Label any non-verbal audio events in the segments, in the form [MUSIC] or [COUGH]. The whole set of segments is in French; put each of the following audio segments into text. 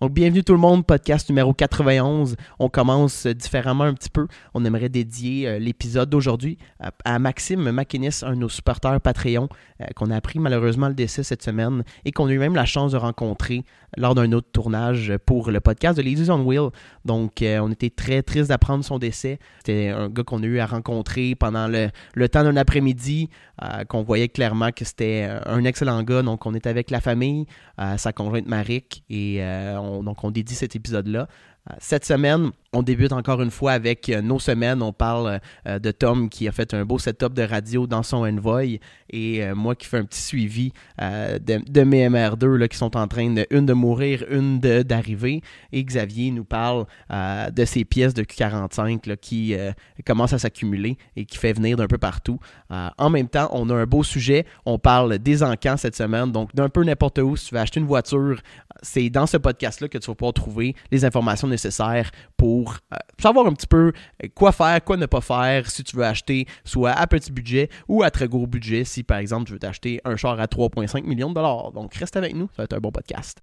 Donc, bienvenue tout le monde, podcast numéro 91. On commence euh, différemment un petit peu. On aimerait dédier euh, l'épisode d'aujourd'hui à, à Maxime Makinis, un de nos supporters Patreon, euh, qu'on a appris malheureusement le décès cette semaine et qu'on a eu même la chance de rencontrer lors d'un autre tournage pour le podcast de Ladies on Wheel. Donc, euh, on était très triste d'apprendre son décès. C'était un gars qu'on a eu à rencontrer pendant le, le temps d'un après-midi, euh, qu'on voyait clairement que c'était euh, un excellent gars. Donc, on est avec la famille à sa conjointe Maric. Et euh, on- donc, on dédie cet épisode-là. Euh, Cette semaine, on débute encore une fois avec euh, nos semaines. On parle euh, de Tom qui a fait un beau setup de radio dans son Envoy et euh, moi qui fais un petit suivi euh, de, de mes MR2 là, qui sont en train, de, une de mourir, une de- d'arriver. Et Xavier nous parle euh, de ces pièces de Q45 là, qui euh, commencent à s'accumuler et qui fait venir d'un peu partout. Euh, en même temps, on a un beau sujet. On parle des encans cette semaine. Donc, d'un peu n'importe où, si tu veux acheter une voiture, c'est dans ce podcast-là que tu vas pouvoir trouver les informations nécessaires pour euh, savoir un petit peu euh, quoi faire, quoi ne pas faire si tu veux acheter soit à petit budget ou à très gros budget si, par exemple, tu veux t'acheter un char à 3,5 millions de dollars. Donc, reste avec nous. Ça va être un bon podcast.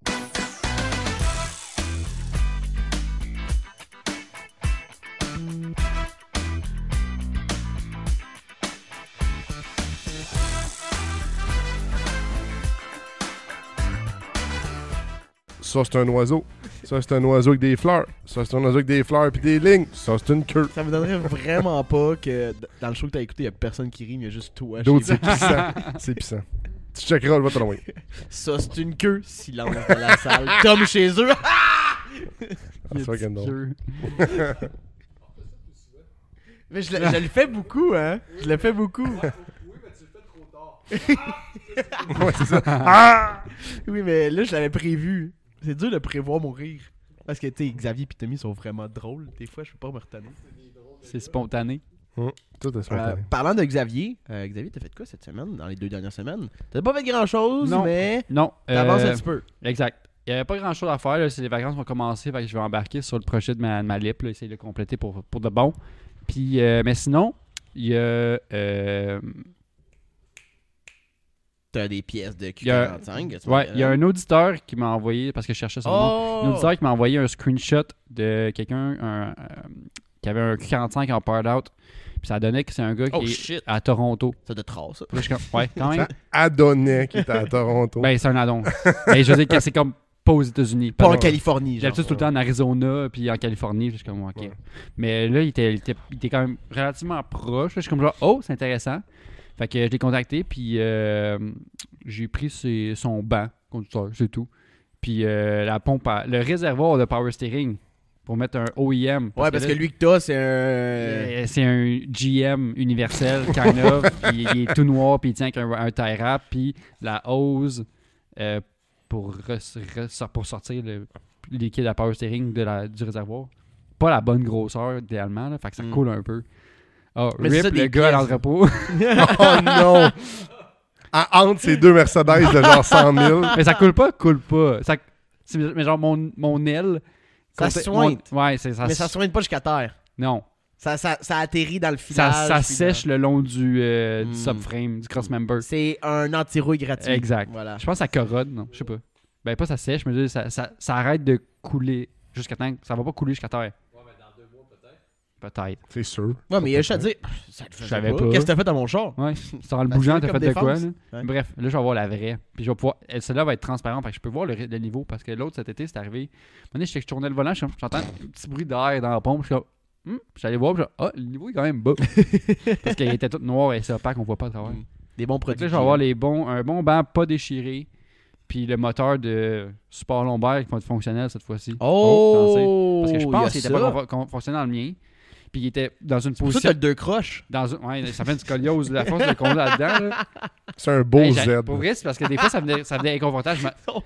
Ça, c'est un oiseau. Ça, c'est un oiseau avec des fleurs. Ça, c'est un oiseau avec des fleurs puis des lignes. Ça, c'est une queue. Ça me donnerait vraiment [LAUGHS] pas que dans le show que t'as écouté, il n'y a personne qui rit, mais il y a juste toi. D'autres, c'est pissant. C'est pissant. Tu checkeras, le va te l'envoyer. Ça, c'est une queue. Silence dans la salle. Tom chez eux. Ah, c'est fucking drôle. [LAUGHS] Mais je, le- je le fais beaucoup, hein. Je le fais beaucoup. Ouais, c'est ça. Ah! Oui, mais là, je l'avais prévu. C'est dur de prévoir mon rire. Parce que, tu sais, Xavier et Tommy sont vraiment drôles. Des fois, je peux pas me retenir. C'est spontané. Tout est Euh, spontané. parlant de Xavier, euh, Xavier, t'as fait quoi cette semaine, dans les deux dernières semaines? T'as pas fait grand-chose, Non. mais Non. t'avances euh, un petit peu. Exact. Il n'y avait pas grand chose à faire. là. C'est les vacances vont commencer. fait que je vais embarquer sur le projet de ma, de ma lip, là, essayer de le compléter pour, pour de bon. Puis, euh, mais sinon, il y a. euh, T'as des pièces de Il y Q45. a- que tu hein? ouais, m'as- il y a un auditeur qui m'a envoyé, parce que je cherchais son nom, Oh! un auditeur qui m'a envoyé un screenshot de quelqu'un un, euh, qui avait un Q45 en part out. Puis ça donnait que c'est un gars Oh, qui shit. est à Toronto. Ça de trace, [LAUGHS] ça. oh. Là, je suis comme, ouais, quand même. Adonais qui était à Toronto. ben, c'est un addon. ben, je veux dire que c'est comme pas aux États-Unis. Pas en Pardon. Californie, genre. J'habite tout le temps en Arizona, puis en Californie, puis je suis comme, ok. Ouais. Mais là, il était, il, était, il était quand même relativement proche. là. Je suis comme, genre, oh, c'est intéressant. Fait que je l'ai contacté, puis euh, j'ai pris ses- son banc, conducteur, c'est tout. Puis euh, la pompe, à- le réservoir de power steering pour mettre un OEM. Ouais, parce que là, lui que t'as, c'est un... euh, C'est un GM universel, kind of. [LAUGHS] puis il est tout noir, puis il tient avec un, un tie wrap, puis la hose euh, pour, res- res- pour sortir le liquide à power steering de la, du réservoir. Pas la bonne grosseur, idéalement, là, fait que ça Mm. coule un peu. Ah, Mais c'est rip ça, des le gars à pièces. l'entrepôt. Oh non! À, entre ces deux Mercedes de genre 100 000. [LAUGHS] mais ça coule pas, coule pas. Ça, c'est- mais genre, mon, mon aile. Ça comptait- sointe. mon- ouais, c'est- ça, Mais ça s- se soigne pas jusqu'à terre. Non. Ça, ça, ça atterrit dans le Ça, final. ça sèche le long du, euh, du Mm. subframe, du crossmember. C'est un anti-rouille gratuit. Exact. Voilà. Ah, Je pense que ça corrode, non? Je sais pas. Ben, pas ça sèche, mais je veux dire, ça, ça, ça arrête de couler jusqu'à temps. Ça va pas couler jusqu'à terre. Ouais, mais dans deux mois, peut-être. C'est sûr. Ouais, mais il y a juste à dire, ça te Je faisait savais pas. pas. Qu'est-ce que t'as fait dans mon char? Peut-être. Ouais. Sans le Parce bougeant, que t'as fait comme de quoi, là? défense, ouais. Bref, là, je vais voir la vraie. Puis je vais pouvoir. elle- Celle-là va être transparente, fait que je peux voir le, le niveau. Parce que l'autre, cet été, c'est arrivé. Un moment donné, je je tournais le volant, je- j'entends un petit bruit d'air dans la pompe. Je suis là. Hum, j'allais voir, puis je- ah, le niveau est quand même bas. [LAUGHS] parce qu'il était tout noir et c'est opaque, on voit pas à travers. Des bons Fait que produits. là, je vais avoir les bons, un bon banc pas déchiré, puis le moteur de support lombaire qui va être fonctionnel cette fois-ci. Oh! Parce que je pense qu'il c'était n'était pas confo- con- fonctionnel dans le mien, puis il était dans une Pour ça, t'as position. le deux [LAUGHS] croches. Dans une, ouais, ça fait une scoliose, la force de conduire là-dedans. là. C'est un beau Hey, j'ai- Z. Pour vrai, c'est parce que des fois, ça venait, ça venait inconfortable. Je m'a- Oh,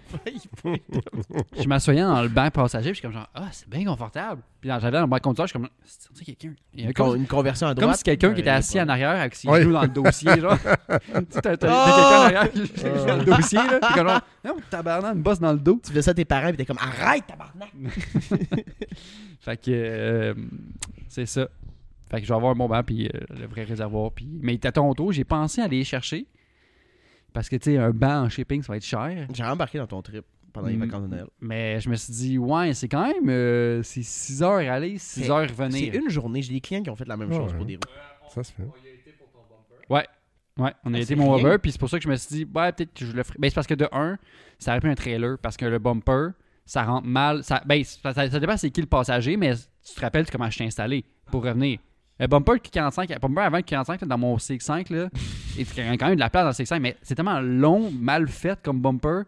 Je m'assoyais dans le banc passager, puis je suis comme genre, ah, c'est bien confortable. Puis dans- j'allais dans le banc conducteur, je suis comme, c'est on dirait quelqu'un. Il y a Une, un comme- con- une conversion à droite. euh, comme si quelqu'un qui était Ouais, assis en arrière avec ses Ouais. genoux dans le dossier, [LAUGHS] genre. tu sais, t'as t'as- t'as Oh! quelqu'un en arrière qui qui est dans le dossier, là. T'es comme genre, non, tabarnak, une bosse dans le dos. Tu faisais ça à tes parents, pis t'es comme, arrête, tabarnak! Fait que, euh, c'est ça. Fait que je vais avoir un bon banc, puis euh, le vrai réservoir. Puis... Mais à Toronto, j'ai pensé aller les chercher. Parce que, tu sais, un banc en shipping, ça va être cher. J'ai embarqué dans ton trip. pendant les Mm. vacances de Noël. Mais je me suis dit, ouais, c'est quand même. euh, c'est 6 heures aller, 6 C'est- heures C'est revenir. une journée. J'ai des clients qui ont fait la même Ouais, chose ouais. pour des routes. Ça se fait. Ouais, on a Ah, été c'est mon rien. bumper, puis c'est pour ça que je me suis dit, ouais, peut-être que je le ferai. Ben, c'est parce que de un, ça aurait pu un trailer, parce que le bumper, ça rentre mal. Ça, ben, ça, ça- ça dépend c'est qui le passager, mais tu te rappelles comment je t'ai installé pour revenir. Le bumper, du 45, le bumper avant le 45, là, dans mon C5, [LAUGHS] là, il y a quand même de la place dans le C5, mais c'est tellement long, mal fait comme bumper,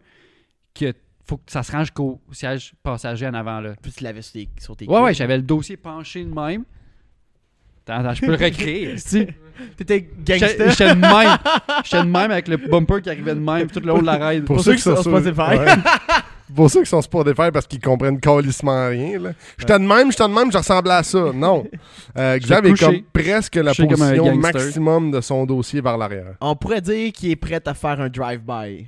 que faut que ça se range jusqu'au siège passager en avant, là. Puis tu l'avais sur tes, sur tes Ouais, ouais, j'avais le dossier penché de même. Attends, attends, je peux [LAUGHS] le recréer, esti. T'étais J'étais gangster. j'étais de même. J'étais de même avec le bumper qui arrivait de même, tout le haut de la ride. Pour ceux qui sont sur- Spotify. [LAUGHS] Ouais. Pour ceux qui sont Spotify parce qu'ils comprennent calissement rien. là. J'étais de même, j'étais de même, je ressemble à ça. [LAUGHS] Non. Euh, Xav est couché. comme presque la Couché comme un position gangster. maximum de son dossier vers l'arrière. On pourrait dire qu'il est prêt à faire un drive-by.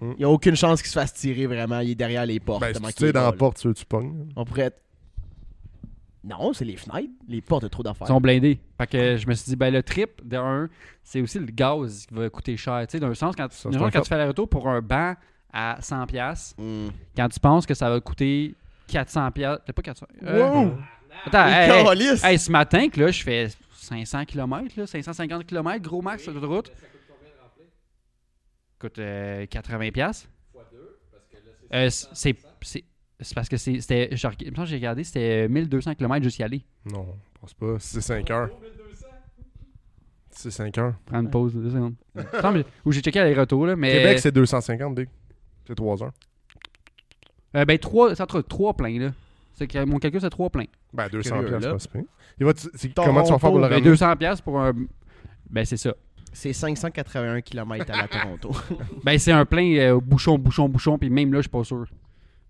Mm. Il n'y a aucune chance qu'il se fasse tirer vraiment. Il est derrière les Oh, portes. Ben, si tellement tu qu'il sais, est dans la bas, là. porte, tu veux, tu pognes. On pourrait être- Non, c'est les fenêtres. Les portes, il y a trop d'affaires. Ils sont blindés. Fait que je me suis dit, ben le trip, de un, c'est aussi le gaz qui va coûter cher. Tu sais, d'un sens, quand, tu- Ça, d'un c'est sens, un quand fait. tu fais l'aller-retour pour un banc à 100$, piastres, Mm. quand tu penses que ça va coûter 400$, piastres- peut-être pas 400$. euh, Wow! Attends, Les hey, hey, câlisses! [LAUGHS] hey, ce matin, que là, je fais 500 km, là, 550 km, gros max sur l'autoroute. Coûte euh, 80 pièces. Euh, c- c'est c'est- c'est parce que c'est- c'était je reg- il me semble que j'ai regardé, c'était euh, 1200 km jusqu'y aller. Non, je pense pas. C'est 5 heures. C'est 5 heures. Prends une pause deux secondes. Il me semble- Ou j'ai checké aller-retour là, mais Québec, c'est 250, Big. C'est 3 heures. Euh, ben trois ça entre trois pleins là. C'est que mon calcul c'est trois pleins. Ben, 200 Curieux, piastres, là. pas si pire. Il va- tu- c'est- Comment tu vas faire pour le Ben, ramener? 200 pièces pour un ben c'est ça. C'est 581 km à la [LAUGHS] Toronto. Ben c'est un plein euh, bouchon bouchon bouchon puis même là je suis pas sûr.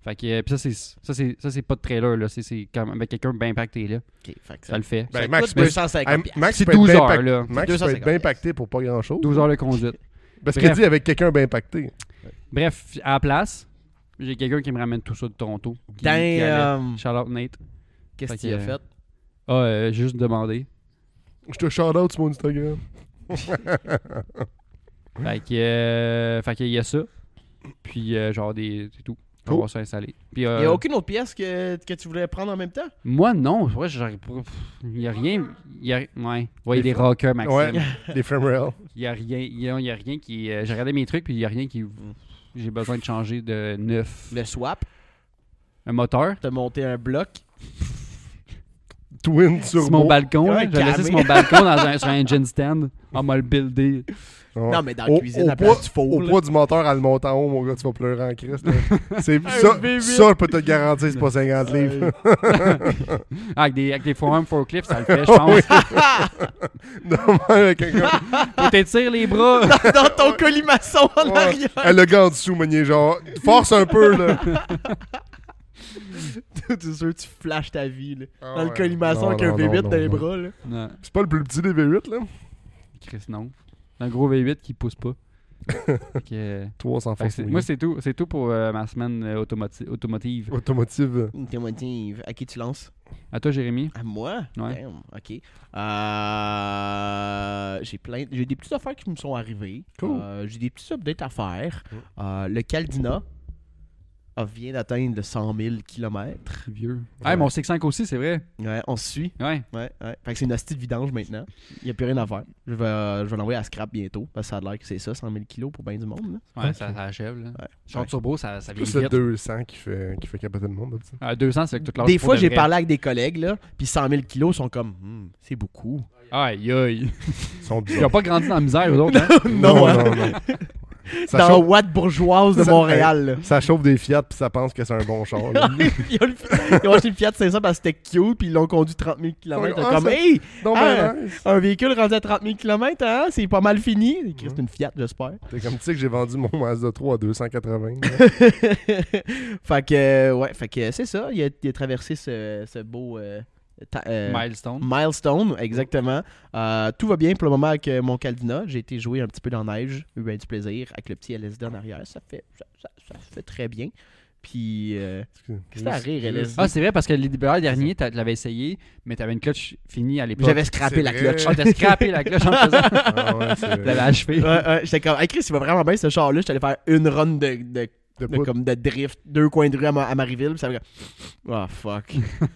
Fait que euh, puis ça c'est ça c'est ça c'est pas de trailer là, c'est c'est quand même avec quelqu'un bien impacté là. OK, fait que ça, Ça le fait. Ben, ça Max, coûte mais- 250 Hey, Max, C'est peut être 12 bien heures, pac- là. Max peut 250 être bien pacté pour pas grand-chose. 12 heures de conduite. Parce qu'il Bref. dit avec quelqu'un bien pacté. Bref, à la place, j'ai quelqu'un qui me ramène tout ça de Toronto. Qui, qui allait. Damn! Shout out Nate. Qu'est-ce Fait qu'il a que- euh, fait? Ah, euh, j'ai juste demandé. Je te shout out sur mon Instagram. Fait que, euh, fait que y a ça. Puis euh, genre des c'est tout. On Cool. va s'installer. Puis Il euh, n'y a aucune autre pièce que, que tu voulais prendre en même temps? moi non, ouais, j'aurais pas- pff, y a rien, y a ouais, ouais, des rockers Maxime. [LAUGHS] Ouais, des frame rails. Y a rien, y a, y a rien qui euh, j'ai regardé mes trucs puis y a rien qui j'ai besoin de changer de neuf. Le swap, Un moteur t'as monté un bloc. Twin sur turbo. mon balcon, Ouais, là. j'ai laissé camé. sur mon balcon dans un, sur un engine stand, on m'a le buildé. Ouais. Non, mais dans Au- la cuisine, au à place du poids- Au four. là. poids du moteur à le monter en haut, mon gars, tu vas pleurer en Christ. là. C'est Un ça, V8. ça, je peux te le garantir, c'est pas 50 livres. Ah, avec des avec des forearms forklift, ça le fait je pense. [LAUGHS] Non, mais avec quelqu'un. Faut t'étirer les bras. [LAUGHS] dans ton colimaçon en Ouais. arrière. Eh, le gars en dessous, manier, genre, force un peu, [LAUGHS] là. tu sûr, tu flashes ta vie. Là. Ah Dans le ouais. colimaçon Non, avec un non, V8 non, dans les non. bras. Là. Non, C'est pas le plus petit des V8, là. Chris non. Un gros V8 qui pousse pas. Fait que, euh, 300 Fait que force. c'est- moi, c'est tout, c'est tout pour euh, ma semaine euh, automoti- automotive. Automotive. euh, Une témoignage. À qui tu lances À toi, Jérémy. À moi Ouais. Damn, ok. Euh, j'ai plein, j'ai des petites affaires qui me sont arrivées. Cool. Euh, j'ai des petits updates à faire. Cool. Euh, le Caldina a- vient d'atteindre le 100 000 km. vieux. Ouais. Ah, mon 6.5 aussi, c'est vrai. Ouais, on se suit. Ouais. Ouais, ouais. Fait que c'est une hostie de vidange maintenant. Il n'y a plus rien à faire. Je vais, euh, je vais l'envoyer à Scrap bientôt. Parce que ça a l'air que c'est ça, 100 000 kilos pour bien du monde. là. Ouais, ça, ça achève. Là. Ouais. Chante turbo, ça, ça vient Plus le vite. 200 qui fait, qui fait capoter le monde, d'habitude. Ah, 200, c'est avec toute l'âge. Des pour fois, de j'ai vrai. parlé avec des collègues, là, puis 100 000 kilos sont comme, Hmm, c'est beaucoup. Aïe, Ils aïe. sont Ils ont bizarres. pas grandi dans la misère, eux autres. hein. [LAUGHS] non, hein. [LAUGHS] non, non. [LAUGHS] Ça, Dans chauffe, Watt bourgeoise de Ça- Montréal, là. ça chauffe des Fiat, puis ça pense que c'est un bon char, là. [LAUGHS] ils, ont le- ils ont acheté le Fiat 500 parce que c'était cute, puis ils l'ont conduit 30 000 km. Ah, comme, ça- hey, Non, Ah. ben, nice. un véhicule rendu à 30 000 km, hein, c'est pas mal fini. Chris, Ouais. C'est une Fiat, [LAUGHS] j'espère. T'es comme, tu sais que j'ai vendu mon Mazda 3 à 280. [LAUGHS] là. fait que, euh, ouais, fait que c'est ça. Il a, il a traversé ce, ce beau euh, ta- euh, hein. Milestone. milestone, exactement. Euh, tout va bien pour le moment avec euh, mon Caldina. J'ai été jouer un petit peu dans la neige, eu bien du plaisir avec le petit LSD en arrière. Ça fait, ça, ça- ça fait très bien. Puis, euh, Excuse. qu'est-ce que t'as à rire, LSD? Ah, c'est vrai, parce que l'hiver dernier, t'a- tu l'avais essayé, mais t'avais une cloche finie à l'époque. J'avais scrappé C'est la vrai. cloche. Ah, t'as scrappé la cloche en [LAUGHS] faisant. Ah ouais, c'est T'avais achevé. Ouais, ouais, j'étais comme, hey Chris, il va vraiment bien ce char-là. J'étais allé faire une run de, de De de, poudre. comme de drift, deux coins de rue à, Ma- à Marieville. puis ça fait comme, Oh [LAUGHS] fuck.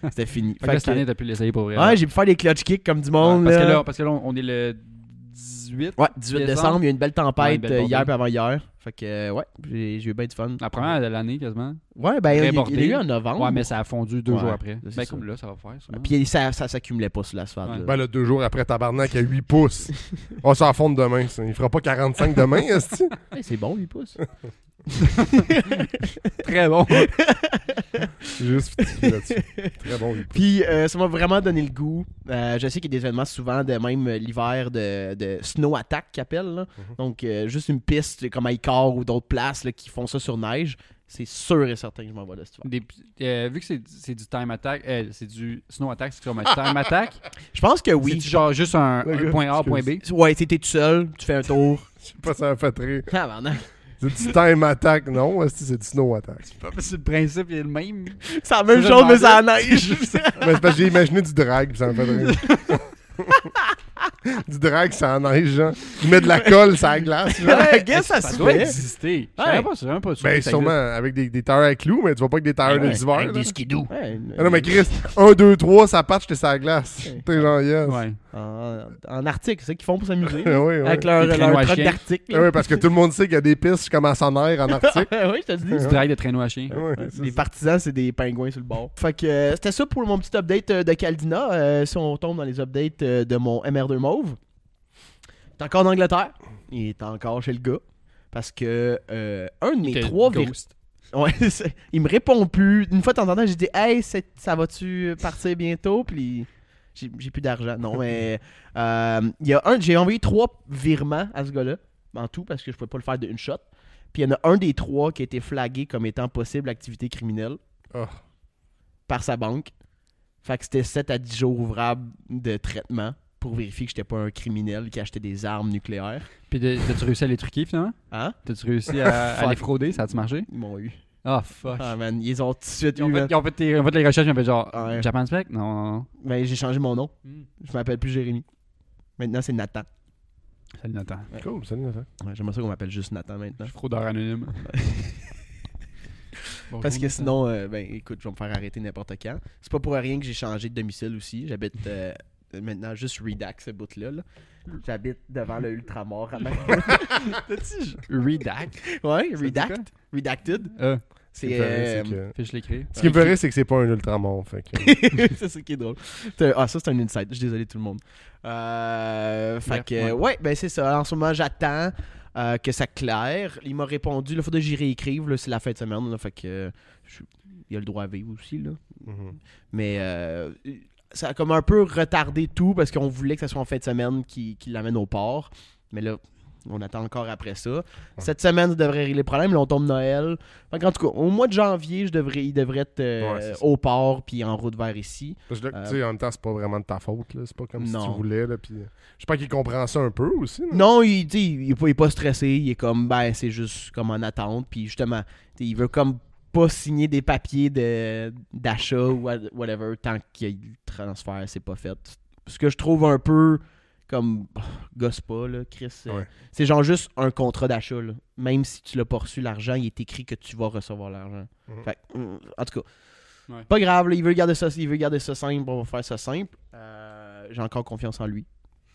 C'était fini. Fait que là, Fait cette année, t'as pu l'essayer pour vrai. que- ouais, j'ai pu faire des clutch kicks comme du monde. parce, là. Que là, parce que là, on on est le 18. Ouais, 18 décembre, Décembre. il y a eu une belle tempête Ouais, une belle euh, hier tempête. puis avant-hier. Fait que, euh, ouais, j'ai j'ai eu bien du fun. La première de l'année, quasiment. Ouais, ben, il, Très il bordé. l'a eu en novembre. Ouais, mais ça a fondu deux Ouais, jours après. c'est Ben, ça. comme là, ça va faire. sûrement. Puis ça, ça s'accumulait pas sur l'asphalte. Ouais. là. Ben là, deux jours après Tabarnak, il y a 8 pouces. On s'en fonde demain. ça. Il fera pas 45 [LAUGHS] demain, est Hey, c'est bon, 8 pouces. [LAUGHS] très bon. Juste foutu là-dessus. Très bon, 8 pouces. [LAUGHS] Puis euh, ça m'a vraiment donné le goût. Euh, je sais qu'il y a des événements souvent, de même euh, l'hiver, de, de snow attack qu'ils appellent. là. Donc, euh, juste une piste comme à Icar ou d'autres places là, qui font ça sur neige. C'est sûr et certain que je m'en vais là cet hiver. Des p- euh, vu que c'est c'est du time attack, euh, c'est du snow attack, [LAUGHS] c'est comme un time attack. Je pense que Oui. oui. C'est genre juste un, Le un gars, point A, excuse. point B. Ouais, t'es t'es tout seul, tu fais [LAUGHS] un tour. Je sais pas si ça a fait rire. ah, ben, non. C'est du time attack, non? esti, C'est du snow attack. [LAUGHS] Ah, le principe est le même. C'est la même Je chose, me mais c'est à la neige. [LAUGHS] Mais c'est parce que j'ai imaginé du drag, puis ça me fait rire. du drag, ça en neige, genre. Tu mets de la colle, ça glace. genre. I guess ça se doit fait. exister. Je Ouais. savais pas, je savais pas. sûr Ben, que ça sûrement, existe. avec des, des tailleurs à clous, mais tu vas pas avec des tailleurs Ouais, de l'hiver. avec là. des skidoo. Ouais, Ah non, mais Chris, 1, 2, 3, ça patch, t'es sur la glace. Ouais. T'es genre, yes. [LAUGHS] Ouais. En, en Arctique, c'est ça qu'ils font pour [LAUGHS] s'amuser. Ouais, là. ouais, ouais. Avec leur, Les leur traîneaux à truck chiens. d'Arctique. Ah là. [LAUGHS] ouais, parce que tout le monde sait qu'il y a des pistes comme à son air en Arctique. oui, je te dis. Du drag de traîneau à chien. Ah ouais, c'est Les ça. partisans, c'est des pingouins sur le bord. Fait que euh, c'était ça pour mon petit update euh, de Caldina. Euh, si on tombe dans les updates euh, de mon MR2 Mauve, il est encore en Angleterre. Il est encore chez le gars. Parce que euh, un de mes Que trois vir- ghost. Ouais, [LAUGHS] c'est- il me répond plus. Une fois de temps en temps, j'ai dit Hey, c'est- ça va-tu partir bientôt Puis j'ai j'ai plus d'argent. Non, [LAUGHS] mais euh, il y a un, j'ai envoyé trois virements à ce gars-là, en tout, parce que je pouvais pas le faire de une shot. Puis il y en a un des trois qui a été flagué comme étant possible activité criminelle Oh. Ah. par sa banque. Fait que c'était 7 à 10 jours ouvrables de traitement pour vérifier que j'étais pas un criminel qui achetait des armes nucléaires. Puis de- t'as-tu réussi à les truquer finalement Hein T'as-tu réussi [LAUGHS] à, à Fuck. les frauder Ça a-tu marché Ils m'ont eu. Ah, fuck. Ah, man, ils ont tout de suite Ils eu. ont, fait, man. Ah, ils ont fait tes- ils ont fait les recherches, ils ont fait genre Ouais. Japan Spec Non, non, non. Ben, j'ai changé mon nom. Hmm. Je m'appelle plus Jérémy. Maintenant, c'est Nathan. Salut Nathan. Cool, salut Nathan. Ouais, J'aimerais ça qu'on m'appelle juste Nathan maintenant. Je suis fraudeur anonyme. [LAUGHS] Bonjour, Parce que Nathan. sinon, euh, ben écoute, je vais me faire arrêter n'importe quand. C'est pas pour rien que j'ai changé de domicile aussi. J'habite euh, maintenant juste Redax, ce bout-là. là. J'habite devant le Ultramar à [LAUGHS] Marieville. Redact. Ouais, dit Redact. Redacted. Euh, Ce qui C'est. me fait euh, rire, c'est que- fait que je l'écris. Ce qui me fait rire, c'est que c'est pas un ultramont. Fait que- [LAUGHS] c'est ça qui est drôle. C'est un- Ah, ça, c'est un insight. Je suis désolé, tout le monde. Euh, fait Bref, que, ouais. ouais. ben c'est ça. En ce moment, j'attends euh, que ça claire. Il m'a répondu. Il faudrait que j'y réécrive. là, C'est la fin de semaine. là, fait que, euh, je- il a le droit à vivre aussi. Là. Mhm. Mais euh, ça a comme un peu retardé tout parce qu'on voulait que ça soit en fin de semaine qui, qui l'amène au port. Mais là, on attend encore après ça. Cette semaine, ça devrait régler le problème. Là, on tombe Noël. en tout cas, au mois de janvier, je devrais, il devrait être euh, Ouais, c'est ça. au port puis en route vers ici. Parce que là, Euh, tu sais, en même temps, c'est pas vraiment de ta faute. là. C'est pas comme si Non. tu voulais. Là, puis... Je pense qu'il comprend ça un peu aussi. là. Non, il, tu sais, il, est pas, il est pas stressé. Il est comme, ben, c'est juste comme en attente. Puis justement, tu sais, il veut comme pas signer des papiers de- d'achat ou what- whatever tant qu'il y a eu le transfert, c'est pas fait. Ce que je trouve un peu comme oh, gosse pas, là, Chris. euh, Ouais. C'est genre juste un contrat d'achat. là. Même si tu l'as pas reçu l'argent, il est écrit que tu vas recevoir l'argent. Mhm. Fait que, mm, en tout cas, Ouais. pas grave. là, il, veut garder ça, il veut garder ça simple. On va faire ça simple. Euh, J'ai encore confiance en lui.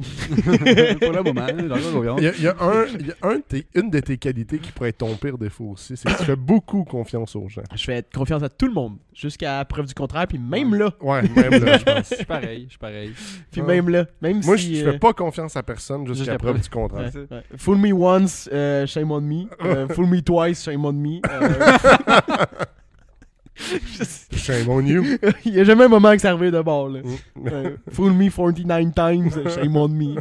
Euh, Pour le moment, dans le [LAUGHS] royaume. Il y a, il y a un, il y a un de tes- une de tes qualités qui pourrait être ton pire défaut aussi. C'est que tu fais beaucoup confiance aux gens. Je fais confiance à tout le monde, jusqu'à preuve du contraire, puis même là, Ouais, même [LAUGHS] là, je pense. Je suis pareil, je suis pareil. puis Ah. même là, même Moi, je si... je euh, fais pas confiance à personne jusqu'à Jusqu'à preuve preuve- du contraire. ouais, ouais. Fool me once, euh, shame on me. [LAUGHS] Euh, fool me twice, shame on me. Euh, Shame on you. Il [LAUGHS] y a jamais un moment que ça arrive de bord. Là. Mm. Euh, fool me 49 [LAUGHS] times, shame on me.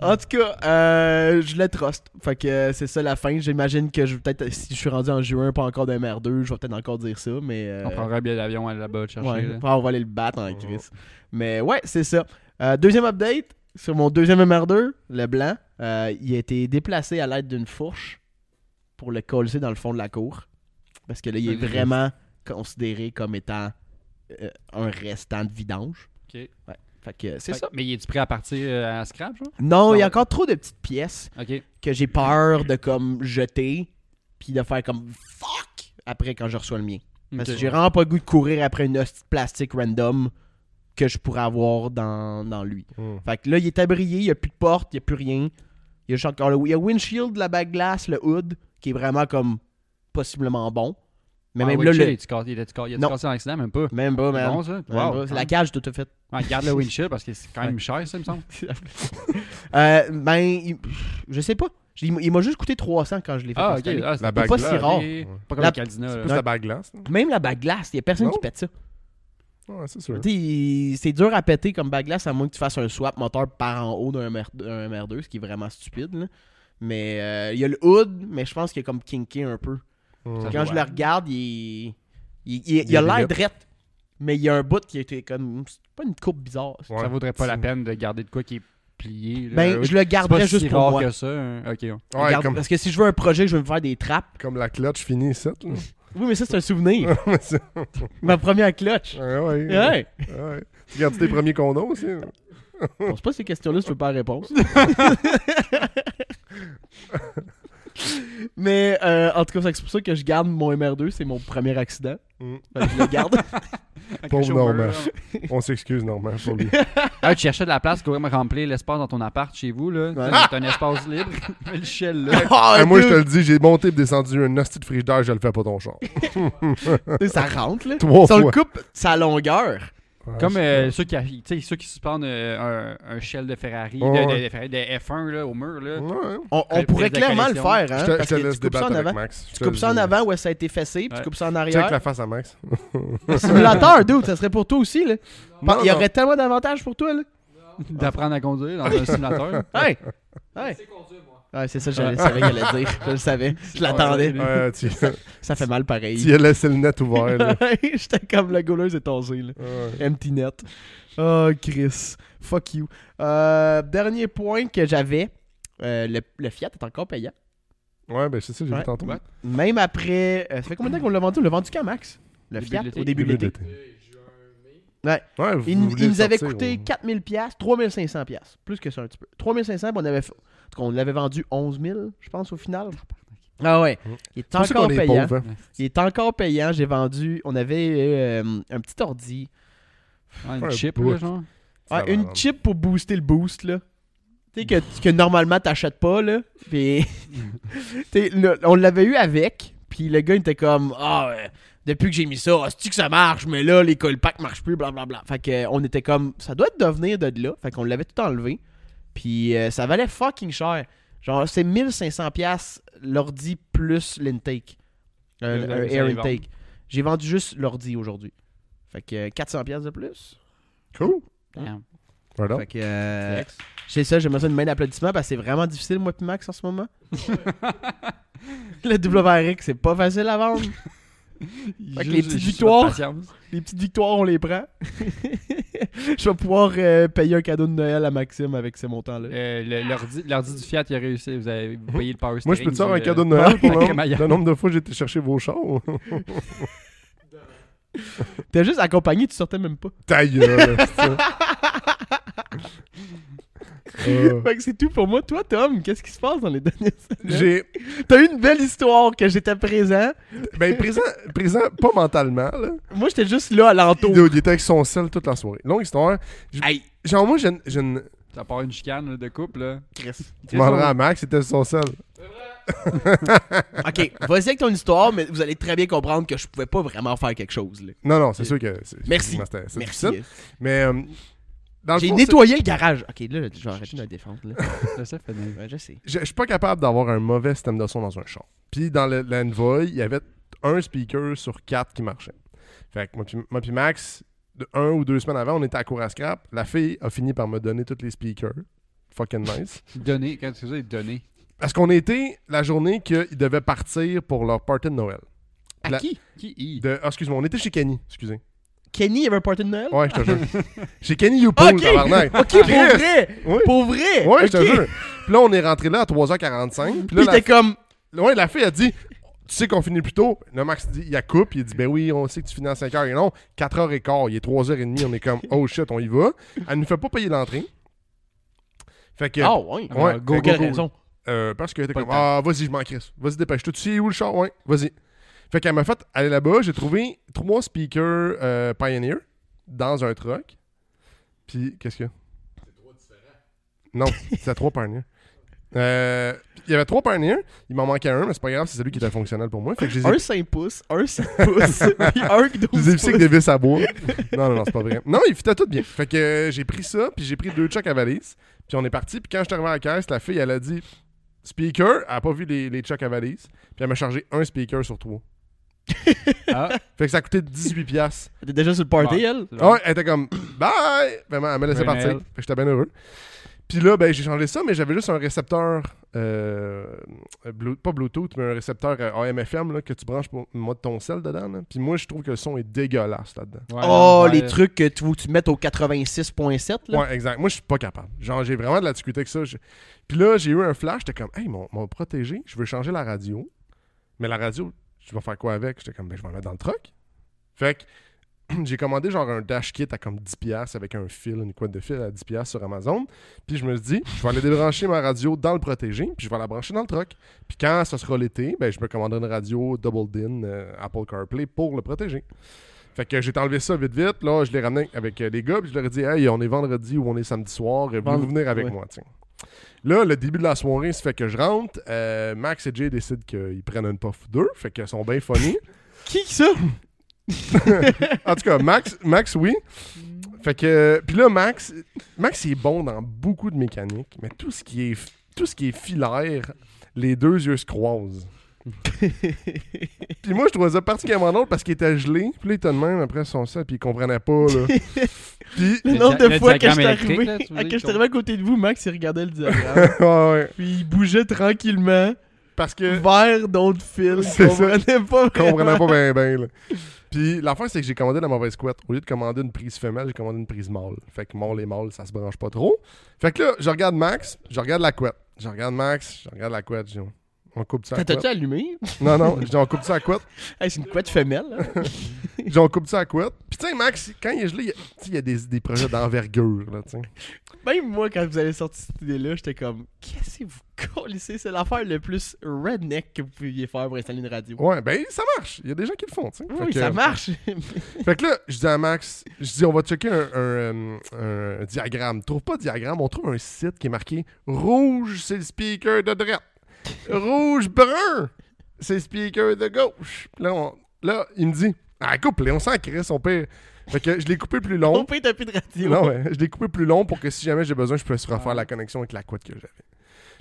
en tout cas, euh, je le trust. Fait que euh, c'est ça la fin. J'imagine que je vais peut-être, si je suis rendu en juin, pas encore d'un MR2, je vais peut-être encore dire ça, mais... euh, On prendra un billet d'avion aller là-bas te chercher. Ouais, là. après, on va aller le battre en crise. Mais ouais, c'est ça. Euh, deuxième update sur mon deuxième MR2, le blanc. Euh, il a été déplacé à l'aide d'une fourche pour le coller dans le fond de la cour. Parce que là, il Un est reste. vraiment considéré comme étant euh, un restant de vidange. Ok. Ouais. Fait que c'est Fait- ça. Mais es-tu prêt à partir euh, à scrap, genre Non, il y ouais. a encore trop de petites pièces Ok. que j'ai peur de comme jeter puis de faire comme fuck après quand je reçois le mien. Parce que j'ai vraiment pas le goût de courir après une hostie de plastique random que je pourrais avoir dans, dans lui. Hmm. Fait que là, il est abrié, il n'y a plus de porte, il n'y a plus rien. Il y a juste encore le, il y a windshield, la bague glace, le hood, qui est vraiment comme possiblement bon. Mais Ah même là, le, Il a il est-tu cassé- il Non. a-tu cassé en accident, même pas. même pas, C'est man. bon, ça? Même Wow. pas. C'est la cage tout à fait. Ouais, garde le windshield parce que c'est quand même cher, ça, il me semble. Ah Euh, ben, il- je sais pas. J'ai- Il m'a juste coûté 300 quand je l'ai fait. Ah, ok. installer. Ah, c'est La pas bague si là, rare. ok. Pas comme La- le Caldina. C'est là. plus la bague glace. Ah. là. Même la bague glace, il n'y a personne Non. qui pète ça. Ouais, c'est sûr. Tu sais, il- C'est dur à péter comme bague glace à moins que tu fasses un swap moteur par en haut d'un MR- d'un MR2, ce qui est vraiment stupide. là. Mais euh, il y a le hood, mais je pense qu'il est comme kinké un peu. Hmm. Ça Quand je Ouais. le regarde, il, il, il- Il il a est l'air limite. drette, mais il y a un bout qui était comme. C'est pas une coupe bizarre. ça. Ouais. Ça vaudrait pas la peine de garder de quoi qui est plié. là. Ben, je le euh, C'est pas garderais si juste pour rare moi. que ça. hein. Ok. ouais. Je le Ouais, garde- comme, Parce que si je veux un projet, que je veux me faire des trappes. comme la clutch finie, ça. là. Oui, mais ça, c'est un souvenir. Ouais, c'est- Ma première clutch. ouais, ouais, ouais. Ouais. ouais. Tu gardes tes premiers condos aussi. [LAUGHS] hein? On se pose ces questions-là si tu veux pas la [LAUGHS] réponse. Mais euh, en tout cas, fait que c'est pour ça que je garde mon MR2, c'est mon premier accident. Mm. Fait que je le [LAUGHS] garde. Pauvre Chauffeur, Normand. là. On s'excuse, Normand, pour lui. Ah, tu cherchais de la place pour remplir l'espace dans ton appart chez vous, là. Ouais. T'as un espace libre. [LAUGHS] Mets le shell, là. Ah, Ah, moi, je te dude, le dis, j'ai monté et descendu un hostie de frigidaire, je le fais pas [LAUGHS] ton char. ça rentre là. Trois Si on le fois. coupe, sa longueur. Ouais, Comme Ah, c'est- euh, ceux, qui, a- tu sais, ceux qui suspendent euh, un, un shell de Ferrari, Ouais, de- de, Oh, ouais. de Ferrari, de F1 là, au mur, là. Ouais. On, on Ouais, pourrait prise de clairement le collection. faire. Hein, je te, parce je te que laisse tu coupes ça débattre en avec avant. Max. Je Tu te coupes le ça en dis. avant où ça a été fessé, puis Ouais. tu coupes ça en Check la arrière. face à Max. Simulateur, dude, ça serait pour toi aussi. Là. Non, Il y non. aurait tellement d'avantages pour toi. Là. [LAUGHS] D'apprendre à conduire dans [LAUGHS] un simulateur. Hey! Hey! Ouais, c'est ça, je le savais qu'elle allait dire. Je le savais. Je l'attendais. Ouais, tu, Ça fait mal pareil. [LAUGHS] tu y as laissé le net ouvert. là. [LAUGHS] J'étais comme la gauleuse est tombée, là. Ouais. Empty net. Oh, Chris. Fuck you. Euh, dernier point que j'avais. euh, le, le Fiat est encore payant. Ouais, ben c'est ça, j'ai Ouais. vu tantôt. Ouais. Même après. euh, ça fait combien de temps qu'on l'a vendu On l'a vendu quand, Max Le Début de Fiat l'été. au début de l'été. Ouais. Ouais, vous Il, voulez il nous avait sortir, coûté on- 4000 pièces, 3500 pièces, plus que ça un petit peu. 3500, puis on avait fait- en tout cas, on l'avait vendu 11 000, je pense au final. Ah ouais, Mm. il est C'est pour ça encore qu'on est payant. pauvre. hein. il est encore payant, j'ai vendu, on avait euh, un petit ordi, Ouais, une Ouais, chip, ouais. là, genre. Ça Ouais, va, une non. chip pour booster le boost là. Tu sais que, que normalement t'achètes pas là, puis [LAUGHS] t'sais, le- on l'avait eu avec, puis le gars il était comme ah euh, depuis que j'ai mis ça, c'est que ça marche, mais là les colpacks marchent plus, blablabla. Fait que euh, on était comme ça doit devenir de là, fait qu'on l'avait tout enlevé, puis euh, ça valait fucking cher. Genre c'est 1500 pièces l'ordi plus l'intake, Vous un, un allez- vous air allez vendre. intake. J'ai vendu juste l'ordi aujourd'hui. Fait que euh, 400 pièces de plus. Cool. Damn. Voilà. Fait que, euh, Flex. c'est ça, j'aimerais ça une main d'applaudissement parce que c'est vraiment difficile, moi et Max, en ce [LAUGHS] moment. le WRX, c'est pas facile à [LAUGHS] vendre. Fait que les Juste- petites juste victoires. pas de patience. Les petites victoires, on les prend. [LAUGHS] Je vais pouvoir euh, payer un cadeau de Noël à Maxime avec ces montants-là. Euh, le- L'ordi l'ordi du Fiat, il a réussi. Vous avez vous payez le power Hein? Moi, je steering, peux te faire vous, un euh, cadeau [LAUGHS] de [LAUGHS] Noël pour le Vraiment, il y nombre, a- le nombre de fois que j'ai été chercher vos chars. [LAUGHS] T'es juste accompagné, tu sortais même pas. Ta [LAUGHS] gueule. ça. Euh, Fait que c'est tout pour moi. Toi, Tom, qu'est-ce qui se passe dans les dernières semaines? J'ai [LAUGHS] T'as eu une belle histoire que j'étais présent. ben présent, présent pas mentalement là. Moi, j'étais juste là à l'entour. Il, il était avec son sel toute la soirée. Longue histoire. Hey, Genre moi j'ai une- j'ai une Ça part une chicane là, de couple, là. Chris. tu demanderas à Max, c'était son sel. Ok, vas-y avec ton histoire, mais vous allez très bien comprendre que je pouvais pas vraiment faire quelque chose. là. Non non, c'est sûr que c'est- Merci. effectivement, c'était- c'est Merci. difficile. Mais euh, dans le J'ai fond, nettoyé le garage. Ok, là, je vais arrêter [LAUGHS] de la défendre. Là. Ça, ça fait des- Ouais, je sais. je je suis pas capable d'avoir un mauvais système de son dans un char. Puis dans le- l'Envoy, il y avait un speaker sur quatre qui marchait. Fait que moi puis- moi puis Max, de un ou deux semaines avant, on était à cour à scrap. La fille a fini par me donner tous les speakers. Fucking nice. Donner, quand tu faisais donner. Parce qu'on était la journée qu'ils devaient partir pour leur party de Noël. À La- qui Qui y De, ah, excuse-moi, on était chez Kenny, excusez. Kenny avait un party de Noël Ouais, je [LAUGHS] te jure. chez Kenny Youpool, Ok. tabarnak. Ok, pour vrai Oui, Pour vrai ouais, je ok. te jure. Puis là, on est rentré là à 3h45. Puis Puis là, t'es la comme. Ouais, la fille a dit Tu sais qu'on finit plus tôt. Là, Max dit Il a coupe. Il a dit Ben oui, on sait que tu finis à 5h. Et non, 4h15. Il est 3h30. On est comme Oh shit, on y va. Elle nous fait pas payer l'entrée. Fait que. Ah, ouais. Ouais, Pour go, quelle go, go. raison euh, parce qu'elle était Pas le comme Ah, vas-y, je m'en crisse. Vas-y, dépêche-toi. Tu sais où le char Ouais, vas-y. Fait qu'elle m'a fait aller là-bas. J'ai trouvé trois speakers euh, Pioneer dans un truck. Puis, qu'est-ce qu'il y a Non, c'était trois [LAUGHS] Pioneer. Euh, il y avait trois Pioneer. Il m'en manquait un, mais c'est pas grave, c'est celui qui était fonctionnel pour moi. Fait que je les ai Un 5 pouces, un 7 [LAUGHS] pouces, puis un 12 je les ai pouces. pissés avec des vis à bois. Non, non, non, c'est pas vrai. Non, ils fitaient tout bien. Fait que euh, j'ai pris ça, puis j'ai pris deux chocs à valise. Puis on est parti. Puis quand je suis arrivé à la caisse, la fille, elle a dit Speaker, elle a pas vu les, les chocs à valise. Puis elle m'a chargé un speaker sur trois. Ah, Fait que ça a coûté 18$. piastres. Elle était déjà sur le party, Ouais. elle. Ah Ouais, elle était comme Bye Vraiment, elle m'a laissé Bonne partir. Noël. Fait que j'étais bien heureux. Puis là, ben, j'ai changé ça, mais j'avais juste un récepteur, euh, Blu- pas Bluetooth, mais un récepteur euh, AMFM là, que tu branches pour moi de ton sel dedans. là. Puis moi, je trouve que le son est dégueulasse là-dedans. ouais, oh, ouais. les trucs que tu, faut que tu mettes au 86.7, là. Ouais, exact. Moi, je suis pas capable. Genre, j'ai vraiment de la difficulté avec ça. Je- Puis là, j'ai eu un flash. J'étais comme, hey, mon, mon protégé, je veux changer la radio. Mais la radio, tu vas faire quoi avec? J'étais comme, ben, je vais la mettre dans le truck. Fait que [CLEARS THROAT] j'ai commandé genre un dash kit à comme 10$ piastres avec un fil, une couette de fil à 10$ piastres sur Amazon. Puis je me suis dit, je vais aller débrancher ma radio dans le protégé, puis je vais la brancher dans le truck. Puis quand ce sera l'été, ben, je me commanderai une radio Double DIN euh, Apple CarPlay pour le protéger. Fait que j'ai enlevé ça vite vite. Là, je l'ai ramené avec euh, les gars, puis je leur ai dit Hey, on est vendredi ou on est samedi soir, euh, voulez-vous Vend- venir avec ouais. moi tiens. Là, le début de la soirée, se fait que je rentre. Euh, Max et Jay décident qu'ils prennent une puff ou deux, fait qu'ils sont bien funny. [LAUGHS] Qui ça? en tout cas, Max, Max oui. Fait que puis là Max Max il est bon dans beaucoup de mécaniques, mais tout ce qui est tout ce qui est filaire, les deux yeux se croisent. [LAUGHS] puis moi je trouvais ça particulièrement drôle parce qu'il était gelé, puis là il était de même après son set, puis il comprenait pas là. puis Le Le nombre dia- de le fois que je diagramme suis électrique, arrivé, là, tu veux à dire, que je suis qu'on- arrivé à côté de vous, Max, il regardait le diagramme. [LAUGHS] ouais, ouais. puis il bougeait tranquillement parce que vers d'autres fils. Euh. C'est Il ça. comprenait pas. Je comprenais pas bien, [LAUGHS] bien. Puis l'affaire, c'est que j'ai commandé la mauvaise couette. Au lieu de commander une prise femelle, j'ai commandé une prise mâle. Fait que mâle et mâle, ça se branche pas trop. Fait que là, je regarde Max, je regarde la couette. Je regarde Max, je regarde la couette. Je dis, on coupe ça à T'as- la couette. T'as-tu allumé? Non, non, je dis, on coupe ça à la couette. [LAUGHS] Hey, c'est une couette femelle. hein. là. Je dis, on coupe ça à la couette. Puis tu sais, Max, quand il est gelé, il y a- tu sais, il y a des, des projets d'envergure. là, tu sais. Même moi, quand vous avez sorti cette idée-là, j'étais comme, qu'est-ce que vous colissez? C'est l'affaire le plus redneck que vous pouviez faire pour installer une radio. Ouais, ben ça marche. Il y a des gens qui le font. tu sais. Fait oui, que- ça marche. Fait que là, je dis à Max, je dis on va checker un, un, euh, un diagramme. Trouve pas de diagramme, on trouve un site qui est marqué rouge, c'est le speaker de droite. Rouge brun, c'est le speaker de gauche. Puis Là, on- là, il me dit Ah, coupe-les, on s'en crisse, on pire. Fait que je l'ai coupé plus [LAUGHS] long. On peut taper de radio. [LAUGHS] Non, ouais, je l'ai coupé plus long pour que si jamais j'ai besoin, je puisse refaire Ouais. la connexion avec la couette que j'avais.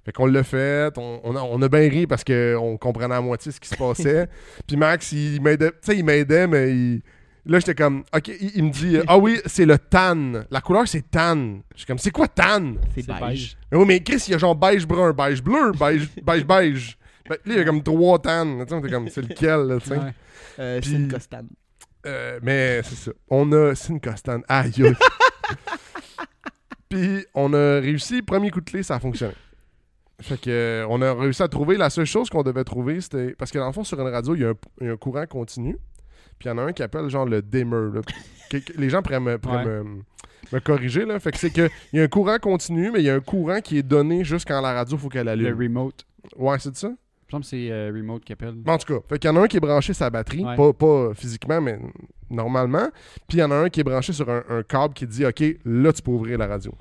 Fait qu'on l'a fait, on, on a, on a bien ri parce qu'on comprenait à moitié ce qui se passait. Puis Max, il m'aidait, tu sais, il m'aidait, mais il- là, j'étais comme, OK, il, il me dit, euh, ah oui, c'est le tan. La couleur, c'est tan. Je suis comme, c'est quoi tan? C'est C'est beige. beige. Mais oui, mais Chris, il y a genre beige brun, beige bleu, beige, beige, beige. Ben, là, il y a comme trois tan. Tu sais, on était comme, c'est lequel, là, tu sais. Ouais. Euh, Puis- C'est une costane. Euh, mais c'est ça. On a Sin Costan. Aïe! [LAUGHS] aïe. Puis on a réussi, premier coup de clé, ça a fonctionné. Fait que euh, on a réussi à trouver. La seule chose qu'on devait trouver, c'était. Parce que dans le fond, sur une radio, il y a un, il y a un courant continu. Puis il y en a un qui appelle genre le dimmer. là. Que- que- les gens pourraient me, pourraient Ouais. me- me corriger. Là. Fait que c'est que il y a un courant continu, mais il y a un courant qui est donné juste quand la radio, faut qu'elle Le allume. remote. Ouais, c'est ça? Je pense que c'est euh, remote qui appelle. Mais En tout cas, fait qu'il y en a un qui est branché sa batterie, Ouais. pas, pas physiquement, mais normalement. Puis il y en a un qui est branché sur un, un câble qui dit OK, là, tu peux ouvrir la radio.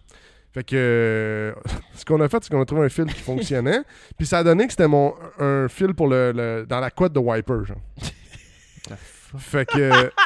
Fait que [LAUGHS] euh, ce qu'on a fait, c'est qu'on a trouvé un fil qui fonctionnait. [LAUGHS] Puis ça a donné que c'était mon un fil pour le, le- dans la couette de Wiper, genre. fait que. [LAUGHS]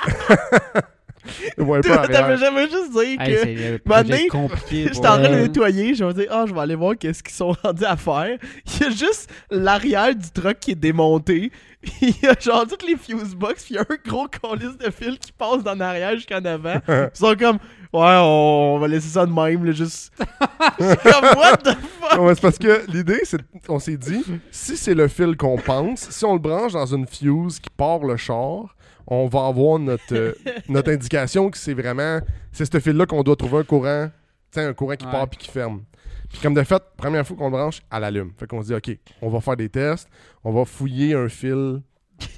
le [LAUGHS] wiper T'avais arrière. jamais juste dit [LAUGHS] Hey, que. c'est un Mané, [LAUGHS] projet compliqué. J'étais pour en train de elle. nettoyer, je me dis, ah, je vais aller voir qu'est-ce qu'ils sont [LAUGHS] rendus à faire. Il y a juste l'arrière du truck qui est démonté. [LAUGHS] Il y a genre toutes les fuse box, puis il y a un gros colis de fil qui passe d'en arrière jusqu'en [LAUGHS] avant. Ils sont comme, ouais, on va laisser ça de même, là, juste. [LAUGHS] Je suis comme, what the fuck? [LAUGHS] Non, mais c'est parce que l'idée, c'est on s'est dit, si c'est le fil qu'on pense, si on le branche dans une fuse qui part le char, on va avoir notre, euh, notre indication que c'est vraiment, c'est ce fil-là qu'on doit trouver un courant, tu sais, un courant qui Ouais. part puis qui ferme. Puis comme de fait, première fois qu'on le branche, elle allume. Fait qu'on se dit, OK, on va faire des tests, on va fouiller un fil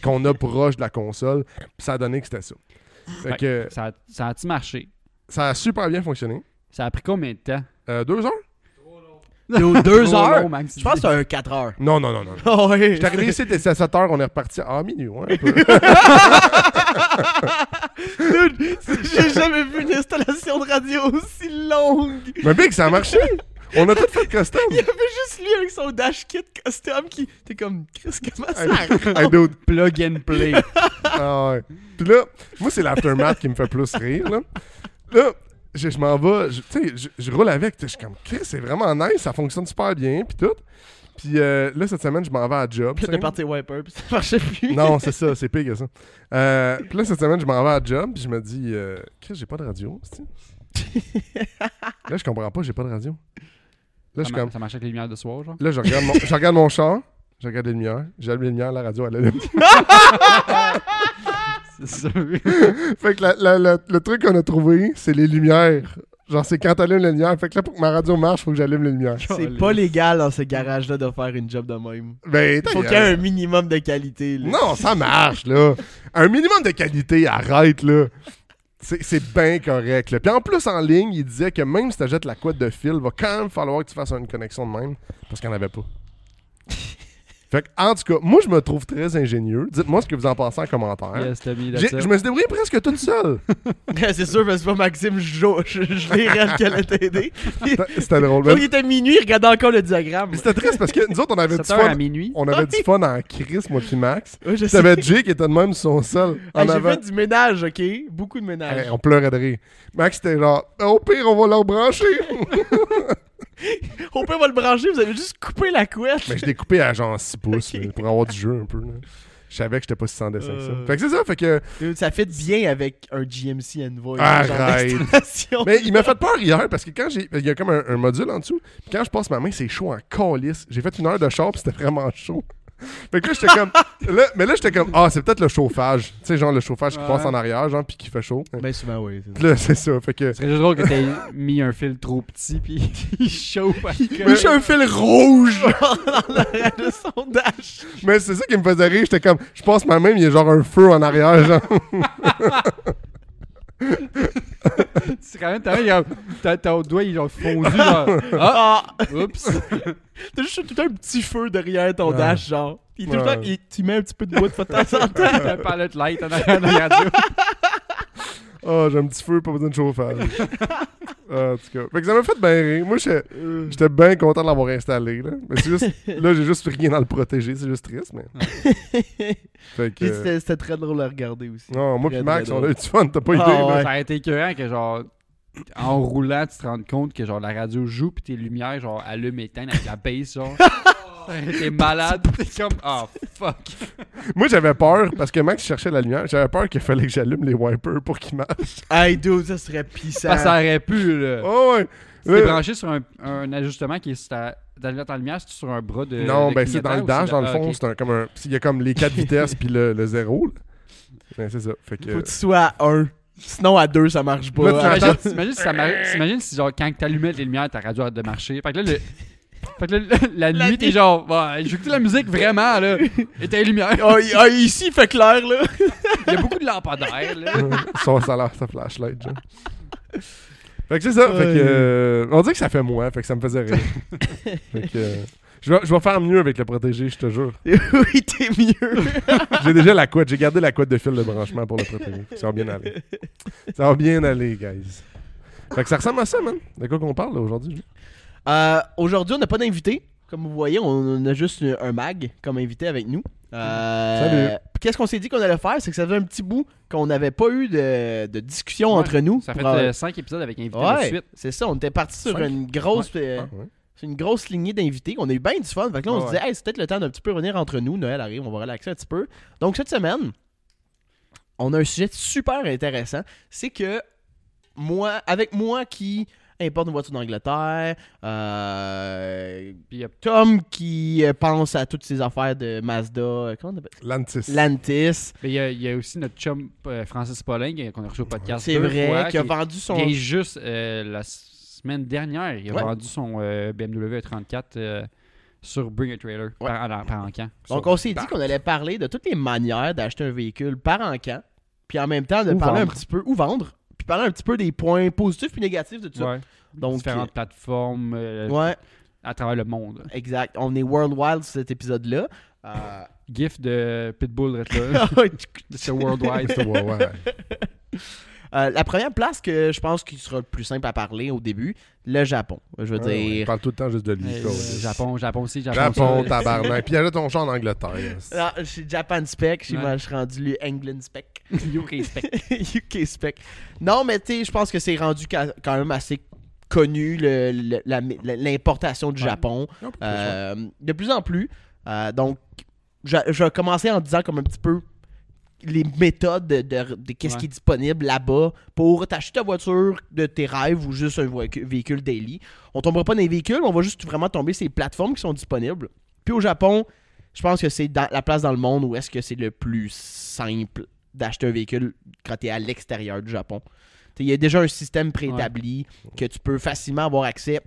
qu'on a proche de la console, puis ça a donné que c'était ça. Fait Fait que Ça a- ça a-tu marché? ça a super bien fonctionné. Ça a pris combien de temps? Euh, deux heures? Deux, deux Trop heures? long, Max. Je pense que c'est un 4 [LAUGHS] heures. Non, non, non, non. Oh, non. oui. J'étais arrivé ici, c'était à 7 h on est reparti à minuit, ouais, un peu. [LAUGHS] Dude, J'ai jamais vu une installation de radio aussi longue. Mais Big, ça a marché! On a tout fait custom! [LAUGHS] [LAUGHS] Il y avait juste lui avec son dash kit custom qui. T'es comme, Chris, comment ça Hey, dude. Plug and play. [LAUGHS] Ah ouais. Puis là, moi, c'est l'aftermath qui me fait plus rire, là. Là, je, je m'en vais, je- tu sais, je, je roule avec. Je suis comme, Chris, c'est vraiment nice, ça fonctionne super bien, puis tout. Puis euh, là, cette semaine, je m'en vais à job. Puis tu t'es sais. parti wiper, puis ça marchait [LAUGHS] plus. Non, c'est ça, c'est pire que ça. Euh, puis là, cette semaine, je m'en vais à job, puis je me dis, euh, Chris, j'ai pas de radio, c'est-tu? [LAUGHS] Là, je comprends pas, j'ai pas de radio. Là, je ça, suis ma- comme, ça marche avec les lumières de soir, genre. là, je regarde mon, je regarde mon char, je regarde les lumières, j'allume les lumières, la radio, elle allume. [LAUGHS] C'est sûr. Fait que la- la- la- le truc qu'on a trouvé, c'est les lumières. Genre, c'est quand t'allumes les lumières. Fait que là, pour que ma radio marche, faut que j'allume les lumières. [LAUGHS] C'est pas légal dans ce garage-là de faire une job de même. Ben, Faut ta qu'il y ait gueule. un minimum de qualité. là. [LAUGHS] Non, ça marche, là. Un minimum de qualité, arrête, là. C'est c'est bien correct. là. Puis en plus, en ligne, il disait que même si tu la couette de fil, va quand même falloir que tu fasses une connexion de même parce qu'il n'y en [LAUGHS] avait pas. fait que, en tout cas, moi, je me trouve très ingénieux. Dites-moi ce que vous en pensez en commentaire. Yes, Tommy, that's J'ai- it. je me suis débrouillé presque toute seule. [LAUGHS] c'est sûr, parce que c'est pas Maxime, je, je, je verrais qu'elle a [LAUGHS] t'aider. [LAUGHS] C'était- C'était drôle. Quand mais- il était minuit, il regardait encore le diagramme. Mais C'était triste parce que nous autres, on avait du 7 heures fun à minuit. On avait du fun en crise, moi [LAUGHS] puis Max. Ouais, je Puis T'avais Jay qui était de même sur son sol. Ah, En J'ai avant. fait du ménage, ok? Beaucoup de ménage. Hey, on pleurait de rire. Max était genre, au pire, on va leur brancher. [LAUGHS] Au pire, on va le brancher, vous avez juste coupé la couette. Mais je l'ai coupé à genre 6 pouces Ok. là, pour avoir du jeu un peu. là. Je savais que j'étais pas si sans dessin que ça. Euh. Fait que c'est ça, fait que. Dude, ça fait bien avec un GMC Envoy. Arrête. genre d'installation. [LAUGHS] Mais il m'a fait peur hier parce que quand j'ai. Il y a comme un, un module en dessous. Puis quand je passe ma main, c'est chaud en calice. J'ai fait une heure de char, puis c'était vraiment chaud. [LAUGHS] Fait que là, j'étais comme. là- mais là, j'étais comme. Ah, c'est peut-être le chauffage. Tu sais, genre le chauffage qui Ouais. passe en arrière, genre, puis qui fait chaud. Ben, souvent, oui. Puis Là, c'est ça. Fait que. Ce serait juste drôle que t'aies [LAUGHS] mis un fil trop petit, puis [LAUGHS] il chauffe. Mais j'ai un fil rouge! Le sondage. Mais c'est ça qui me faisait rire. J'étais comme, je pense ma main, il y a genre un feu en arrière. Genre. C'est quand même, t'as il y a- [LAUGHS] t'as- ton doigt, il a [LAUGHS] fondu, genre. Ah, Ah! oups. T'as juste tout le temps un petit feu derrière ton Ouais. dash, genre. Il, est tout le Ouais. temps, il- tu mets un petit peu de bois de temps en temps. T'as un palette light en arrière de la [LAUGHS] radio. Ah, j'ai un petit feu, pas besoin de chauffage. Ah, en tout cas. Fait que ça m'a fait bien rire. Moi, j'étais- j'étais bien content de l'avoir installé. Là, mais c'est juste, là j'ai juste rien à le protéger. C'est juste triste, mais. Fait que. Puis c'était c'était très drôle à regarder aussi. Non, moi très, pis Max, très on a drôle. eu du fun, t'as pas idée. Ah, là. ouais. Ça a été écœurant que, genre, en roulant, tu te rends compte que, genre, la radio joue, puis tes lumières, genre, allument éteignent avec la [LAUGHS] bass, genre. T'es malade, t'es comme, ah, fuck. Moi, j'avais peur parce que Max cherchait la lumière. J'avais peur qu'il fallait que j'allume les wipers pour qu'ils marchent. [LAUGHS] Hey, dude, ça serait pissant. Parce que ça aurait pu, là. Oh, ouais. Si t'es Là- branché sur un, un ajustement qui est sur ta, dans la lumière, c'est sur un bras de. non, de ben c'est dans le clignotant euh, ou dash, dans le ah, fond, ok. c'est un, comme un. Il y a comme les 4 vitesses puis le, le 0. Ben, c'est ça. Fait Faut que. que tu sois à 1. Sinon, à 2, ça marche Là, tu pas. Ah, l'entends- Imagine, t'imagines si ça mar- t'imagines si, genre, quand t'allumais les lumières, ta radio arrête de marcher. Fait [LAUGHS] que là, le- fait que là, le- la, La nuit, t'es nuit. genre, ouais, j'écoute la musique vraiment, [LAUGHS] là. Éteins les lumières. Ah, i- ah, ici, il fait clair, là. Il y a beaucoup de [LAUGHS] lampadaires, là. son salaire, sa flashlight, genre. Fait que c'est ça. Fait que, Ouais. euh, on dirait que ça fait moi, fait que ça me faisait rire. fait que, euh, je, vais, je vais faire mieux avec le protéger, je te jure. [LAUGHS] oui, t'es mieux. J'ai déjà la couette, j'ai gardé la couette de fil de branchement pour le protéger. Ça va bien aller. Ça va bien aller, guys. Fait que ça ressemble à ça, man. De quoi qu'on parle là, aujourd'hui? là? Euh, Aujourd'hui, on n'a pas d'invité. Comme vous voyez, on, on a juste un mag comme invité avec nous. Euh, Salut. puis Qu'est-ce qu'on s'est dit qu'on allait faire? C'est que ça faisait un petit bout qu'on n'avait pas eu de, de discussion Ouais, entre nous. Ça pour fait euh, avoir- 5 épisodes avec invité de Ouais, suite. c'est ça. On était parti sur Cinq? une grosse, euh, Ah, ouais. sur une grosse lignée d'invités. On a eu bien du fun. Fait que là, on Ouais, se disait, hey, c'est peut-être le temps d'un petit peu revenir entre nous. Noël arrive, on va relaxer un petit peu. Donc, cette semaine, on a un sujet super intéressant. C'est que moi, avec moi qui importe une voiture d'Angleterre, euh, Puis il y a Tom qui euh, pense à toutes ces affaires de Mazda, euh, comment on appelle Lantis. ça? Lantis, Mais il y a, il y a aussi notre chum euh, Francis Paulin qui- qu'on a reçu au podcast. c'est deux vrai, fois, qui a qui- vendu son. Il est juste euh, la semaine dernière, il a Ouais. vendu son euh, BMW 34 euh, sur Bring a Trailer Ouais. par, en- par en camp. Donc, on s'est dit qu'on allait parler de toutes les manières d'acheter un véhicule par en camp, puis en même temps de Ou parler vendre. un petit peu, ou vendre, puis parler un petit peu des points positifs puis négatifs de tout ça. Ouais. Donc, Différentes plateformes, euh, Ouais, à travers le monde. Exact. On est worldwide sur cet épisode-là. Euh, [LAUGHS] GIF de Pitbull, Euh, reste là. [LAUGHS] C'est worldwide. Mr. Worldwide. Euh, la première place que je pense qu'il sera le plus simple à parler au début, le Japon. Je veux Ah ouais, dire. on parle tout le temps juste de lui. Euh, Cole. Japon, Japon aussi, Japon. Japon, aussi. tabarnak. Puis achète ton char en Angleterre. Ah, je suis Japan Spec, je suis- Ouais. moi, je suis rendu lui England Spec. UK Spec. [LAUGHS] UK Spec. Non, mais tu sais, je pense que c'est rendu ca- quand même assez connu le- le- la- la- l'importation du Ouais. Japon. Euh, de plus en plus. Euh, donc, je, je vais commencer en disant comme un petit peu les méthodes de, de- de qu'est-ce Ouais. qui est disponible là-bas pour t'acheter ta voiture de tes rêves ou juste un voicu- véhicule daily. On tombera pas dans les véhicules, on va juste vraiment tomber sur les plateformes qui sont disponibles. Puis au Japon, je pense que c'est dans- la place dans le monde où est-ce que c'est le plus simple d'acheter un véhicule quand tu es à l'extérieur du Japon. T'sais, Il y a déjà un système préétabli que tu peux facilement avoir accès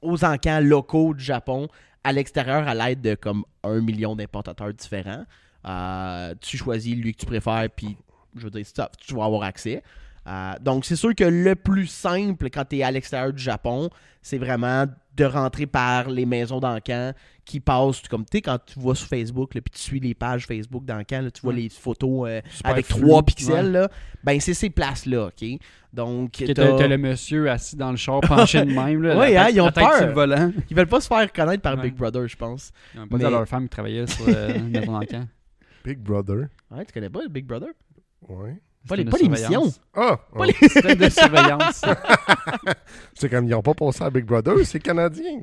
aux encans locaux du Japon à l'extérieur à l'aide de comme un million d'importateurs différents. Euh, tu choisis lui que tu préfères, puis je veux dire, ça, tu vas avoir accès. Euh, donc, c'est sûr que le plus simple quand tu es à l'extérieur du Japon, c'est vraiment de rentrer par les maisons d'encan qui passent. Comme tu sais, quand tu vois sur Facebook, là, puis tu suis les pages Facebook d'encan, là, tu vois Ouais. les photos euh, Super avec flou. 3 pixels, Ouais. là, ben c'est ces places-là, OK? Donc, Que t'as- T'as t'as le monsieur assis dans le char, penché de même. Là, Ouais, la hein, tête- ils ont la tête peur. sur [LAUGHS] le volant. ils veulent pas se faire connaître par Ouais. Big Brother, je pense. Ils ont hein. pas dit Mais- à leur femme qui travaillait sur [LAUGHS] euh, Maison d'Encan. Big Brother. Ouais, tu connais pas le Big Brother? Ouais. Pas les- Système de pas l'émission. [LAUGHS] surveillance. Ah! Pas ouais. les- Système [LAUGHS] de surveillance. C'est comme ils n'ont pas pensé à Big Brother, c'est canadien.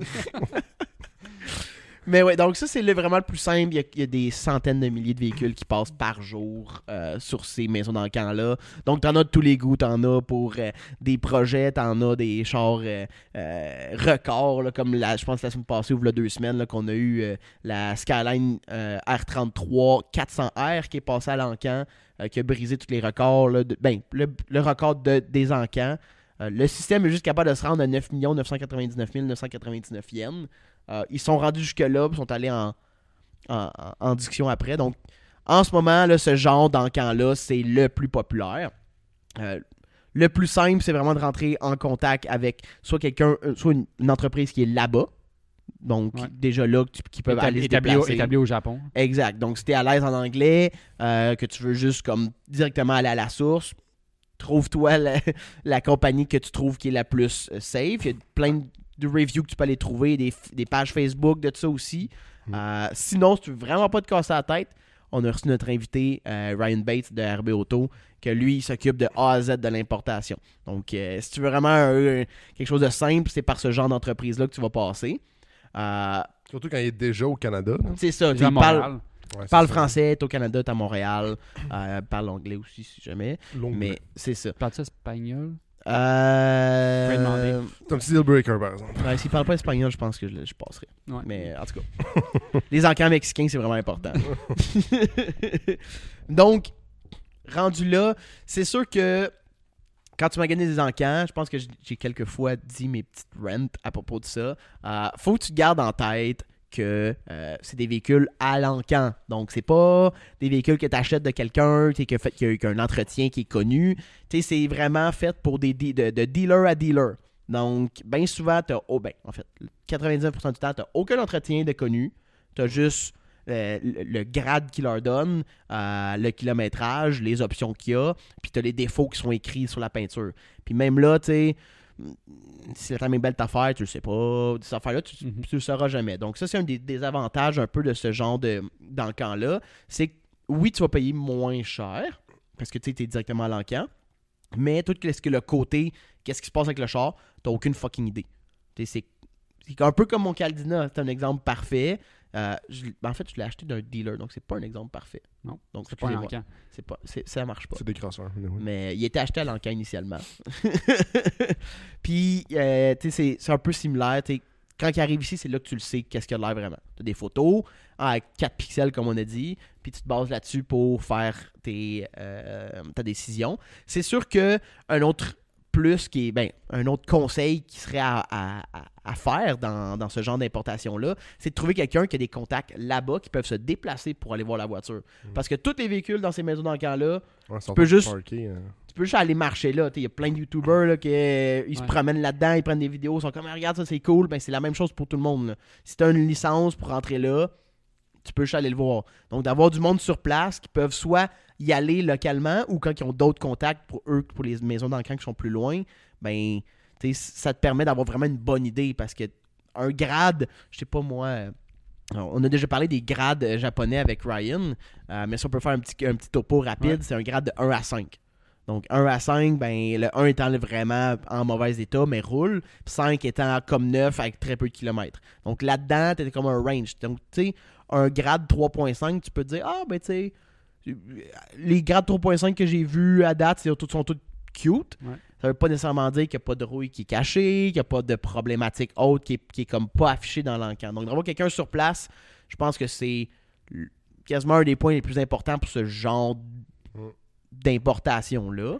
Mais ouais, donc ça, c'est le- vraiment le plus simple. Il y, a, il y a des centaines de milliers de véhicules qui passent par jour euh, sur ces maisons d'encan-là. Donc, t'en as de tous les goûts. T'en as pour euh, des projets, t'en as des chars euh, euh, records, là, comme la, je pense la semaine passée ou voilà deux semaines, là, qu'on a eu euh, la Skyline euh, R33 400R qui est passée à l'encan, euh, qui a brisé tous les records. là, de- ben, le, le record de- des encans. Euh, le système est juste capable de se rendre à 9 999 999 yens. Euh, ils sont rendus jusque-là, puis sont allés en, en, en- en diction après. Donc, en ce moment, là, ce genre d'encan-là, c'est le plus populaire. Euh, le plus simple, c'est vraiment de rentrer en contact avec soit quelqu'un, euh, soit une, une entreprise qui est là-bas. Donc, Ouais. déjà là, que tu- qui peuvent aller Établi se établi au- déplacer. établi au Japon. Exact. Donc, si t'es à l'aise en anglais, euh, que tu veux juste comme directement aller à la source, trouve-toi [LAUGHS] la, la compagnie que tu trouves qui est la plus euh, safe. Il y a plein de reviews que tu peux aller trouver, des, f- des pages Facebook de ça aussi. Mm. Euh, sinon, si tu veux vraiment pas te casser la tête, on a reçu notre invité euh, Ryan Bates de RB Auto, que lui, il s'occupe de A à Z de l'importation. Donc, euh, si tu veux vraiment un- un- quelque chose de simple, c'est par ce genre d'entreprise-là que tu vas passer. Euh, Surtout quand il est déjà au Canada. là. c'est ça, tu Déjà à sais, il parle- Montréal. Ouais, c'est Parle ça. français, t'es au Canada, t'es à Montréal. Euh, parle anglais aussi, si jamais. L'onglet. Mais c'est ça. Parle-tu espagnol? Faut Euh... demander. C'est un petit deal breaker, par exemple. Ouais, S'il parle pas espagnol, je pense que je, je passerai. Ouais. Mais en tout cas, [LAUGHS] les encans mexicains, c'est vraiment important. [LAUGHS] Donc, rendu là, c'est sûr que quand tu m'as gagné des encans, je pense que j'ai- j'ai quelques fois dit mes petites rents à propos de ça. Euh, faut que tu gardes en tête que euh, c'est des véhicules à l'encan. Donc, c'est pas des véhicules que tu achètes de quelqu'un, tu sais, que fait- qu'il y a eu un entretien qui est connu. Tu sais, c'est vraiment fait pour des de, de- de dealer à dealer. Donc, bien souvent, tu oh, ben, en fait, 99% du temps, tu aucun entretien de connu. Tu as juste euh, le, le grade qu'il leur donne, euh, le kilométrage, les options qu'il y a, puis tu as les défauts qui sont écrits sur la peinture. Puis même là, tu sais, mm, si la même belle affaire, tu le sais pas. Cette affaire-là, tu, tu- Mhm. tu le sauras jamais. Donc, ça, c'est un des, des avantages un peu de ce genre de d'encan-là. C'est que, oui, tu vas payer moins cher, parce que tu es directement à l'encan, mais tout ce que le côté, qu'est-ce qui se passe avec le char, t'as aucune fucking idée. T'sais, C'est c'est un peu comme mon Caldina, c'est un exemple parfait. Euh, je l'- en fait, je l'ai acheté d'un dealer, donc c'est pas un exemple parfait. Non, donc C'est pas un excusez-moi. [LAUGHS] encan. C'est pas, c'est- ça marche pas. C'est des crosseurs. anyway. Mais il était acheté à l'encan initialement. [LAUGHS] Puis, euh, tu sais, c'est- c'est un peu similaire. tu sais. quand il arrive ici, c'est là que tu le sais, qu'est-ce qu'il y a de l'air vraiment. Tu as des photos à 4 pixels, comme on a dit, puis tu te bases là-dessus pour faire tes, euh, ta décision. C'est sûr que un autre plus qui est, ben, un autre conseil qui serait à, à- à- à faire dans, dans ce genre d'importation-là, c'est de trouver quelqu'un qui a des contacts là-bas qui peuvent se déplacer pour aller voir la voiture. Parce que tous les véhicules dans ces maisons d'encan-là, Ouais, ils sont peux tous juste- parkés, hein. Tu tu peux juste aller marcher là. Tu sais, Il y a plein de YouTubers là, qui euh, ils se Ouais. promènent là-dedans, ils prennent des vidéos, ils sont comme, Ah, regarde ça, c'est cool. Ben, c'est la même chose pour tout le monde. là. Si tu as une licence pour rentrer là, tu peux juste aller le voir. Donc, d'avoir du monde sur place qui peuvent soit y aller localement ou quand ils ont d'autres contacts pour eux, pour les maisons d'encan qui sont plus loin, ben, tu sais, ça te permet d'avoir vraiment une bonne idée parce que un grade, je sais pas moi. euh, On a déjà parlé des grades euh, japonais avec Ryan, euh, mais si on peut faire un petit, un petit topo rapide, Ouais. c'est un grade de 1 à 5. Donc 1 à 5, ben, le 1 étant vraiment en mauvais état, mais roule. Puis 5 étant comme 9 avec très peu de kilomètres. Donc là-dedans, t'étais comme un range. Donc tu sais, un grade 3.5, tu peux te dire, ah ben tu sais, les grades 3.5 que j'ai vus à date, c'est- sont tous cute. Ouais. Ça veut pas nécessairement dire qu'il n'y a pas de rouille qui est cachée, qu'il n'y a pas de problématique haute qui est, qui est comme pas affichée dans l'encan. Donc d'avoir quelqu'un sur place, je pense que c'est l- quasiment un des points les plus importants pour ce genre Mm. d'importation-là.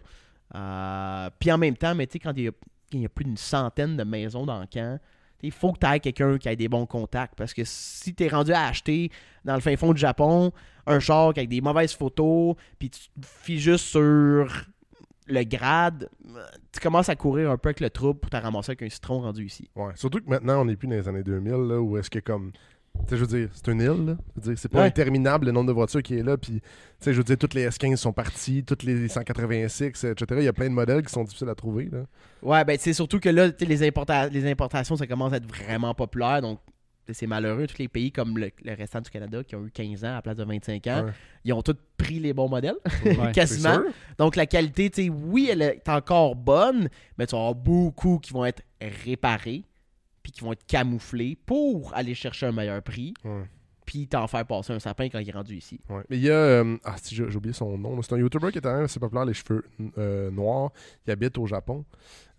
Euh, Puis en même temps, mais tu sais, quand il y, a- il y a plus d'une centaine de maisons d'encan, il faut que tu aies quelqu'un qui ait des bons contacts. Parce que si tu es rendu à acheter dans le fin fond du Japon un char avec des mauvaises photos, puis tu te fies juste sur le grade, euh, tu commences à courir un peu avec le trouble pour te ramasser avec un citron rendu ici. Ouais. Surtout que maintenant, on n'est plus dans les années 2000, là, où est-ce que comme. Tu sais, je veux dire, c'est une île, là. Je veux dire, c'est pas Ouais. interminable le nombre de voitures qui est là. Puis, tu sais, je veux dire, toutes les S15 sont parties, toutes les 186, etc. Il y a plein de modèles qui sont difficiles à trouver, là. Ouais, ben c'est surtout que là, tu sais, les, importa- les importations, ça commence à être vraiment populaire. Donc, c'est malheureux. Tous les pays comme le, le restant du Canada qui ont eu 15 ans à la place de 25 ans, Ouais. ils ont tous pris les bons modèles, Ouais. C'est quasiment. sûr. Donc, la qualité, tu sais, oui, elle est encore bonne, mais tu vas avoir beaucoup qui vont être réparés, puis qui vont être camouflés pour aller chercher un meilleur prix, Ouais. puis t'en faire passer un sapin quand il est rendu ici. Ouais. Mais il y a. euh, ah, si, j'ai j'ai oublié son nom. là. C'est un YouTuber qui est quand même assez populaire, les cheveux euh, noirs. Il habite au Japon.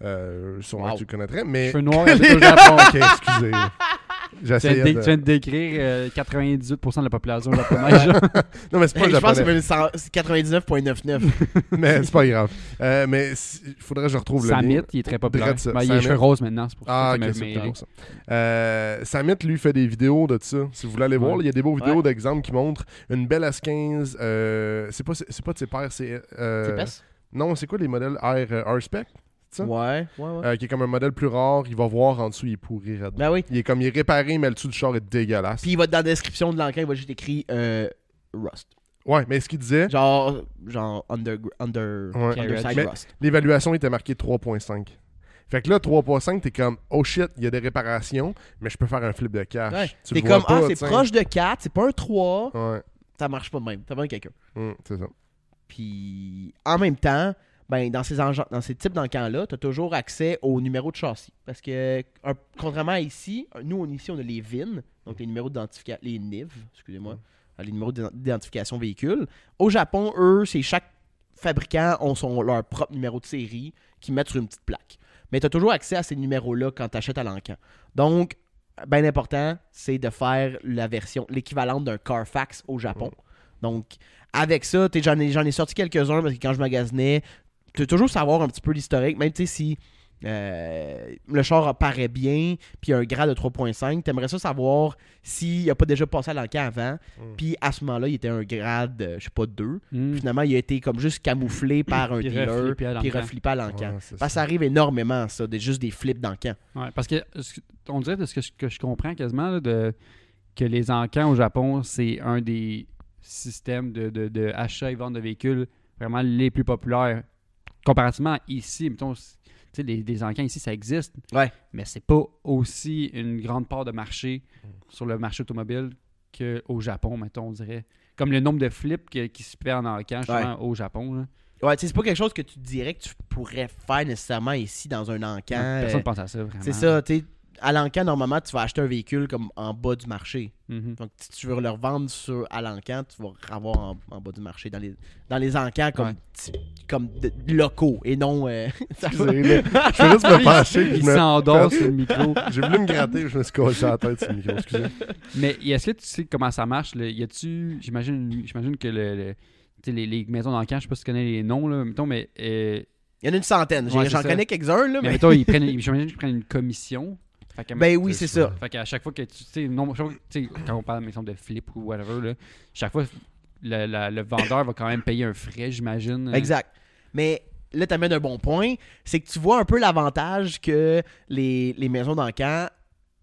Euh, sûrement Wow. que tu le connaîtrais. Mais. Cheveux noirs, [LAUGHS] il habite au Japon. [LAUGHS] Ok, excusez. Tu viens, de, J'essayais dé- tu de... viens de décrire euh, 98% de la population japonaise. genre. [LAUGHS] Non, mais c'est pas je pense que c'est japonais. même 100 c'est 99,99. Mais c'est pas grave. Euh, mais il faudrait que je retrouve le Samit, lien. il est très populaire. Drette ça, Ben, il a les Samit. cheveux roses maintenant, c'est pour ça Ah, que ok, ça c'est m'a plus mêlé. pour ça. Euh, Samit, lui, fait des vidéos de ça. Si vous voulez aller voir, Ouais. il y a des beaux vidéos Ouais. d'exemples qui montrent une belle S15. euh, c'est pas, c'est pas de ses pairs, c'est. euh, C'est peste? non, c'est quoi les modèles R, euh, R-Spec ça? Ouais, ouais, ouais. euh, Qui est comme un modèle plus rare. Il va voir en dessous, il est pourri. raide. Ben oui. Il est comme il est réparé, mais le dessous du char est dégueulasse. Puis il va dans la description de l'enquête, il va juste écrire euh, Rust. Ouais, mais ce qu'il disait, Genre, genre under, under, Ouais. underside Mais- Rust. l'évaluation était marquée 3.5. Fait que là, 3.5, t'es comme, oh shit, il y a des réparations, mais je peux faire un flip de cash. Ouais. Tu T'es le vois comme, ah, pas, c'est t'sais. proche de 4, c'est pas un 3, Ouais, ça marche pas de même. T'as besoin de quelqu'un. Hum, c'est ça. Puis en même temps, ben, dans, ces engen- dans ces types d'encans-là, tu as toujours accès au numéro de châssis. Parce que, un- contrairement à ici, nous, on, ici, on a les VIN, donc les numéros d'identification, les NIV, excusez-moi, euh, les numéros d'ident- d'identification véhicule. Au Japon, eux, c'est chaque fabricant ont son, leur propre numéro de série qu'ils mettent sur une petite plaque. Mais tu as toujours accès à ces numéros-là quand tu achètes à l'encan. Donc, bien important, c'est de faire la version, l'équivalente d'un Carfax au Japon. Donc, avec ça, t'sais, j'en ai, j'en ai sorti quelques-uns parce que quand je magasinais, tu veux toujours savoir un petit peu l'historique, même t'sais, si euh, le char apparaît bien, puis il y a un grade de 3.5, t'aimerais ça savoir s'il n'a pas déjà passé à l'encan avant, Mm. puis à ce moment-là, il était un grade, euh, je sais pas, 2. Mm. Finalement, il a été comme juste [COUGHS] camouflé par un Puis dealer, reflippé à puis l'encan. reflippé à l'encan. Ouais, c'est Parce que ça arrive énormément, ça, des- juste des flips d'encan. Ouais, parce que ce que- on dirait de ce que je, que je comprends quasiment là, de, que les encans au Japon, c'est un des systèmes de, de, de achat et vente de véhicules vraiment les plus populaires. Comparativement à ici, mettons, c- tu sais, les, les encans ici, ça existe. Ouais. Mais c'est pas aussi une grande part de marché sur le marché automobile qu'au Japon, mettons, on dirait. Comme le nombre de flips que- qui se perd en encan, justement, au Japon. là. Ouais, t'sais, c'est pas quelque chose que tu dirais que tu pourrais faire nécessairement ici dans un encan. Personne euh, ne pense à ça, vraiment. C'est ça, tu sais, à l'encan, normalement, tu vas acheter un véhicule comme en bas du marché. Mhm. Donc, si tu veux le revendre sur, à l'encan, tu vas avoir en, en bas du marché, dans les, dans les encans comme, Ouais. ti- comme de- locaux et non. euh, [LAUGHS] ça va- Excusez, là, je vais [LAUGHS] juste me pencher. puis Il je me- s'endort sur le micro. J'ai voulu me gratter, je me suis collé sur la tête sur le micro, excusez. Mais est-ce que tu sais comment ça marche? Là? Y a-tu. J'imagine j'imagine que le, le- tu sais, les, les maisons d'encan, je sais pas si tu connais les noms, là, mettons, mais. euh, Il y en a une centaine. J'ai- Ouais, c'est J'en ça. connais quelques-uns, là, mais mais. [LAUGHS] mettons, ils prennent, ils- j'imagine qu'ils prennent une commission. Fait qu'à, Ben oui, c'est C'est ça. fait qu'à chaque fois que tu. tu sais, non, chaque fois que- tu sais, quand on parle, mettons, de flip ou whatever, là, chaque fois, le, la- le vendeur va quand même payer un frais, j'imagine. euh. Exact. Mais là, t'amènes un bon point. C'est que tu vois un peu l'avantage que les, les maisons d'encan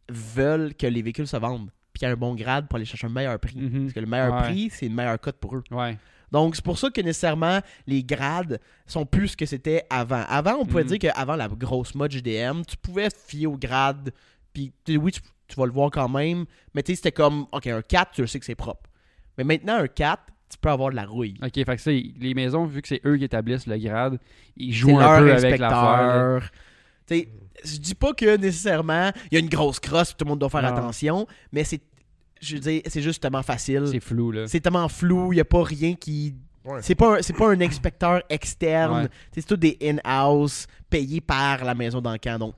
veulent que les véhicules se vendent. Puis qu'il y a un bon grade pour aller chercher un meilleur prix. Mhm. Parce que le meilleur Ouais. prix, c'est une meilleure cote pour eux. Ouais. Donc, c'est pour ça que nécessairement, les grades sont plus ce que c'était avant. Avant, on pouvait Mhm. dire qu'avant la grosse mode JDM, tu pouvais te fier au grade. Puis, tu- oui, tu, tu vas le voir quand même. Mais tu sais, c'était comme, OK, un 4, tu le sais que c'est propre. Mais maintenant, un 4, tu peux avoir de la rouille. Ok, fait que ça, ils- les maisons, vu que c'est eux qui établissent le grade, ils C'est jouent leur un peu avec l'affaire. inspecteur. Tu sais, je dis pas que nécessairement, il y a une grosse crosse, tout le monde doit faire Non. attention. Mais c'est, je veux dire, c'est juste tellement facile. là. C'est flou, là. C'est tellement flou, il n'y a pas rien qui. Ouais. C'est pas, un- c'est pas un inspecteur externe. Tu Ouais. sais, C'est tout des in-house payés par la maison d'encan. Donc,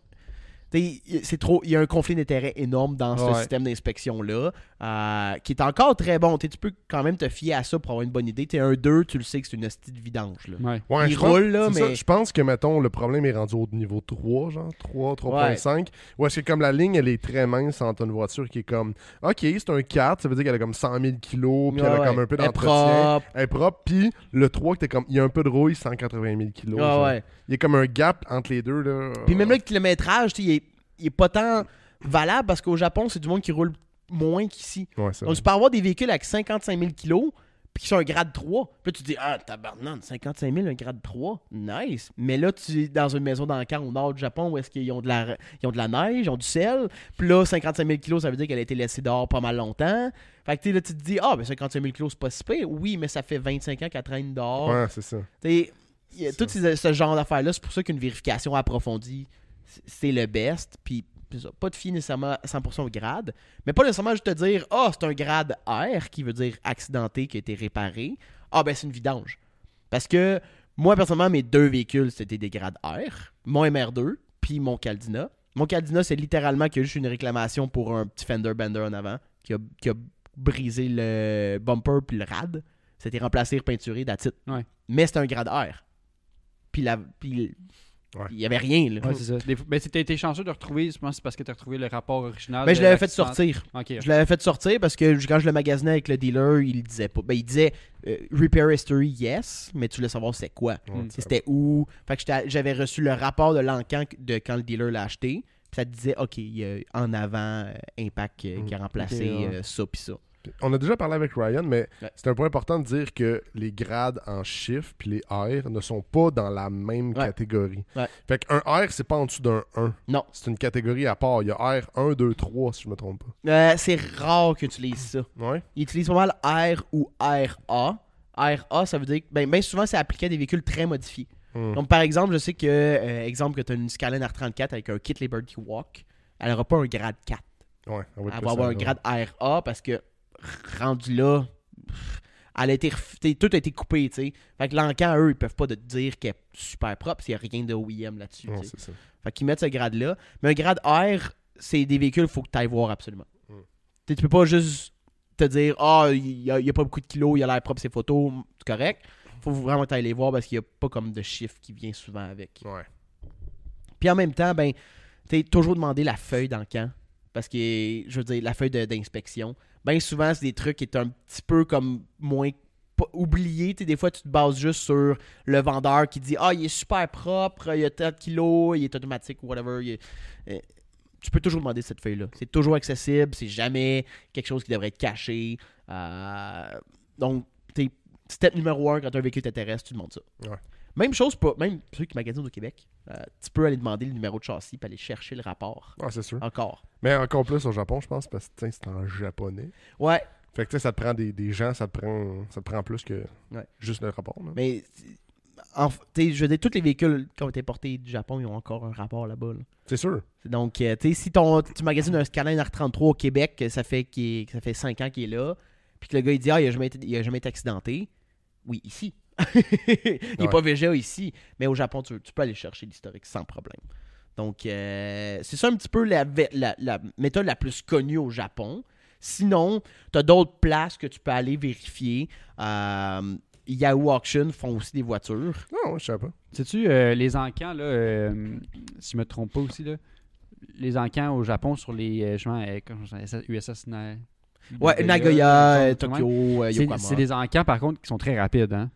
tu sais, y- c'est trop. Il y a un conflit d'intérêts énorme dans ce Ouais. système d'inspection-là, euh, qui est encore très bon. Tu sais, tu peux quand même te fier à ça pour avoir une bonne idée. Tu es un 2, tu le sais que c'est une hostie de vidange. Là. Ouais. Ouais, Il je pense- roule, là, c'est ça, mais- je pense que, mettons, le problème est rendu au niveau 3, genre 3, 3.5. Ou est-ce que, comme la ligne, elle est très mince entre une voiture qui est comme, OK, c'est un 4, ça veut dire qu'elle a comme 100 000 kilos, puis elle a Ouais, comme un peu ouais. Elle est d'entretien. propre. Elle est propre, puis le 3, que t'es comme, il y a un peu de rouille, 180 000 kilos. Ouais, genre. Ah ouais. Il y a comme un gap entre les deux, là. Puis même là, le kilométrage, tu sais, il est, il est pas tant valable parce qu'au Japon, c'est du monde qui roule moins qu'ici. Ouais, c'est Donc, tu peux avoir des véhicules avec 55 000 kilos puis qui sont un grade 3. Puis là, tu te dis, ah, tabarnan, 55 000, un grade 3, nice. Mais là, tu es dans une maison d'encan au nord du Japon où est-ce qu'ils ont, de la- ils ont de la neige, ils ont du sel. Puis là, 55 000 kilos, ça veut dire qu'elle a été laissée dehors pas mal longtemps. Fait que tu sais, là, tu te dis, ah, ben 55 000 kilos, c'est pas si pire. Oui, mais ça fait 25 ans qu'elle traîne dehors. Ouais, c'est ça. T'sais, il y a C'est tout ces- ce genre d'affaires-là, c'est pour ça qu'une vérification approfondie, c- c'est le best. Puis, c'est ça, pas de fier nécessairement à 100% au grade, mais pas nécessairement juste te dire, ah, c'est un grade R qui veut dire accidenté, qui a été réparé. Ah, ben, c'est une vidange. Parce que moi, personnellement, mes deux véhicules, c'était des grades R, mon MR2, puis mon Caldina. Mon Caldina, c'est littéralement qu'il y a juste une réclamation pour un petit fender bender en avant qui a, qui a brisé le bumper puis le rad. C'était remplacé, repeinturé, d'attitude. Ouais. Mais c'était un grade R. Puis la- puis Ouais. il y avait rien. Là. Ouais, c'est ça. Des fois- ben, t'as été chanceux de retrouver, je pense, que c'est parce que t'as retrouvé le euh, rapport original. Mais Ben, je de l'avais fait l'accident. sortir. Ok. Je l'avais fait sortir parce que je- quand je le magasinais avec le dealer, il disait pas. Ben, il disait euh, repair history, yes, mais tu voulais savoir c'était quoi. Ouais, Mm. Tu sais, C'était où. Fait que j'étais- j'avais reçu le rapport de l'encan que- de quand le dealer l'a acheté. Puis ça te disait, OK, il y a eu en avant, euh, impact euh, Mm. qui a remplacé Ok, ouais. euh, ça puis ça. On a déjà parlé avec Ryan, mais Ouais. c'est un point important de dire que les grades en chiffres puis les R ne sont pas dans la même Ouais. catégorie. Ouais. Fait qu'un R, c'est pas en dessous d'un 1. Non. C'est une catégorie à part. Il y a R 1, 2, 3, si je me trompe pas. Euh, c'est rare qu'ils utilisent ça. Ouais. Ils utilisent pas mal R ou RA. RA, ça veut dire que ben, ben souvent, c'est appliqué à des véhicules très modifiés. [LAUGHS] Hmm. Donc, par exemple, je sais que, euh, exemple, que tu as une Skyline R34 avec un kit Liberty Walk, elle n'aura pas un grade 4. Ouais, on va être Elle plus va Ah, avoir à- un grade RA parce que, r- rendu là, pff, elle a été ref- t'sais, tout a été coupé, tu sais. Fait que l'encan, eux, ils peuvent pas te dire qu'elle est super propre s'il n'y a rien de OEM là-dessus. Non, tu sais. c'est ça. Fait qu'ils mettent ce grade-là. Mais un grade R, c'est des véhicules, faut que tu ailles voir absolument. Mm. Tu Tu peux pas juste te dire, ah, il n'y a, il y a pas beaucoup de kilos, il a l'air propre, ses photos, c'est correct. Faut vraiment t'aller les voir parce qu'il n'y a pas comme de chiffre qui vient souvent avec. Ouais. Puis en même temps, ben, tu toujours demandé la feuille d'encan. Parce que, je veux dire, la feuille de- d'inspection. Bien souvent, c'est des trucs qui est un petit peu comme moins pas- oublié. Tu sais, des fois, tu te bases juste sur le vendeur qui dit Ah, il est super propre, il a tant de kilos, il est automatique, whatever. il est- Euh, Tu peux toujours demander cette feuille-là. C'est toujours accessible, c'est jamais quelque chose qui devrait être caché. Euh, Donc, tu sais, step numéro un, quand un véhicule t'intéresse, tu demandes ça. Ouais. Même chose pour même ceux qui magasinent au Québec. Euh, tu peux aller demander le numéro de châssis puis aller chercher le rapport. Ah, c'est sûr. Encore. Mais encore plus au Japon, je pense, parce que tiens, c'est en japonais. Ouais, Fait que tu sais, ça te prend des, des gens, ça te prend, ça te prend plus que Ouais. juste le rapport. là. mais en, tu sais, je veux dire, tous les véhicules qui ont été portés du Japon, ils ont encore un rapport là-bas. là. C'est sûr. Donc, euh, tu sais, si ton, tu magasines un Skyline R33 au Québec, que ça fait, qu'il est- que ça fait 5 ans qu'il est là, puis que le gars, il dit, ah, il a jamais été, il a jamais été accidenté. Oui, ici. [LAUGHS] il n'est Ouais. pas VGA ici, mais au Japon, tu, tu peux aller chercher l'historique sans problème. Donc, euh, c'est ça un petit peu la, ve- la- la méthode la plus connue au Japon. Sinon, tu as d'autres places que tu peux aller vérifier. Euh, Yahoo Auction font aussi des voitures. Non, Ah, ouais, je savais pas. Sais-tu, euh, les encans, là, euh, si je me trompe pas aussi, là, les encans au Japon sur les, euh, justement, euh, comment ça s'appelle, USS Na- Ouais, Nagoya, Nagoya, genre, euh, tout de même. Tokyo, euh, C'est- Yokohama. C'est des encans, par contre, qui sont très rapides, hein?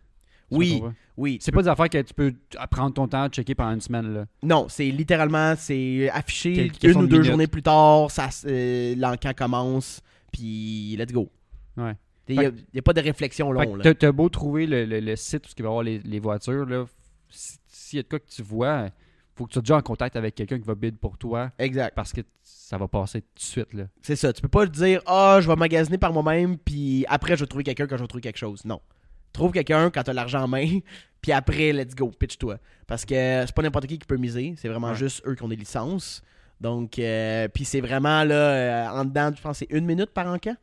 Tu Oui, comprends? oui. C'est pas des affaires que tu peux prendre ton temps, checker pendant une semaine. Là. Non, c'est littéralement, c'est affiché Quelques une questions ou de deux minutes. journées plus tard, ça, s- euh, l'encan commence, puis let's go. Ouais. Il n'y a, il y a pas de réflexion Fait longue. que là. t'as- t'as beau trouver le, le- le site où il va y avoir les, les voitures, là, si- s'il y a de quoi que tu vois, faut que tu sois déjà en contact avec quelqu'un qui va bid pour toi Exact. parce que t- ça va passer tout de suite. Là. C'est ça. Tu peux pas te dire Ah, je vais magasiner par moi-même, puis après, je vais trouver quelqu'un quand je vais trouver quelque chose. Non. Trouve quelqu'un quand tu as l'argent en main, [LAUGHS] puis après, let's go, pitch-toi. Parce que c'est pas n'importe qui qui peut miser, c'est vraiment Ouais. juste eux qui ont des licences. Donc, euh, puis c'est vraiment là, euh, en dedans, je pense que c'est une minute par encan.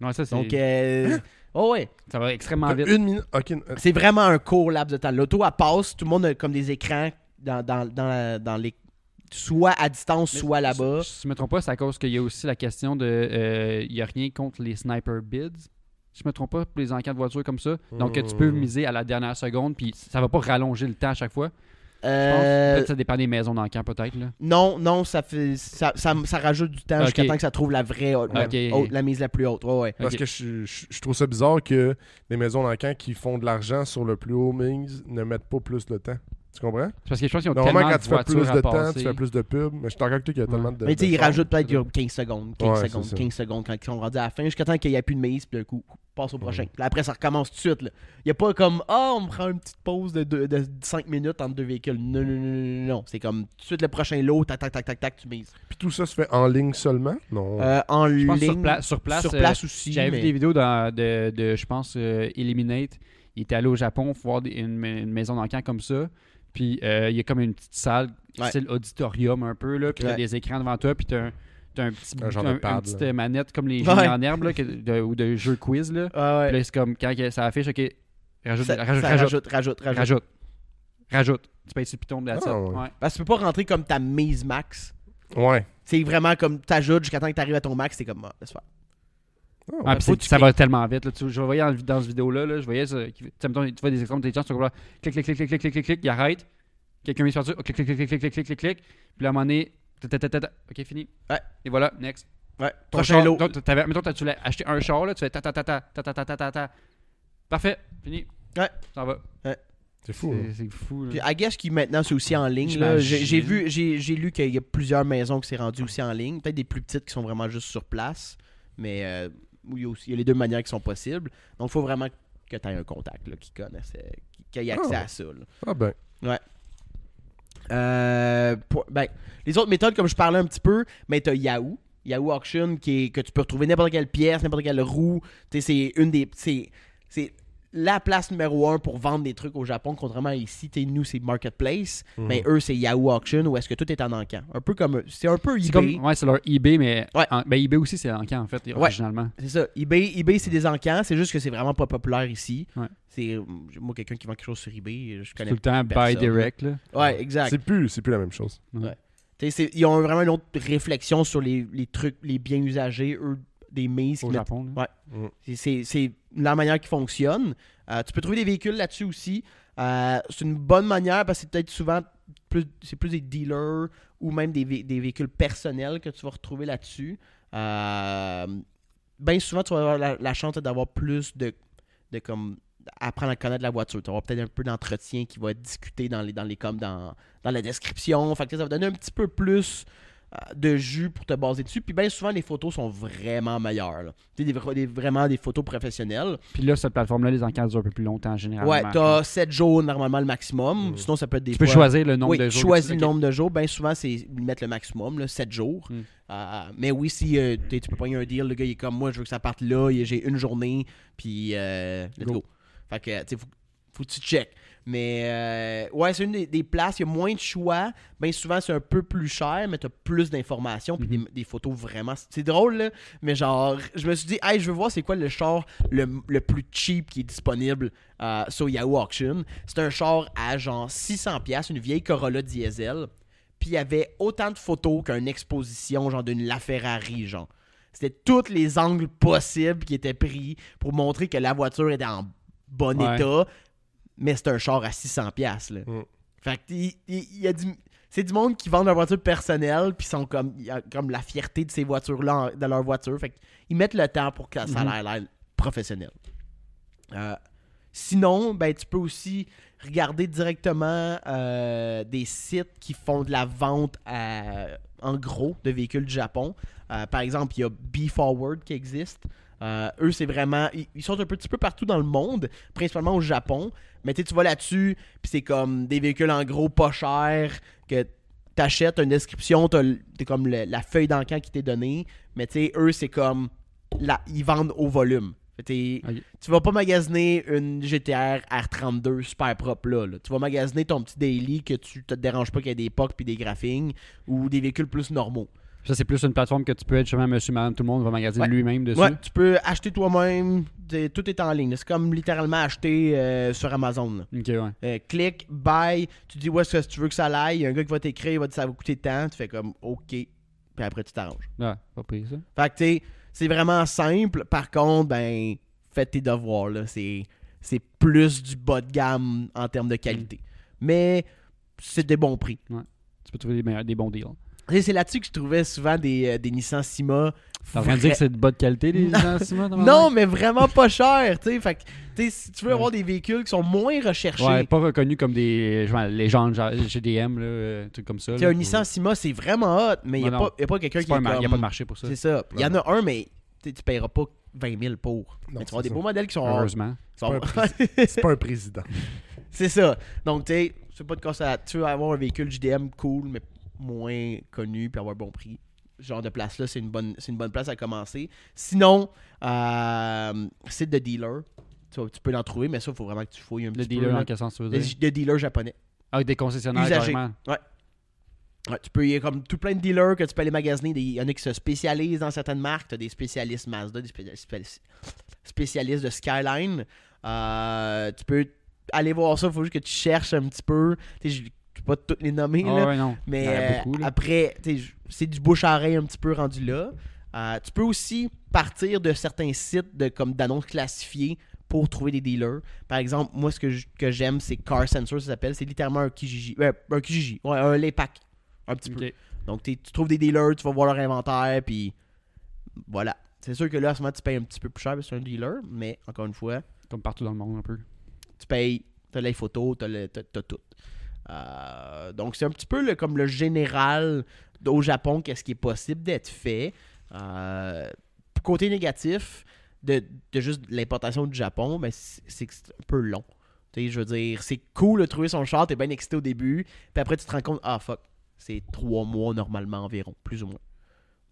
Non, ça, c'est- Hein? Donc, euh, oh ouais. ça va extrêmement T'as vite. Une minute. Ok. euh, C'est vraiment un court laps de temps. L'auto, elle passe, tout le monde a comme des écrans dans, dans, dans, la- dans les. Soit à distance, Mais soit là-bas. Si je me trompe pas, c'est à cause qu'il y a aussi la question de. euh, Il n'y a rien contre les sniper bids. Si je me trompe pas, pour les enquêtes de voitures comme ça. Donc, tu peux Hmm. miser à la dernière seconde, puis ça va pas rallonger le temps à chaque fois. Je pense. Euh, Peut-être ça dépend des maisons d'enquête, peut-être. là. non, non, ça, fait, ça, ça, ça rajoute du temps Ok. jusqu'à temps que ça trouve la vraie haute- la, Ok. haute- la mise la plus haute. Ouais, ouais. Parce Ok. que je, je- je trouve ça bizarre que les maisons d'encan qui font de l'argent sur le plus haut mings ne mettent pas plus de temps. Tu comprends? C'est Parce que je pense qu'ils ont tellement Normalement, quand de tu fais voitures plus à de temps, passer. tu fais plus de pubs. Mais je suis d'accord avec toi qu'il y a Ouais. tellement de. Mais tu sais, ils d'efforts. rajoutent peut-être genre 15 secondes, 15 Ouais, c'est secondes, ça. 15 secondes quand ils sont rendus à la fin, jusqu'à temps qu'il n'y a plus de mise, puis d'un coup, passe au Mm. prochain. Puis après, ça recommence tout de suite. là. Il n'y a pas comme, ah, on prend une petite pause de, deux- de 5 minutes entre deux véhicules. Non, non, non, non, non, non. C'est comme, tout de suite, le prochain lot, tac, tac, tac, tac, tac, tu mises. Puis tout ça se fait en ligne seulement? Non. Euh, en Je pense ligne. sur, pla- sur place. sur euh, place aussi. J'avais mais- vu des vidéos dans- de, de, je pense, euh, Eliminate. Il était allé au Japon voir des- une, ma- une maison d'encan comme ça. Puis euh, il y a comme une petite salle, Ouais. style auditorium un peu. Là, puis t'as Ouais. des écrans devant toi. Puis t'as un, t'as un petit, Un genre un- de pad, une petite là. euh, manette comme les Ouais. génies en herbe là, que- de- ou de jeux quiz. Là. Ah ouais. Puis là, c'est comme quand que ça affiche, OK, rajoute, Ça- ça rajoute, rajoute, rajoute, rajoute, rajoute. rajoute, rajoute. Tu peux être sur Python de la Ah, tête. ouais. Ouais. Parce que tu peux pas rentrer comme ta mise max. Ouais. C'est vraiment comme t'ajoutes jusqu'à temps que t'arrives à ton max, c'est comme ah, laisse faire. Ah, Ouais, ouais. puis faut c'est- que tu ça va tellement vite. Là, tu, je voyais dans, dans cette vidéo-là, là, je voyais, ça, qui- tu sais, mettons, tu vois des exemples des gens qui sont comme là, clic, clic, clic, clic, clic, clic, clic, clic, ils arrêtent. Quelqu'un met sur dessus, oh, clic, clic, clic, clic, clic, clic, clic, clic, clic. Puis là, à un moment donné, ta, ta, ta, ta, ta. ok, fini. Ouais. Et voilà, next. Ouais. Ton Prochain char, lot. donc, t'avais- mettons, t'as- tu voulais acheter un char, là, tu fais ta, ta, ta, ta, ta, ta, ta, ta, ta, ta. Parfait, fini. Ouais. Ça va. C'est fou. hein. C'est c'est fou. là. Puis I guess qui maintenant c'est aussi en ligne. là. J'ai j'ai J'imagine. vu, j'ai j'ai lu qu'il y a plusieurs maisons qui s'est rendu aussi en ligne. Peut-être des plus petites qui sont vraiment juste sur place. Mais euh, il, y a aussi, il y a les deux manières qui sont possibles. Donc il faut vraiment que tu aies un contact là, qui connaisse, euh, qui, qui ait accès Ah. à ça. là. Ah ben. Euh, pour- ben, les autres méthodes, comme je parlais un petit peu, mais t'as Yahoo. Yahoo Auction, qui est, que tu peux retrouver n'importe quelle pièce, n'importe quelle roue. Tu sais, c'est une des. C'est, c'est la place numéro un pour vendre des trucs au Japon, contrairement à ici, tu sais, nous, c'est Marketplace. Mm. Mm. Mais eux, c'est Yahoo Auction, où est-ce que tout est en encan. Un peu comme. C'est un peu C'est eBay. comme, ouais, c'est leur eBay, mais Ouais. en- ben, eBay aussi, c'est en camp, en fait, originalement. C'est ça. eBay, eBay c'est des encans, c'est juste que c'est vraiment pas populaire ici. Ouais. C'est, moi, quelqu'un qui vend quelque chose sur eBay, je Tout connais. le temps, buy personne. direct, là. Ouais, exact. C'est plus, c'est plus la même chose. T'sais, c'est- ils ont vraiment une autre réflexion sur les, les trucs, les biens usagés, eux, des mises. qu'ils Au mettent- Japon, là. Mm. c'est- C'est c'est la manière qui fonctionne. Euh, tu peux trouver des véhicules là-dessus aussi. Euh, c'est une bonne manière parce que c'est peut-être souvent plus, c'est plus des dealers ou même des, vé- des véhicules personnels que tu vas retrouver là-dessus. Euh, bien souvent, tu vas avoir la, la chance d'avoir plus de, de comme apprendre à connaître la voiture. Tu vas avoir peut-être un peu d'entretien qui va être discuté dans les, dans les comme dans, dans la description. Fait que ça va donner un petit peu plus euh, de jus pour te baser dessus. Puis bien souvent, les photos sont vraiment meilleures. là. Tu sais, des vra- des- vraiment des photos professionnelles. Puis là, cette plateforme-là, les enquêtes durent un peu plus longtemps, généralement. Ouais, t'as 7 jours normalement le maximum. Mm. Sinon, ça peut être des Tu peux fois- choisir le nombre Oui, de tu jours. choisis que tu- le nombre de jours. Bien souvent, c'est ils mettent le maximum, là, 7 jours. Mm. Euh, mais oui, si euh, t'es- tu peux pogner un deal, le gars il est comme moi, je veux que ça parte là, il- j'ai une journée, puis euh, let's go. Go. Fait que, tu sais, faut, faut que tu check. Mais euh, ouais, c'est une des, des places, il y a moins de choix. Bien souvent, c'est un peu plus cher, mais t'as plus d'informations, Mm-hmm. puis des- des, photos vraiment. C'est drôle, là, mais genre, je me suis dit, hey, je veux voir c'est quoi le char le, le plus cheap qui est disponible euh, sur Yahoo Auction. C'est un char à genre 600$, une vieille Corolla diesel. Puis il y avait autant de photos qu'une exposition, genre d'une LaFerrari, genre. C'était tous les angles possibles qui étaient pris pour montrer que la voiture était en bon Ouais. état, mais c'est un char à 600$. piastres, Là. Mm. Fait que il- il- il y a du. C'est du monde qui vend leur voiture personnelle, puis sont comme, il y a comme la fierté de ces voitures-là, en- de leur voiture. Fait qu'ils mettent le temps pour que ça ait l'air professionnel. Euh, Sinon, ben, tu peux aussi regarder directement euh, des sites qui font de la vente à- en gros de véhicules du Japon. Euh, par exemple, il y a B-Forward qui existe. Euh, eux, c'est vraiment. Ils, ils sont un petit peu partout dans le monde, principalement au Japon. Mais tu sais, tu vas là-dessus, puis c'est comme des véhicules en gros pas chers que t'achètes, t'as une description, t'as l- t'as comme le- la feuille d'encan qui t'est donnée. Mais tu sais, eux, c'est comme. la- ils vendent au volume. Fait que t'es- Ok. Tu vas pas magasiner une GTR R32 super propre là, là. Tu vas magasiner ton petit daily que tu te déranges pas qu'il y ait des POC puis des graphings ou des véhicules plus normaux. Ça, c'est plus une plateforme que tu peux être justement monsieur, madame, tout le monde va magasiner Ouais. lui-même dessus. Ouais, tu peux acheter toi-même, t'es- tout est en ligne. là. C'est comme littéralement acheter euh, sur Amazon. là. Ok, ouais. Euh, clique, buy, tu dis où est-ce que tu veux que ça aille, il y a un gars qui va t'écrire, il va te dire ça va coûter tant, tu fais comme OK, puis après tu t'arranges. Ah, pas pris ça. Fait que tu sais, c'est vraiment simple, par contre, ben, fais tes devoirs, là. C'est, c'est plus du bas de gamme en termes de qualité. Mm. Mais c'est des bons prix. Tu peux trouver des, meilleurs- des bons deals. Tu sais, c'est là-dessus que je trouvais souvent des, euh, des Nissan Sima. T'es en train de dire que c'est de bonne qualité, les Non. gens, Simon, dans ma Non, main? mais vraiment pas cher, tu sais. Fait que, tu sais, si tu veux Ah, Ouais. avoir des véhicules qui sont moins recherchés, Ouais, pas reconnu comme des genre, légendes genre GDM, là, euh, trucs comme ça. tu sais, là. un Nissan Sima, c'est vraiment hot, mais il n'y Ouais, a, non. pas- y a pas quelqu'un C'est qui est pas un mar- Il n'y a pas de comme- marché pour ça, C'est ça. Il y en a un, mais tu sais, tu paieras pas 20 000 pour. Non, mais tu vas avoir c'est des ça. beaux modèles qui sont. heureusement. qui sont- pas C'est pas un président. [LAUGHS] c'est ça. Donc, tu sais, c'est pas de quoi ça. Tu veux avoir un véhicule JDM cool, mais moins connu, puis avoir un bon prix. Ce genre de place-là, c'est une, bonne, c'est une bonne place à commencer. Sinon, euh, site de dealer. Tu, vois, tu peux l'en trouver, mais ça, il faut vraiment que tu fouilles un Le petit peu. dealer, là. en quel sens tu veux Le dire j- de dealer japonais. Ah, des concessionnaires, Usagers. carrément. Ouais, tu peux, il y a comme tout plein de dealers que tu peux aller magasiner. Des- Il y en a qui se spécialisent dans certaines marques. Tu as des spécialistes Mazda, des spé- spé- spécialistes de Skyline. Euh, tu peux aller voir ça. Il faut juste que tu cherches un petit peu. Tu sais, je ne peux pas toutes les nommer, Ah là, ouais, non. mais Il y en a euh, beaucoup, là. après, tu sais, je- c'est du bouche à oreille un petit peu rendu là. Euh, tu peux aussi partir de certains sites de, comme d'annonces classifiées pour trouver des dealers. Par exemple, moi, ce que j- que j'aime, c'est Car Sensor, ça s'appelle. C'est littéralement un Kijiji. euh, un Kijiji. Ouais, un Lepac. Un petit peu. Ok. Donc, t'es- tu trouves des dealers, tu vas voir leur inventaire, puis voilà. C'est sûr que là, à ce moment, tu payes un petit peu plus cher parce que c'est un dealer, mais encore une fois, Comme partout dans le monde, un peu. tu payes, t'as les photos, t'as le- t'as- t'as tout. Euh, donc, c'est un petit peu le- comme le général d- au Japon, qu'est-ce qui est possible d'être fait. Euh, côté négatif de, de juste l'importation du Japon, ben, c'est c'est que c'est un peu long. Tu sais, je veux dire, c'est cool de trouver son char, t'es bien excité au début, puis après tu te rends compte, ah fuck, c'est trois mois normalement environ, plus ou moins,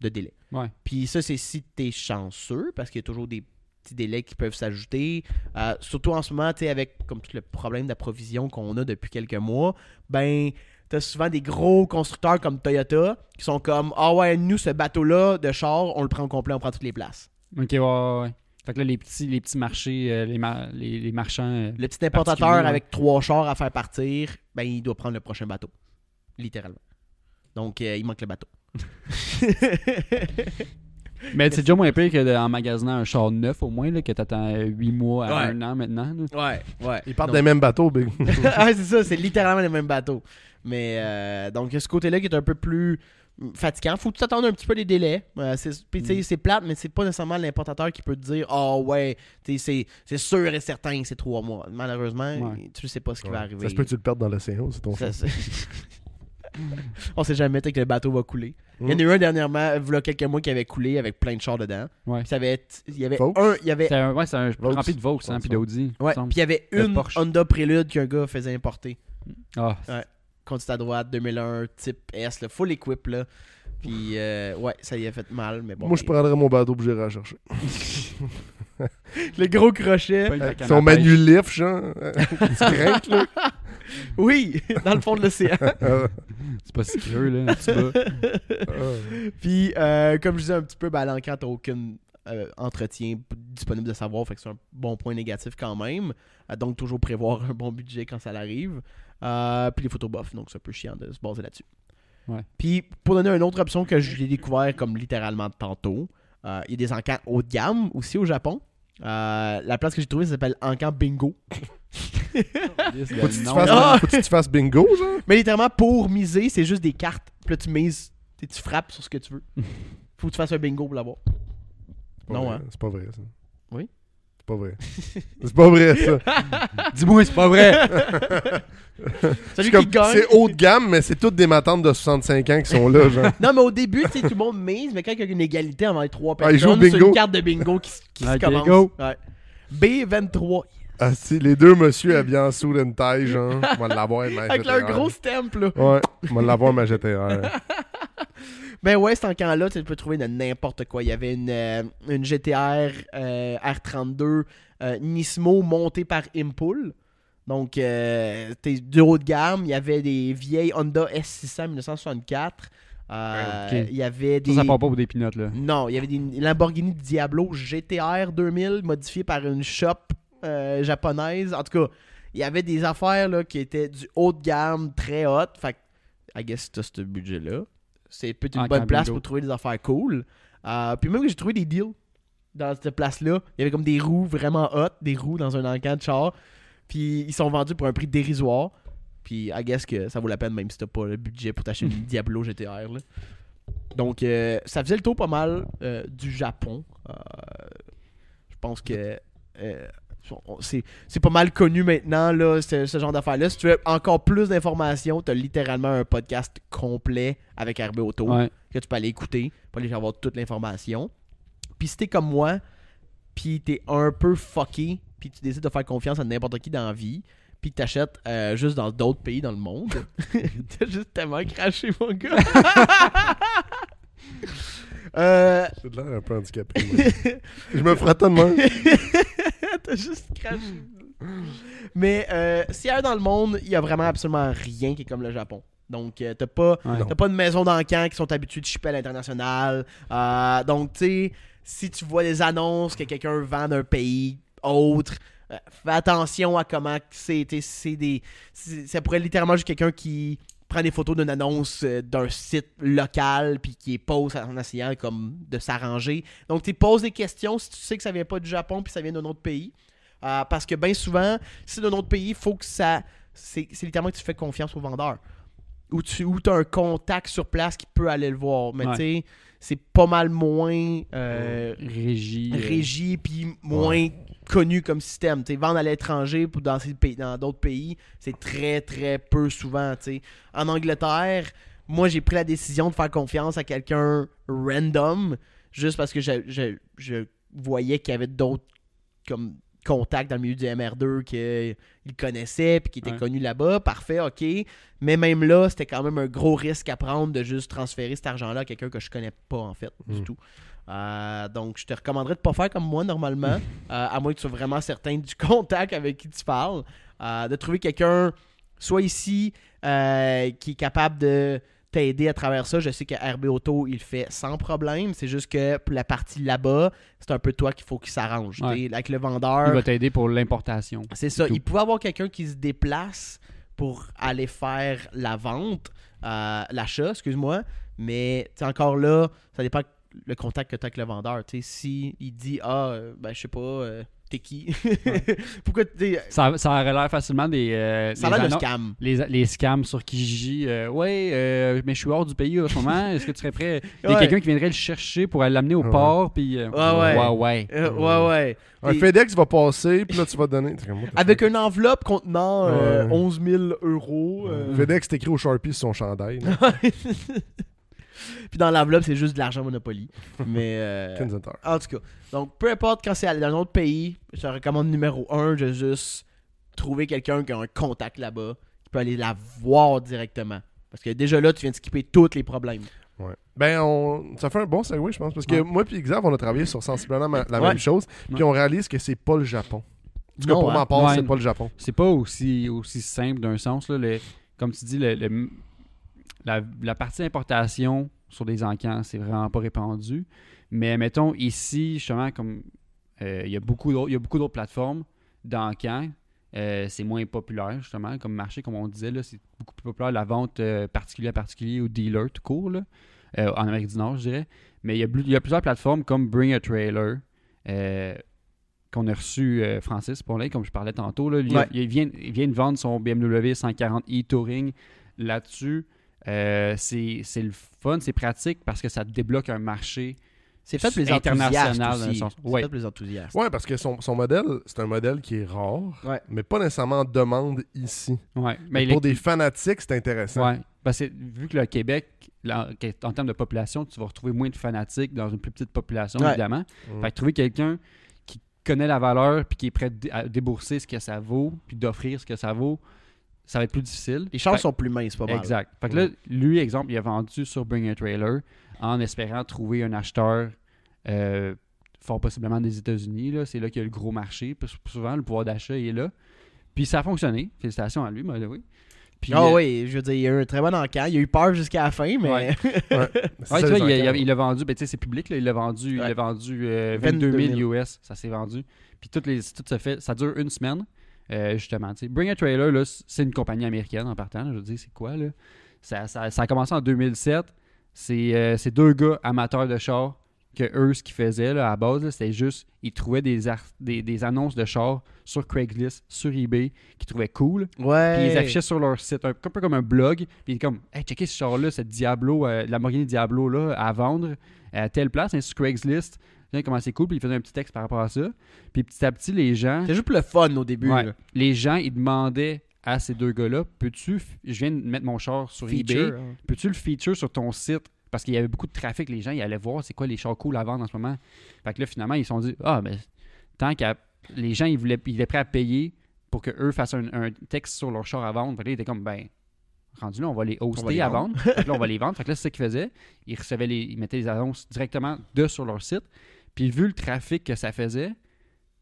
de délai. Ouais. Puis ça, c'est si t'es chanceux, parce qu'il y a toujours des petits délais qui peuvent s'ajouter. Euh, surtout en ce moment, tu sais, avec comme tout le problème d'approvision qu'on a depuis quelques mois, ben, t'as souvent des gros constructeurs comme Toyota qui sont comme Ah ouais, nous, ce bateau-là de char, on le prend au complet, on prend toutes les places. Ok, ouais, ouais, ouais. Fait que là, les petits, les petits marchés, euh, les, mar- les, les marchands. euh, Le petit importateur Particulier, avec trois chars à faire partir, ben, il doit prendre le prochain bateau. Littéralement. Donc, euh, il manque le bateau. [LAUGHS] Mais c'est déjà moins pire qu'en magasinant un char neuf, au moins, là, que t'attends 8 mois à Ouais. un an maintenant. là. ouais, ouais. Ils partent Donc- des mêmes bateaux, Big. [LAUGHS] ah, c'est ça, c'est littéralement le même bateau. Mais euh, donc, il y a ce côté-là qui est un peu plus mm, fatigant. Faut t'attendre un petit peu les délais. Euh, c'est- puis, tu Mm. sais, c'est plate, mais c'est pas nécessairement l'importateur qui peut te dire Ah ouais, tu sais, c'est c'est sûr et certain que c'est trois mois. Malheureusement, Ouais. tu sais pas ce qui va arriver. Ça se peut que tu le perdes dans l'océan, c'est ton Ça, choix. c'est- [LAUGHS] On sait jamais peut-être que le bateau va couler. Il y en a Mm. eu un dernièrement, il y a quelques mois, qui avait coulé avec plein de chars dedans. Ouais. Puis ça avait t- il y avait Folks. un, il y avait C'est un, ouais, c'est un Vaux. rempli de Vaux, hein, puis d'Audi. il me Ouais, semble. puis il y avait Le une Porsche. Honda Prélude qu'un gars faisait importer. Ah, Conduite à droite, 2001, type S, le full equip, là. Puis, euh, ouais, ça y a fait mal, mais bon. Moi, je prendrais mon bateau pour j'irais la chercher. Le gros crochet. pas une Avec canne à Son pêche. manulife, genre. [LAUGHS] Tu craques, là. [LAUGHS] Oui, dans le fond de l'océan. Euh, C'est pas si creux, [LAUGHS] là. Tu vas. euh, Puis, euh, comme je disais un petit peu, ben, l'enquête n'a aucun euh, entretien p- disponible de savoir, fait que c'est un bon point négatif quand même. Euh, donc, toujours prévoir un bon budget quand ça l'arrive. Euh, puis les photos bof, donc c'est un peu chiant de se baser là-dessus. Ouais. Puis, pour donner une autre option que j'ai découvert comme littéralement tantôt, euh, il y a des encans haut de gamme aussi au Japon. Euh, la place que j'ai trouvée ça s'appelle Encan Bingo. Faut-tu que tu Non. Ah! fasses- faut-tu que tu fasses bingo, genre? Mais littéralement, pour miser, c'est juste des cartes. Puis là, tu mises, tu tu frappes sur ce que tu [LAUGHS] veux. Faut que tu fasses un bingo pour l'avoir. C'est pas Non, vrai, hein. C'est pas vrai, ça. Oui. C'est pas vrai. C'est pas [LAUGHS] vrai, ça. Dis-moi, c'est pas vrai. Je Celui suis qui comme, gagne. C'est haut de gamme, mais c'est toutes des matantes de 65 ans qui sont [LAUGHS] là, genre. Non, mais au début, tu sais, tout le monde mise, mais quand il y a une égalité avant les trois Ah, il joue au personnes, c'est bingo. une carte de bingo qui, s- qui Ah, se commence. bingo. Ouais. B23. Ah, si, les deux monsieur habillés en sous d'une taille, genre. On va l'avoir, ma Avec leur GTR. gros stamp, là. Ouais, on va l'avoir, ma GTR. Ben ouais, c'est en camp-là, tu peux trouver de n'importe quoi. Il y avait une, euh, une GTR euh, R32 euh, Nismo montée par Impul. Donc, euh, t'es du haut de gamme. Il y avait des vieilles Honda S600 1964. Euh, Ouais, ok. Il y avait des... Ça, ça part pas pour des pinottes, là. Non, il y avait des Lamborghini Diablo GTR 2000 modifiées par une shop euh, japonaise. En tout cas, il y avait des affaires là, qui étaient du haut de gamme, très haute. Fait que, I guess, t'as ce budget-là. C'est peut-être une En bonne Camino. place pour trouver des affaires cool. Euh, puis même que j'ai trouvé des deals dans cette place-là. Il y avait comme des roues vraiment hautes, des roues dans un encan de char. Puis ils sont vendus pour un prix dérisoire. Puis I guess que ça vaut la peine même si t'as pas le budget pour t'acheter [LAUGHS] une Diablo GTR. là. Donc euh, ça faisait le tour pas mal euh, du Japon. Euh, je pense que euh, on- c'est c'est pas mal connu maintenant là, ce, ce genre d'affaires-là. Si tu veux encore plus d'informations, t'as littéralement un podcast complet avec RB Auto Ouais. que tu peux aller écouter pour aller avoir toute l'information. Puis si t'es comme moi, puis t'es un peu fucké, puis tu décides de faire confiance à n'importe qui dans la vie, puis que t'achètes euh, juste dans d'autres pays dans le monde, [LAUGHS] t'as juste tellement craché, mon gars. Euh, J'ai de l'air un peu handicapé. [LAUGHS] moi. Je me frotte de main. T'as juste craché. Mais euh, si ailleurs dans le monde, il y a vraiment absolument rien qui est comme le Japon. Donc, euh, t'as pas Ouais. T'as pas de maison d'encan qui sont habitués de shipper à l'international. Euh, donc, tu sais, si tu vois des annonces que quelqu'un vend d'un pays autre, euh, fais attention à comment que c'est. tu sais, c'est des, c'est- ça pourrait littéralement juste quelqu'un qui prend des photos d'une annonce euh, d'un site local puis qui les pose en essayant comme de s'arranger. Donc, tu poses des questions si tu sais que ça vient pas du Japon puis ça vient d'un autre pays. Euh, parce que bien souvent, si c'est d'un autre pays, il faut que ça. C'est c'est littéralement que tu fais confiance au vendeur où tu où as un contact sur place qui peut aller le voir. Mais Ouais. tu sais, c'est pas mal moins euh, Régie. euh, régi puis moins connu comme système. Tu sais, vendre à l'étranger pour dans ces pays- dans d'autres pays, c'est très très peu souvent. tu sais. En Angleterre, moi j'ai pris la décision de faire confiance à quelqu'un random juste parce que je, je- je voyais qu'il y avait d'autres comme contacts dans le milieu du MR2 qu'il connaissait puis qui était Ouais. connu là-bas. Parfait, ok. Mais même là, c'était quand même un gros risque à prendre de juste transférer cet argent-là à quelqu'un que je connais pas, en fait, du Mm. tout. Euh, donc, je te recommanderais de pas faire comme moi, [LAUGHS] normalement, euh, à moins que tu sois vraiment certain du [LAUGHS] contact avec qui tu parles, euh, de trouver quelqu'un, soit ici, euh, qui est capable de t'aider à travers ça. Je sais que RB Auto, il le fait sans problème. C'est juste que pour la partie là-bas, c'est un peu toi qu'il faut qu'il s'arrange. Ouais. T'es- Avec le vendeur, Il va t'aider pour l'importation. c'est ça. tout. Il pouvait avoir quelqu'un qui se déplace pour aller faire la vente, euh, l'achat, excuse-moi. Mais tu sais, encore là, ça dépend le contact que tu as avec le vendeur. Tu sais, si il dit ah euh, ben je sais pas euh, t'es qui, [LAUGHS] pourquoi tu sais, Ça, ça aurait l'air facilement des. euh, ça des va le annon- scam. les, les scams sur Kijiji. Euh, ouais, euh, mais je suis hors du pays en ce moment. Est-ce que tu serais prêt? Il y a Ouais. quelqu'un qui viendrait le chercher pour aller l'amener au Ouais. port. Puis, euh, Ouais, ouais. ouais. Euh, ouais ouais. Un Des- FedEx va passer, puis là, tu vas donner. T'es comme, what the Avec une enveloppe contenant euh, Ouais. 11 000 euros. fuck? euh, FedEx, c'est écrit au Sharpie sur son chandail. là. Puis dans l'enveloppe, c'est juste de l'argent Monopoly. Mais euh, Kensington. En [LAUGHS] tout cas, donc peu importe quand c'est dans un autre pays, je te recommande numéro un de juste trouver quelqu'un qui a un contact là-bas, qui peut aller la voir directement. Parce que déjà là, tu viens de skipper tous les problèmes. Ouais. Ben, on... ça fait un bon segue, je pense, parce que Ouais. moi puis Xav, on a travaillé sur sensiblement ma- la Ouais. même chose, puis Ouais. on réalise que c'est pas le Japon. En tout cas, Non, pour hein? ma part, Ouais. c'est pas le Japon. C'est pas aussi, aussi simple d'un sens. Là, le- comme tu dis, le- le- la, la partie importation sur des encans, c'est vraiment pas répandu. Mais mettons, ici, justement, comme euh, il y a beaucoup d'autres- il y a beaucoup d'autres plateformes d'encans, euh, c'est moins populaire, justement, comme marché, comme on disait. là, C'est beaucoup plus populaire la vente euh, particulier à particulier ou dealer tout court, là, euh, en Amérique du Nord, je dirais. Mais il y a, blu- il y a plusieurs plateformes comme Bring a Trailer. euh, qu'on a reçu euh, Francis Paulin, comme je parlais tantôt. Là, il, Ouais. il vient, il vient de vendre son BMW 140i Touring là-dessus. Euh, c'est c'est le fun, c'est pratique parce que ça te débloque un marché C'est fait pour les International, enthousiastes dans le aussi. sens- C'est ouais. fait pour les enthousiastes. Ouais, parce que son, son modèle, c'est un modèle qui est rare, Ouais. mais pas nécessairement en demande ici. Ouais. Mais Mais il pour est- des fanatiques, c'est intéressant. Ouais. Parce que vu que le Québec, là, en termes de population, tu vas retrouver moins de fanatiques dans une plus petite population, Ouais. évidemment. Mm. Fait que trouver quelqu'un qui connaît la valeur puis qui est prêt de- à débourser ce que ça vaut puis d'offrir ce que ça vaut, ça va être plus difficile. Les chances Fait- sont plus minces, pas mal. Exact. Fait que là, lui, exemple, il a vendu sur Bring a Trailer en espérant trouver un acheteur euh, fort possiblement des États-Unis. là. C'est là qu'il y a le gros marché. Puis Souvent, le pouvoir d'achat est là. Puis ça a fonctionné. Félicitations à lui, by the way. Puis, Ah euh, oui, je veux dire, il y a eu un très bon encamp. Il y a eu peur jusqu'à la fin, mais Ouais. C'est Ouais, ça, tu vois, les Ah, il, a- il a- encarts. il a vendu, ben, tu sais, c'est public, là, il l'a vendu, il Ouais. a vendu euh, 22 22 000 000 US, ça s'est vendu. Puis tout, les, tout se fait, ça dure une semaine, euh, justement. tu sais. Bring a Trailer, là, c- c'est une compagnie américaine en partant, là, je veux dire, c'est quoi, là? Ça, ça- ça a commencé en 2007, c'est euh, c'est deux gars amateurs de chars que eux, ce qu'ils faisaient là, à la base, là, c'était juste, ils trouvaient des, ar- des, des annonces de chars sur Craigslist, sur eBay, qu'ils trouvaient cool, [LAUGHS] ouais. puis hein. ils affichaient sur leur site, un, un peu comme un blog. Puis comme, hey, checkez ce char-là, cette Diablo, euh, Lamborghini Diablo là, à vendre à telle place, hein, sur Craigslist. Regardez Comment c'est cool, puis ils faisaient un petit texte par rapport à ça. Puis petit à petit, les gens, C'était juste pour le fun au début. Ouais. là. les gens, ils demandaient à ces deux gars-là, peux-tu, f- je viens de mettre mon char sur eBay, Feature, hein. peux-tu le feature sur ton site? Parce qu'il y avait beaucoup de trafic, les gens, ils allaient voir c'est quoi les chars cool à vendre en ce moment. Fait que là, finalement, ils se sont dit, ah, mais tant qu'à. Les gens, ils, voulaient, ils étaient prêts à payer pour que eux fassent un, un texte sur leur char à vendre. Fait que là, ils étaient comme, ben, rendu là, on va les hoster On va les à vendre. vendre. Fait que là, on va les vendre. Fait que là, c'est ça qu'ils faisaient. Ils recevaient les. Ils mettaient les annonces directement de sur leur site. Puis vu le trafic que ça faisait,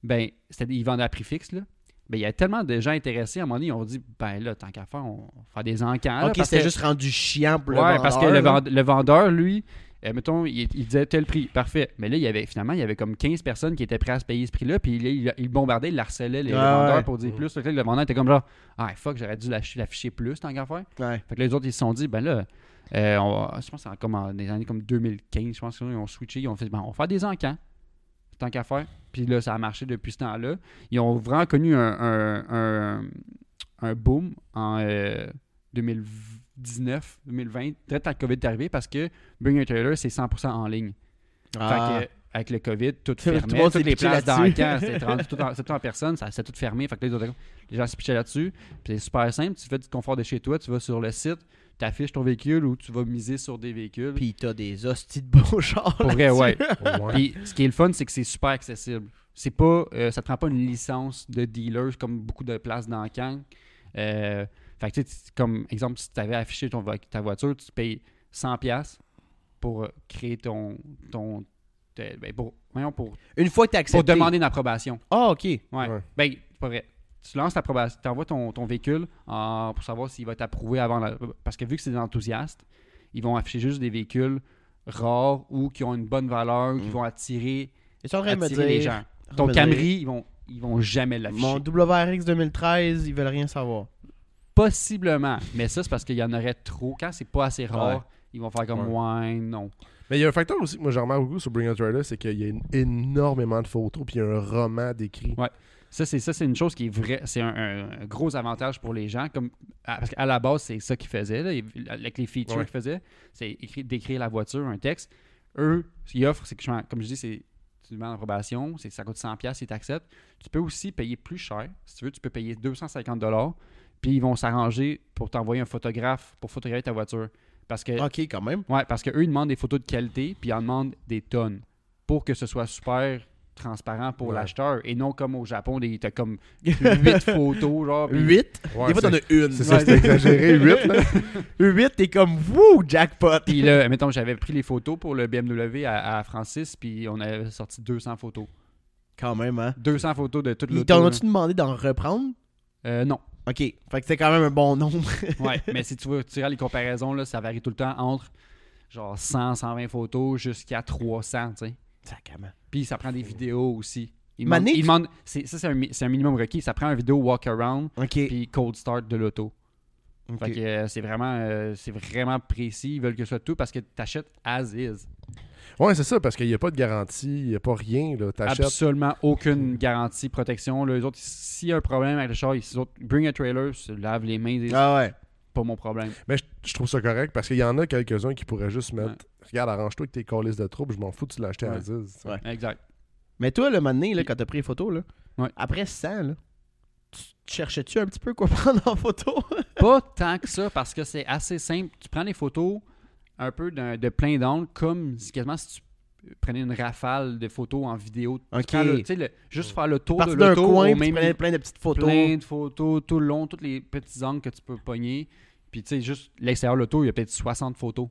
ben, c'était- ils vendaient à prix fixe, là. Ben, il y a tellement de gens intéressés. À un moment donné, ils ont dit, ben là, tant qu'à faire, on va faire des encans. là, Ok, Ah parce c'était que- juste rendu chiant pour le ouais, vendeur, parce que le, là. vende- le vendeur, lui, euh, mettons, il, il disait tel prix, parfait. Mais là, il y avait finalement, il y avait comme 15 personnes qui étaient prêtes à se payer ce prix-là, puis il, il, il bombardait, il harcelait les Ouais, vendeurs ouais. pour dire Mm. plus. Fait que là, le vendeur était comme genre, ah fuck, j'aurais dû l'afficher, l'afficher plus, tant qu'à faire. Ouais. Fait que là, les autres, ils se sont dit, ben là, euh, on va- je pense que c'est en- comme en- des années comme 2015, je pense qu'ils ont switché, ils ont fait, ben, on va faire des encans, tant qu'à faire. Puis là, ça a marché depuis ce temps-là. Ils ont vraiment connu un, un, un- un boom en euh, 2019, 2020, très tard le COVID est arrivé, parce que Bring Your Trailer, c'est 100% en ligne. Ah. Fait que, avec le COVID, tout Tout le fermé, monde s'est toutes les pitché places dans le là-dessus. camp, [LAUGHS] c'était rendu tout en, c'était tout en personne, ça s'est tout fermé. Fait que là, ils ont dit, les gens se pitchaient là-dessus. Puis c'est super simple, tu fais du confort de chez toi, tu vas sur le site, tu affiches ton véhicule ou tu vas miser sur des véhicules. Puis t'as des hosties de beaux [LAUGHS] chars. Pour vrai, ouais. [LAUGHS] Ouais. Puis ce qui est le fun, c'est que c'est super accessible. C'est pas, euh, ça te prend pas une licence de dealer comme beaucoup de places dans le camp. Euh, fait que tu sais, tu- comme exemple, si tu avais affiché ton vo- ta voiture, tu payes 100$ piastres pour euh, créer ton. ton te- ben, pour, voyons, pour, Une fois que t'as accepté. pour demander une approbation. Ah, ok. Ouais. Ouais. Ben, c'est pas vrai. Tu lances l'approbation, tu envoies ton, ton véhicule en- pour savoir s'il va t'approuver avant la- Parce que vu que c'est des enthousiastes, ils vont afficher juste des véhicules rares ou qui ont une bonne valeur, qui Mm. vont attirer, Et tu es en train de me attirer dire. les gens. en train de Ton me dire, Camry, ils vont, ils vont jamais l'afficher. Mon WRX 2013, ils veulent rien savoir. Possiblement. Mais ça, c'est parce qu'il y en aurait trop. Quand c'est pas assez rare, Ouais. ils vont faire comme ouais, non. Mais il y a un facteur aussi que moi je remarque beaucoup sur Bring Your Trailer, c'est qu'il y a une- énormément de photos puis il y a un roman décrit. Ça, c'est ça, c'est une chose qui est vraie. C'est un, un- un gros avantage pour les gens. Comme, à- parce qu'à la base, c'est ça qu'ils faisaient. là, ils- avec les features Ouais. qu'ils faisaient, c'est écrit- d'écrire la voiture, un texte. Eux, ce qu'ils offrent, c'est que, justement, comme je dis, c'est tu demandes l'approbation, c'est que ça coûte 100$ si tu acceptes. Tu peux aussi payer plus cher. Si tu veux, tu peux payer 250$. Puis ils vont s'arranger pour t'envoyer un photographe pour photographier ta voiture. Parce que Ok, quand même. Ouais, parce qu'eux, ils demandent des photos de qualité, puis ils en demandent des tonnes pour que ce soit super transparent pour Ouais. l'acheteur et non comme au Japon, des- t'as comme [LAUGHS] 8 [LAUGHS] photos, genre. puis- 8. Ouais, Des fois, c'est- t'en as une. c'est ça, c'est exagéré, 8 là. 8, t'es comme, wouh, jackpot. Puis là, mettons, j'avais pris les photos pour le BMW à, à Francis, puis on avait sorti 200 photos. Quand même, hein. 200 photos de toute Ils l'auto. hein. t'en là. as-tu demandé d'en reprendre? [LAUGHS] Euh, non. Ok. Fait que c'est quand même un bon nombre. [LAUGHS] Ouais, mais si tu veux tirer les comparaisons, là, ça varie tout le temps entre genre 100, 120 photos jusqu'à 300, tu sais. Sacrement. Puis ça prend des vidéos aussi. Ils Mané, demandent- ils tu- demandent- c'est- ça, c'est un, mi- c'est un minimum requis. Ça prend un vidéo walk-around Ok. puis cold start de l'auto. ok. Fait que euh, c'est vraiment, euh, c'est vraiment précis. Ils veulent que ce soit tout parce que tu achètes as is. [LAUGHS] Ouais, c'est ça, parce qu'il n'y a pas de garantie, il n'y a pas rien. là. T'achètes. Absolument aucune garantie, protection. Là, les autres, s'il y a un problème avec le char, ils, les autres, bring a trailer, se lavent les mains. des- Ah ouais. pas mon problème. Mais je, je trouve ça correct parce qu'il y en a quelques-uns qui pourraient juste mettre Regarde, arrange-toi avec tes calices de troupe, je m'en fous, tu l'as acheté à Ouais. Aziz. Ouais. Exact. Mais toi, le moment donné, là, quand t'as pris les photos, là, Ouais. après 100, là, tu tu cherchais-tu un petit peu quoi [LAUGHS] prendre en photo? Pas tant que ça, parce que c'est assez simple. Tu prends des photos un peu d'un- de, plein d'angles, comme si- quasiment si tu prenais une rafale de photos en vidéo. Tu Ok. prends le- tu sais, le- juste faire le tour Parti de d'un l'auto coin, au puis tu même prenais plein de petites photos. plein de photos tout le long, tous les petits angles que tu peux pogner. Puis tu sais, juste l'extérieur de l'auto, il y a peut-être 60 photos.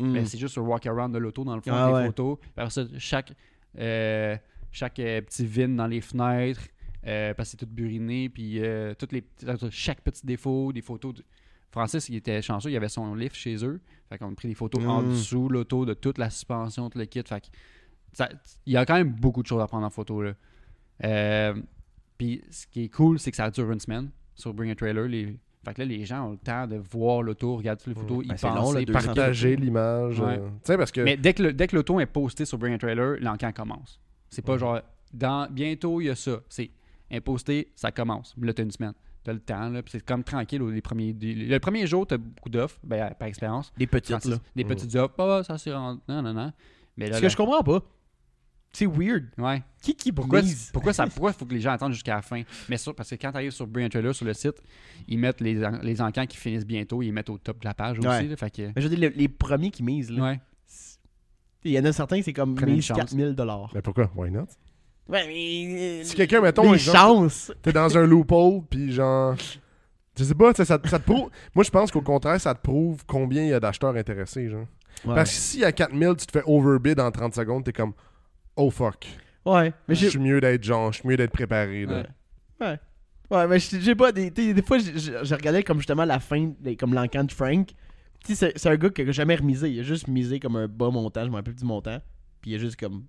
Hmm. Mais c'est juste le walk-around de l'auto, dans le fond, Ah des ouais. photos. Après ça, chaque, euh, chaque euh, petit vine dans les fenêtres, euh, parce que c'est tout buriné, puis euh, toutes les, petites- chaque petit défaut, des photos. de- Francis, il était chanceux, il avait son lift chez eux. Fait qu'on a pris des photos en Mm. dessous de l'auto, de toute la suspension, tout le kit. Fait que ça- il y a quand même beaucoup de choses à prendre en photo. Là. Euh, puis ce qui est cool, c'est que ça dure une semaine sur Bring a Trailer. Les... Fait que là, les gens ont le temps de voir l'auto, regarder toutes les photos, y Ben, c'est long, penser, là, deux partager. Partager l'image. Ouais. euh, Tu sais, parce que. Mais dès que, le, dès que l'auto est posté sur Bring a Trailer, l'encan commence. C'est pas genre, dans, bientôt il y a ça. C'est imposté, ça commence. Là, t'as une semaine. T'as le temps, là, puis c'est comme tranquille. au- Les premiers, des- le premier jour, t'as beaucoup d'offres, ben, par expérience. Des petites, Francis, là. Des Mm. petites offres, Ah, ça c'est rendu. Non, non, non. Mais là, Ce là- que je comprends pas, c'est weird. ouais. Qui qui Pourquoi, brise? pourquoi ça pourquoi faut que les gens attendent jusqu'à la fin Mais sur- parce que quand tu arrives sur Bring a Trailer, sur le site, ils mettent les, en- les encans qui finissent bientôt, ils les mettent au top de la page aussi. Ouais. là, fait que, Mais je veux dire, le- les premiers qui misent, là, ouais. il y en a certains, c'est comme Prenez une mise chance. 4000 dollars. Mais pourquoi? Why not? Ouais, mais... euh, Si quelqu'un, mettons, les exemple, chances! t'es dans un loophole, puis genre. Je sais pas, tu sais, ça, ça te prouve. Moi, je pense qu'au contraire, ça te prouve combien il y a d'acheteurs intéressés, genre. Parce que si à 4000, tu te fais overbid en 30 secondes, t'es comme. Oh fuck. Ouais, mais Je j'ai... suis mieux d'être genre, je suis mieux d'être préparé, là. Ouais. Ouais, mais j'ai j'ai pas des, t'sais, des fois j'ai- j'ai- je regardais comme justement la fin des- comme l'encan de Frank. Tu sais, c'est- c'est un gars qui a jamais remisé, il a juste misé comme un bas montant, je me rappelle du montant, puis il a juste comme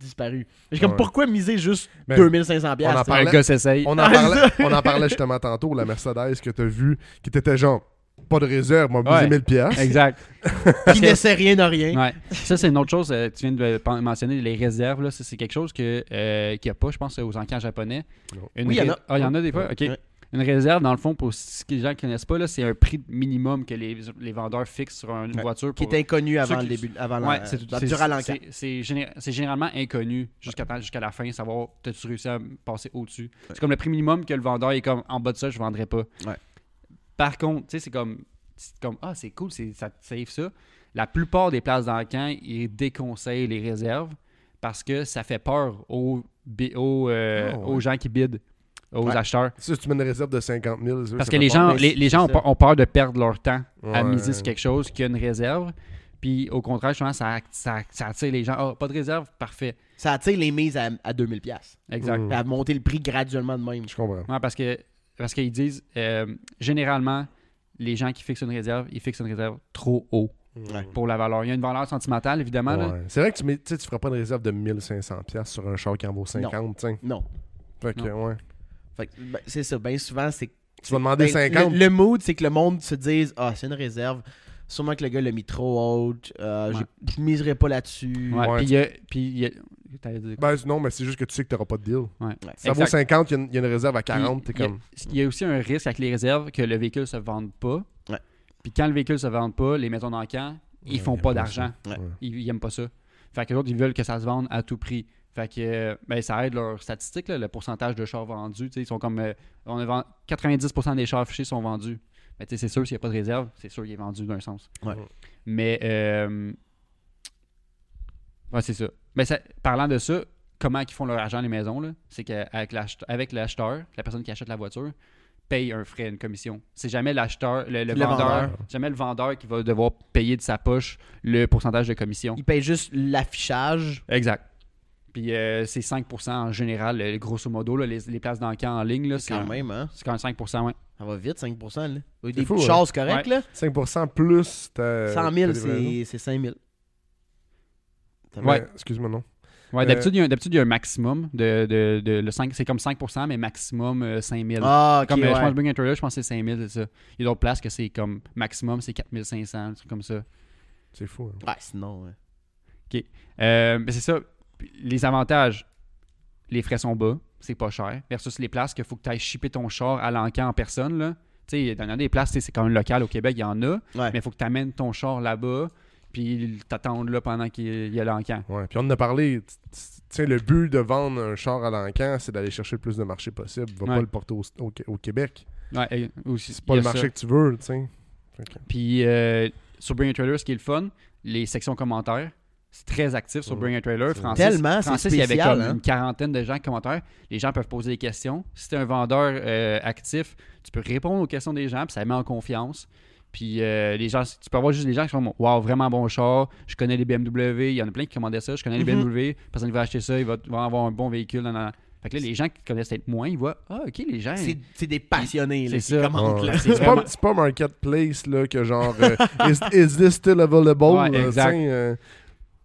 disparu. J'ai comme Ouais. pourquoi miser juste Mais 2500 on en pièces parlait- gars s'essaye. On en, Ah, parlait, ça. on en parlait justement tantôt, la Mercedes que t'as vue, qui t'était genre, pas de réserve, m'a Ouais. misé 1000 piastres. Exact. qui laissait rien de rien. Ouais. Ça, c'est une autre chose. euh, tu viens de le pen- mentionner les réserves. Là. Ça, c'est quelque chose que, euh, qu'il n'y a pas, je pense, aux encans japonais. Non. Une Oui, il y en ré- a. Ah, il y en a des fois. OK. Ouais. Une réserve, dans le fond, pour ce que les gens ne connaissent pas, là, c'est un prix minimum que les, les vendeurs fixent sur une Ouais. voiture. Qui Pour... est inconnu avant Ceux le qui- début avant Ouais, la, c'est la c'est- durant l'encan. c'est- C'est géné- c'est généralement inconnu jusqu'à temps- jusqu'à la fin, savoir as-tu réussi à passer au-dessus. C'est comme le prix minimum que le vendeur est comme en bas de ça, je vendrai pas. Ouais. Par contre, tu sais, c'est comme c'est comme ah c'est cool, c'est- ça te save ça. La plupart des places dans le camp, ils déconseillent les réserves parce que ça fait peur aux bi- aux, euh, Ah ouais. aux gens qui bident, aux Ouais. acheteurs. Si tu mets une réserve de 50 000, ça, Parce ça que fait les peur. gens, mais les, c'est- les gens ont, c'est peur- ont peur de perdre leur temps Ouais. à miser sur quelque chose qui a une réserve. Puis au contraire, justement, ça, ça, ça attire les gens. Ah, pas de réserve, parfait. Ça attire les mises à, à 2000 pièces. Exact. Mm. À monter le prix graduellement de même. Je comprends. Ouais, parce que parce qu'ils disent euh, généralement, les gens qui fixent une réserve, ils fixent une réserve trop haut Ouais. pour la valeur. Il y a une valeur sentimentale, évidemment. là. Ouais. C'est vrai que tu, mets, tu sais, tu feras pas une réserve de 1500 piastres sur un char qui en vaut 50, tiens. Non. Fait que, ouais. Fait que, ben, c'est ça, bien souvent c'est Tu vas demander Ben, 50. Le, le mood, c'est que le monde se dise Ah, c'est une réserve. Sûrement que le gars l'a mis trop haute. Euh, Ouais. j'ai- Je miserai pas là-dessus. Ouais, Ouais. Puis il y a- puis il y a. t'allais dire quoi? Ben, non, mais c'est juste que tu sais que t'auras pas de deal. Ouais. Ouais. Ça vaut Exact. 50, il y a une- il y, a une réserve à Puis, 40, t'es il y a- comme. Il y a aussi un risque avec les réserves que le véhicule se vende pas. Ouais. Puis quand le véhicule se vende pas, les maisons d'encan, ils Ouais, ils font pas aiment pas d'argent. ça. Ouais. Ils, ils aiment pas ça. Fait que les autres, ils veulent que ça se vende à tout prix. Fait que euh, ben, ça aide leur statistique, là, le pourcentage de chars vendus. Tu sais, Ils sont comme euh, on a vend- 90% des chars affichés sont vendus. Mais tu sais, c'est sûr, s'il n'y a pas de réserve, c'est sûr qu'il est vendu d'un sens. Ouais. Mais euh, ouais, c'est ça. Mais ça- parlant de ça, comment ils font leur argent les maisons, là, c'est qu'avec l'achete- avec l'acheteur, la personne qui achète la voiture, paye un frais, une commission. C'est jamais l'acheteur, le, le Le vendeur, vendeur. jamais le vendeur qui va devoir payer de sa poche le pourcentage de commission. Il paye juste l'affichage. Exact. Puis euh, c'est 5% en général, euh, grosso modo, là, les, les places d'encan en ligne, là, c'est Quand un- même, hein. c'est quand même 5%, ouais. Ça va vite, 5 là. Des fou, petites hein. choses correctes, là. 5 plus Euh, ta. 100 000, ta livraison. c'est- c'est 5 000. Ça Ouais. va- Excuse-moi, non. Ouais, d'habitude, il y a un- d'habitude, il y a un maximum de, de, de- le 5, c'est comme 5%, mais maximum 5000. Ah, ok, comme euh, ouais. je pense Bring Trailer, je pense que c'est 5000, c'est ça. Il y a d'autres places que c'est comme maximum, c'est 4500, un truc comme ça. C'est fou. hein. Ouais, sinon. ouais. Euh, mais c'est ça. Les avantages, les frais sont bas, c'est pas cher. Versus les places qu'il faut que tu ailles shipper ton char à l'encan en personne, là. Tu sais, dans des places, tu sais, c'est quand même local au Québec, il y en a. Ouais. Mais il faut que tu amènes ton char là-bas, puis ils t'attendent là pendant qu'il y a l'encan. Ouais, puis on en a parlé. t- t- Tu sais, le but de vendre un char à l'encan, c'est d'aller chercher le plus de marché possible. Va Ouais. pas le porter au, au- au Québec. Ouais, et aussi, C'est pas il y le a ça. marché que tu veux, tu sais. Fait que- Puis euh, sur Bring a Trailer, ce qui est le fun, les sections commentaires, c'est très actif sur Mm. Bring a Trailer. C'est Francis, Tellement, c'est Francis, il y avait spécial, comme hein. une quarantaine de gens en commentaire. Les gens peuvent poser des questions. Si tu es un vendeur euh, actif, tu peux répondre aux questions des gens, puis ça met en confiance. Puis euh, les gens, tu peux avoir juste des gens qui font Waouh, vraiment bon char, je connais les BMW, il y en a plein qui commandaient ça, je connais les Mhm. BMW, personne ne va acheter ça, il va, va avoir un bon véhicule. nan, nan, nan. Fait que là, les gens qui connaissent peut-être moins, ils voient Ah, ok, les gens. C'est c'est des passionnés là, C'est qui ça. commentent. là. Ouais. C'est vraiment- pas, c'est pas marketplace là, que genre [LAUGHS] euh, is, is this still available? Ouais, là, exact. tu sais, euh,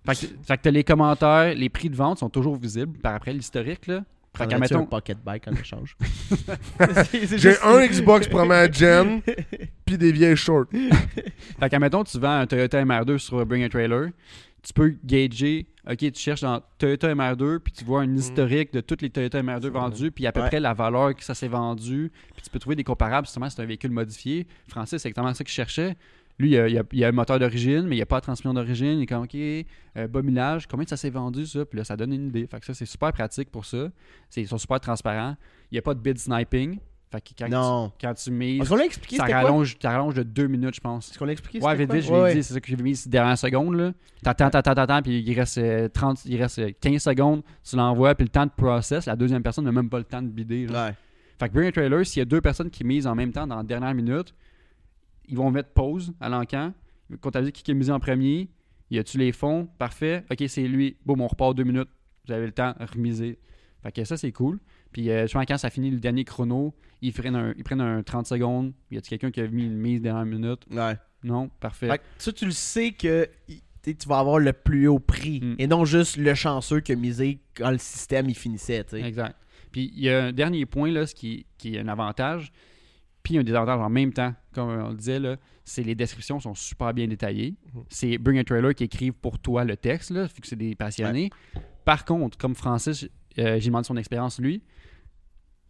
Fait que, fait que t'as les commentaires, les prix de vente sont toujours visibles par après l'historique. là. Fait que, Prendrais-tu un [LAUGHS] mettons, pocket bike en échange. [LAUGHS] J'ai [LAUGHS] un Xbox première gen puis des vieilles shorts. fait que, mettons, tu vends un Toyota MR2 sur Bring a Trailer, tu peux gager, ok, tu cherches dans Toyota MR2, puis tu vois un historique de toutes les Toyota MR2 vendues, puis à peu Mm. Ouais. près la valeur que ça s'est vendu, puis tu peux trouver des comparables, justement, c'est un véhicule modifié. Francis, c'est exactement ça qu'il cherchait. Lui, il a, il a- il a un moteur d'origine, mais il n'y a pas de transmission d'origine. Il est comme, OK, euh, bas millage, combien ça s'est vendu, ça? Puis là, ça donne une idée. Fait que ça, c'est super pratique pour ça. C'est- Ils sont super transparents. Il n'y a pas de bid sniping. Fait que quand tu- Non. quand tu mises, Est-ce qu'on l'a expliqué ça c'était quoi? rallonge, ça rallonge de deux minutes, je pense. Est-ce qu'on l'a expliqué Ouais, c'était vite, quoi? vite, je l'ai Ouais, ouais. dit, c'est ça que j'ai mis ces dernières secondes. Là. T'attends, t'attends, t'attends, puis il reste euh, 30, il reste euh, 15 secondes, tu l'envoies, puis le temps de process, la deuxième personne n'a même pas le temps de bider. là. Ouais. Fait que Bring a Trailer, s'il y a deux personnes qui misent en même temps dans la dernière minute, ils vont mettre pause à l'encan, comptabiliser qui est misé en premier, y a-tu les fonds, parfait, ok, c'est lui, boum, on repart deux minutes, vous avez le temps, remiser. Fait que ça, c'est cool. Puis, euh, souvent, quand ça finit le dernier chrono, ils prennent un, ils prennent un 30 secondes. Y a-tu quelqu'un qui a mis une mise dernière minute Ouais. Non, parfait. Fait que ça, tu le sais que y- t'sais, tu vas avoir le plus haut prix Mm. et non juste le chanceux qui a misé quand le système il finissait. t'sais. Exact. Puis il y a un dernier point là, ce qui, qui est un avantage, puis un désavantage en même temps, comme on le disait, là, c'est les descriptions sont super bien détaillées. Mhm. C'est Bring a Trailer qui écrivent pour toi le texte, là, vu que c'est des passionnés. Par contre, comme Francis, euh, j'ai demandé son expérience, lui,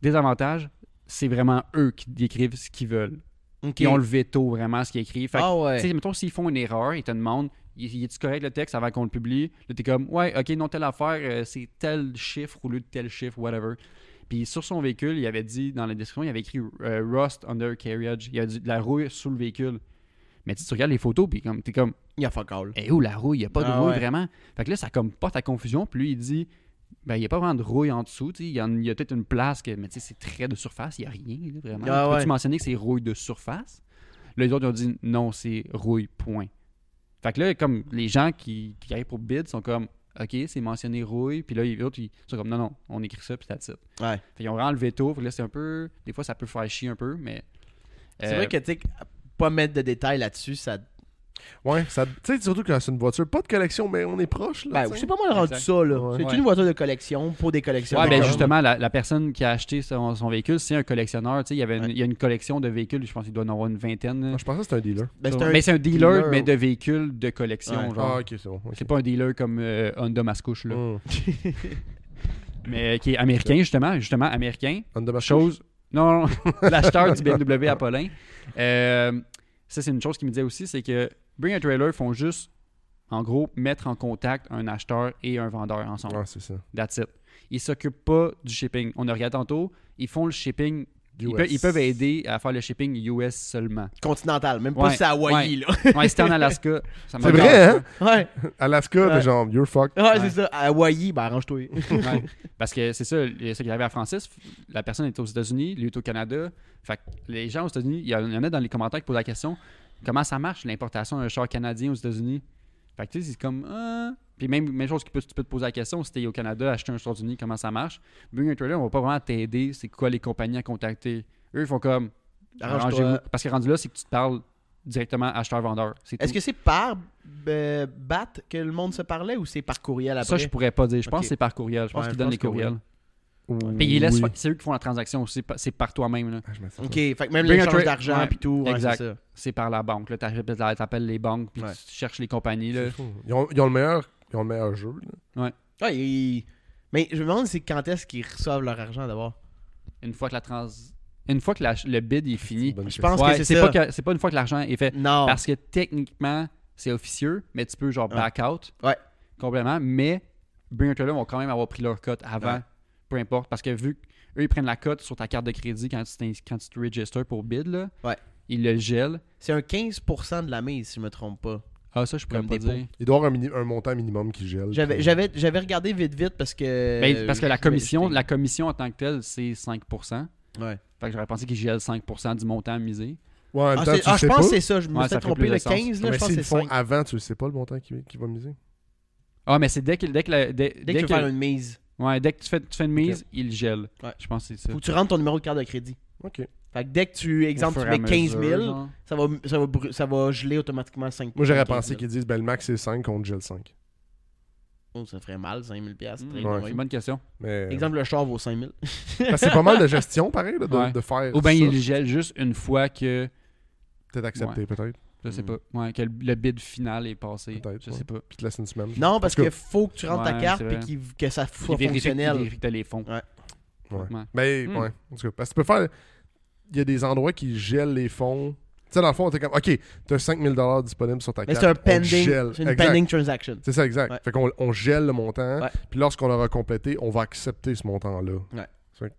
désavantage, c'est vraiment eux qui décrivent ce qu'ils veulent. Ok. Ils ont le veto vraiment ce qu'ils écrivent. Fait que, Ah tu ouais. sais, mettons, s'ils font une erreur, ils te demandent y- est-tu correct le texte avant qu'on le publie Là, t'es comme, ouais, ok, non, telle affaire, euh, c'est tel chiffre au lieu de tel chiffre, whatever. Puis sur son véhicule, il avait dit dans la description, il avait écrit euh, rust under carriage. Il y a du- de la rouille sous le véhicule. Mais tu sais, tu regardes les photos, puis comme, t'es comme, Il y a fuck all. et où Eh, la rouille, il n'y a pas de Ah rouille ouais. vraiment. Fait que là, ça comme porte à confusion. Puis lui, il dit, ben, il n'y a pas vraiment de rouille en dessous. tu sais. Il y, en- il y a peut-être une place, que, mais tu sais, c'est très de surface, il n'y a rien là, vraiment. Ah Peux-tu ouais. mentionner que c'est rouille de surface? Là, les autres, ils ont dit, non, c'est rouille, point. Fait que là, comme les gens qui, qui arrivent pour bid sont comme, OK, c'est mentionné rouille. Puis là, les autres, ils sont comme, non, non, on écrit ça, puis that's it. Ouais. Fait qu'ils ont vraiment le veto. Fait que là, c'est un peu, des fois, ça peut faire chier un peu, mais. C'est euh, vrai que t'sais, pas mettre de détails là-dessus, ça. Ouais, ça- tu sais, surtout quand c'est une voiture, pas de collection, mais on est proche. Là, Ben, tu sais. c'est pas moi le rendu Exact. ça là. Ouais. C'est Ouais. une voiture de collection pour des collectionneurs. Ouais, D'accord. ben justement, la, la personne qui a acheté son, son véhicule, c'est un collectionneur. Tu sais, il, y avait une, Ouais. il y a une collection de véhicules, je pense qu'il doit en avoir une vingtaine. là. Ah, je pensais que c'était un dealer. Ben, c'est un- mais c'est un dealer, dealer, mais ou- de véhicules de collection. Ouais. genre. Ah, ok, c'est bon. ok. C'est pas un dealer comme euh, Honda Mascouche, là. Hum. mais euh, qui est américain, justement. Justement, américain. Honda Mascouche. Chose. Non, non, [LAUGHS] l'acheteur du BMW Apollin. Euh, ça, c'est une chose qui me disait aussi, c'est que Bring a Trailer font juste, en gros, mettre en contact un acheteur et un vendeur ensemble. Ah, c'est ça. That's it. Ils s'occupent pas du shipping. On a regardé tantôt, ils font le shipping. Ils US. peuvent, ils peuvent aider à faire le shipping US seulement. continental, même Ouais, pas si c'est Hawaï là. [LAUGHS] Ouais, c'était en Alaska. ça me C'est regarde, vrai, hein? ouais, Alaska, Ouais. mais genre, you're fuck. ouais, Ouais. c'est ça. Hawaï, ben arrange-toi. ça. Ouais. Parce que c'est ça, le- ce qui est arrivé à Francis. La personne est aux États-Unis, lui est au Canada. Fait que les gens aux États-Unis, il y en il y en a dans les commentaires qui posent la question comment ça marche l'importation d'un char canadien aux États-Unis Fait que tu sais, c'est comme. Ah. Puis même, même chose que tu peux- tu peux te poser la question si t'es au Canada, acheter un char aux États-Unis, comment ça marche Bring a trailer, on va pas vraiment t'aider. C'est quoi les compagnies à contacter Eux, ils font comme. Arrangez-vous. Arrange-toi. Parce que rendu là, c'est que tu te parles directement acheteur-vendeur. C'est Est-ce tout. que c'est par euh, bat que le monde se parlait ou c'est par courriel après ça, je pourrais pas dire. Je pense Ok. que c'est par courriel. Je pense Ouais, qu'ils je donnent pense les que oui. courriels. Puis Payez ils laissent fa- c'est eux qui font la transaction aussi. pa- C'est par toi-même. là. Ok, fait que même Bring a l'échange trade- d'argent ouais, puis tout, ouais, c'est exact. ça. C'est par la banque. Tu appelles les banques, puis Ouais. tu cherches les compagnies. Là. Ils ont, ils ont le meilleur, ils ont le meilleur jeu. là. Ouais, ils- Mais je me demande c'est quand est-ce qu'ils reçoivent leur argent d'abord. Une fois que la trans. une fois que la- le bid est fini. Je pense Ouais, que c'est c'est ça. pas, que- c'est pas une fois que l'argent est fait. Non. Parce que techniquement, c'est officieux, mais tu peux genre back out Ah. Ouais. complètement. Mais Bring It On vont quand même avoir pris leur cote avant, Ouais. peu importe. Parce que vu qu'eux, ils prennent la cote sur ta carte de crédit quand tu, t'ins- quand tu te register pour bid, là, Ouais. ils le gèlent. C'est un 15% de la mise, si je me trompe pas. Ah, ça, je pourrais Comme pas dépôt. dire. Il doit y avoir un, mini- un montant minimum qui gèle. J'avais, Puis- j'avais, j'avais regardé vite, vite parce que. Ben, parce que la euh, je- commission, je- la commission en tant que telle, c'est 5 Fait Ouais. que j'aurais pensé qu'ils gèlent 5 du montant misé. Ouais, en même Ah, temps, c'est- tu ah, le je sais pense pas. que c'est ça. Je me Ouais, suis ça fait trompé. plus de Le sens. 15, là, Mais je pense s'ils que le c'est font 5. avant, tu le sais pas le montant qui, qui va miser. Ah, mais c'est dès que, dès que, la- dès, Dès dès que tu que- fais une mise, ouais, dès que tu fais, tu fais une mise, il gèle. Ouais. Je pense que c'est ça. faut que tu rentres ton numéro de carte de crédit. Ok. Fait que dès que tu, exemple, Au tu fur et mets Ah, à 15 mesure, 000, genre. ça va, ça, va, br- ça va geler automatiquement à 5 Moi, j'aurais pensé qu'ils disent, ben le max c'est 5, on te gèle 5. Oh, ça ferait mal, 5 000 piastres, Mm, très Ouais. loin. C'est une bonne question. Mais. Exemple, le char vaut 5 000. Parce que c'est pas mal de gestion, pareil, là, de, Ouais. de faire. ben, Ou bien ça. il gèle juste une fois que, Peut-être accepté, peut-être. je sais Mm. pas, ouais, que le, le bid final est passé. Peut-être, Je sais ouais. pas. Puis te laisse une semaine. [LAUGHS] Non, parce En tout qu'il cas. faut que tu rentres ta Ouais, carte c'est et vrai. que ça soit Il vérifie- Il fonctionnel. vérifie que t'as les fonds. Ouais. Ouais. Ouais. Mais, Hmm. ouais. En tout cas, parce que tu peux faire. Il y a des endroits qui gèlent les fonds. Tu sais, dans le fond, t'es comme, OK, t'as 5000 disponibles sur ta Mais carte. c'est un on te pending, gèle. c'est une Exact. pending transaction. C'est ça, exact. Ouais. Fait qu'on on gèle le montant. Ouais. Puis lorsqu'on l'aura complété, on va accepter ce montant-là. Ouais. C'est-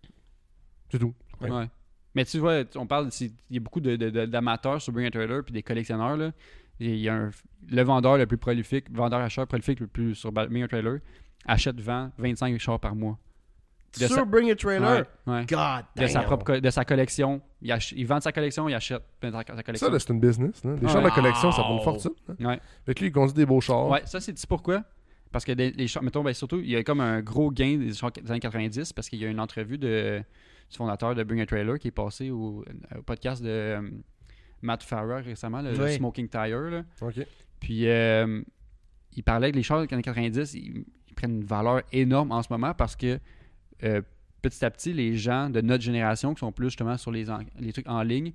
C'est tout. Ouais. Ouais. Mais tu vois, tu- on parle, c'est- il y a beaucoup de- de- de- d'amateurs sur Bring a Trailer puis des collectionneurs. Là. Il y a un- le vendeur le plus prolifique, vendeur-acheteur prolifique le plus sur Ba- Bring a Trailer, achète, vend 25 chars par mois. De Sur sa- Bring a Trailer, Ouais, ouais. God De, sa damn. propre, co- de sa collection. Il, ach- il vend de sa collection, il achète de sa, sa collection. Ça, là, c'est une business. Là. Des Ouais. chars de collection, ça vaut une Oh. fortune. hein. Ah. Ouais. Fait que lui, il conduit des beaux chars. Ouais, ça, c'est dit pourquoi? Parce que des- les chars, mettons, ben, surtout, il y a comme un gros gain des chars des années 90 parce qu'il y a une entrevue de, du fondateur de Bring a Trailer qui est passé au, au podcast de euh, Matt Farah récemment, le, le Oui. Smoking Tire. là. OK. Puis euh, il parlait que les chars des années 90, ils, ils prennent une valeur énorme en ce moment parce que euh, petit à petit, les gens de notre génération qui sont plus justement sur les, en- les trucs en ligne,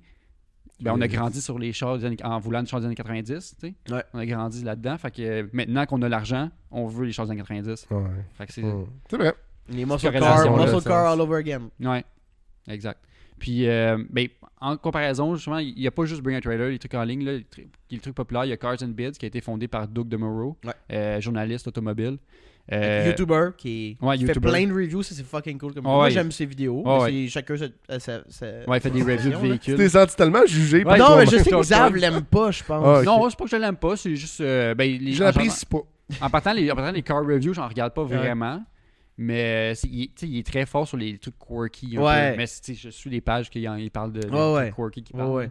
ben, on a Les- grandi sur les chars des années- en voulant des chars des années 90, tu sais. Ouais. On a grandi là-dedans. Fait que euh, maintenant qu'on a l'argent, on veut les chars des années 90. Ouais. Fait que c'est. Hmm. C'est vrai. Les muscle Corrélation, car, là, muscle ça. car all over again. Ouais. Exact. Puis, euh, ben, en comparaison, justement, il n'y a pas juste Bring a Trailer, les trucs en ligne, là, les tru- qui est le truc populaire. Il y a Cars and Bids qui a été fondé par Doug DeMoreau, Ouais. euh, journaliste automobile. Euh, YouTuber qui, ouais, qui fait YouTuber. plein de reviews, ça c'est fucking cool. Comme Ouais, Moi ouais. j'aime ses vidéos. Ouais, mais c'est- Chacun sa. sa- sa- Ouais, il fait des reviews de là. Tu véhicules. t'es senti tellement jugé. Ouais, par non, mais toi-même. je sais que Ouais. Xav l'aime pas, je pense. Ah, ok. Non, c'est pas que je l'aime pas, c'est juste. euh, ben, les, Je en, l'apprécie pas. en partant, les, en partant, les car reviews, j'en regarde pas Ouais. vraiment. Mais euh, c'est- il, est- tu sais, il est très fort sur les trucs quirky. un Ouais. peu. Mais c'est- tu sais, je suis les pages qu'il en- il parle de, de Ouais, ouais. trucs quirky. qu'il Ouais, parle. ouais.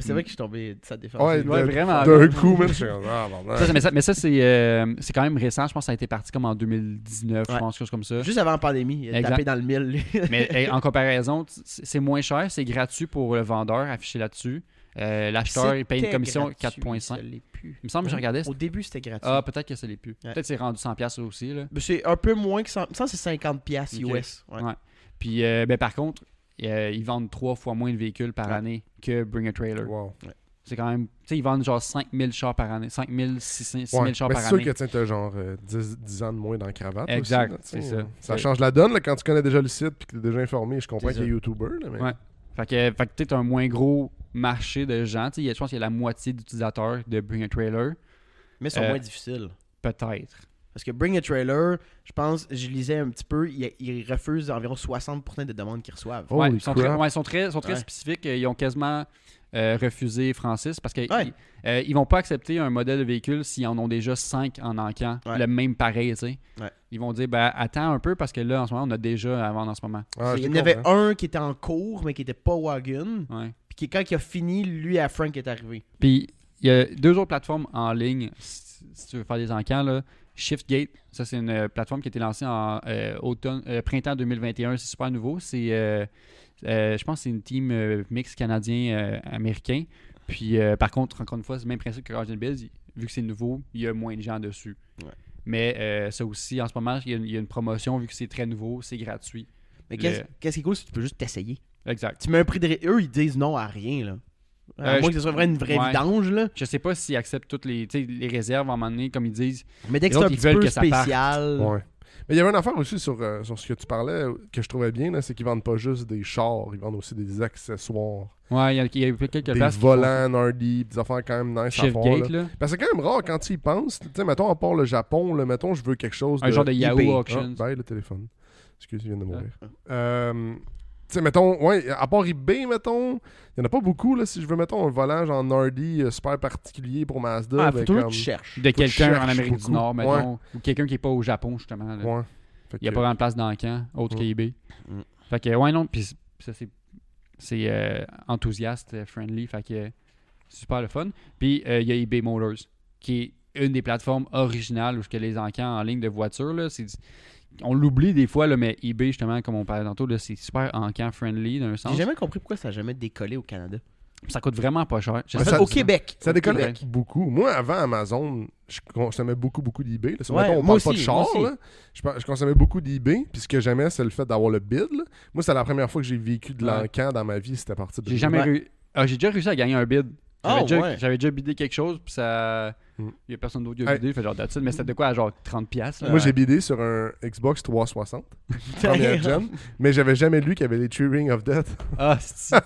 C'est vrai Mm. que je suis tombé de sa défense. Ouais, Ouais, de- vraiment. D'un coup, même. je suis comme, Ah, Ça, bordel. c'est- mais ça, mais ça, c'est euh, c'est quand même récent. Je pense que ça a été parti comme en 2019, je Ouais. pense, quelque chose [LAUGHS] comme ça. Juste avant la pandémie, il a Exact. tapé dans le mille. [LAUGHS] lui. Mais hey, en comparaison, t- c'est c'est moins cher, c'est gratuit pour le vendeur affiché là-dessus. Euh, L'acheteur, il paye une C'était commission gratuit, ça 4,5. l'est plus. Il me semble que je regardais. Au début, c'était gratuit. Ah, peut-être que ça l'est plus. Ouais. Peut-être que c'est rendu 100$ aussi. Là. Mais c'est un peu moins que 100. Ça, c'est 50$ piastres Ok. US. Ouais. Ouais. Puis, euh, ben, par contre, euh, ils vendent trois fois moins de véhicules par Ouais. année que Bring a Trailer. Wow. C'est quand même. Tu sais, ils vendent genre 5000 chars par année, 5000, 6000 Ouais, 6000 chars mais par c'est sûr année. que tiens, t'as genre euh, 10, 10 ans de moins dans la cravate. Exact, aussi, là, tu sais. euh, c'est ça. Ça Ouais. change la donne là, quand tu connais déjà le site et que t'es déjà informé. Je comprends C'est qu'il y a YouTuber. Là, mais... Ouais. Fait que, fait que peut-être un moins gros marché de gens. Tu sais, il y a- je pense qu'il y a la moitié d'utilisateurs de Bring a Trailer. Mais ils sont Euh, moins difficiles. Peut-être. Parce que Bring a Trailer, je pense, je lisais un petit peu, ils ils refusent environ 60% des demandes qu'ils reçoivent. Holy Ouais, ils sont très, crap. ouais, ils sont très, sont très Ouais. spécifiques. Ils ont quasiment euh, refusé Francis parce qu'ils Ouais. euh, ils vont pas accepter un modèle de véhicule s'ils en ont déjà 5 en encan, Ouais. le même pareil. tu sais. Ouais. Ils vont dire ben, attends un peu parce que là, en ce moment, on a déjà à vendre en ce moment. Ah, il je y en te avait comprends. un qui était en cours, mais qui était pas wagon. Ouais. Puis qui, quand il a fini, lui à Frank est arrivé. Puis il y a deux autres plateformes en ligne si, si tu veux faire des encans. Là. Shiftgate, ça c'est une euh, plateforme qui a été lancée en euh, automne, euh, printemps 2021, c'est super nouveau. C'est, euh, euh, je pense que c'est une team euh, mix canadien-américain. Puis euh, par contre, encore une fois, c'est le même principe que Cars and Biz. Vu que c'est nouveau, il y a moins de gens dessus. Ouais. Mais euh, ça aussi, en ce moment, il y, a une- il y a une promotion, vu que c'est très nouveau, c'est gratuit. Mais Le- qu'est-ce qu'est-ce qui est cool, c'est que tu peux juste t'essayer. Exact. Tu mets un prix de. ré- Eux, ils disent non à rien, là. À Euh, moins je- que ce soit vraiment une vraie ouais. vidange, là. Je sais pas s'ils acceptent toutes les, tu sais, les réserves à un moment donné, comme ils disent. Mais dès que Les c'est un autres, ils petit veulent peu que ça parte. spécial. Ouais. Mais il y avait une affaire aussi sur, euh, sur ce que tu parlais euh, que je trouvais bien, là, c'est qu'ils vendent pas juste des chars, ils vendent aussi des accessoires. Ouais, il y a- il y, a eu quelques des places. qui font volants, Nardi, des affaires quand même nice à Chef voir. Gate, là. là. Parce que c'est quand même rare quand tu y penses. Tu sais, mettons, à part le Japon, là, mettons, je veux quelque chose. Un genre de Ah. Yahoo eBay. Auctions. Ah, bye, le téléphone. Excuse, il vient de mourir. Euh, tu sais, mettons, ouais, à part eBay, mettons, il n'y en a pas beaucoup, là, si je veux, mettons, un volant genre Nardi euh, super particulier pour Mazda. Ah, ben, faut toujours que comme- tu cherches. de quelqu'un en cherches Amérique du beaucoup. Nord, Ouais. mettons. Ou quelqu'un qui n'est pas au Japon, justement. là. Ouais. Fait Il n'y a que- pas vraiment de place dans le camp, autre que Mm. eBay. Mm. Fait que, ouais, non, puis c- ça, c'est c'est, euh, enthousiaste, euh, friendly, fait que euh, c'est super le fun. Puis, euh, il y a eBay Motors, qui est une des plateformes originales où ce que les encans en ligne de voitures, là, c'est... On l'oublie des fois, là, mais eBay, justement, comme on parlait tantôt, là, c'est super encan friendly d'un J'ai sens. jamais compris pourquoi ça n'a jamais décollé au Canada. Ça coûte vraiment pas cher. J'ai Ouais, fait ça- au Québec. Ça Au décolle Québec. avec beaucoup. Moi, avant Amazon, je consommais beaucoup, beaucoup d'eBay. là. Si, Ouais, mettons, on moi parle pas de aussi, char, moi aussi. là, je, par- je consommais beaucoup d'eBay. Puis ce que j'aimais, c'est le fait d'avoir le bid. là. Moi, c'est la première fois que j'ai vécu de Ouais. l'encan dans ma vie. C'était parti de J'ai jamais Ouais. réu- Ah, j'ai déjà réussi à gagner un bid. J'avais Ah, déjà, ouais. j'avais déjà bidé quelque chose, puis ça. Mm. Il y a personne d'autre qui a Hey. bidé, fait genre d'habitude, mais c'était de quoi, à genre 30$. piastres, là? Moi, j'ai bidé sur un [LAUGHS] Xbox 360, première gen, mais j'avais jamais lu qu'il y avait les Tree Ring [LAUGHS] of Death. Ah, c'est.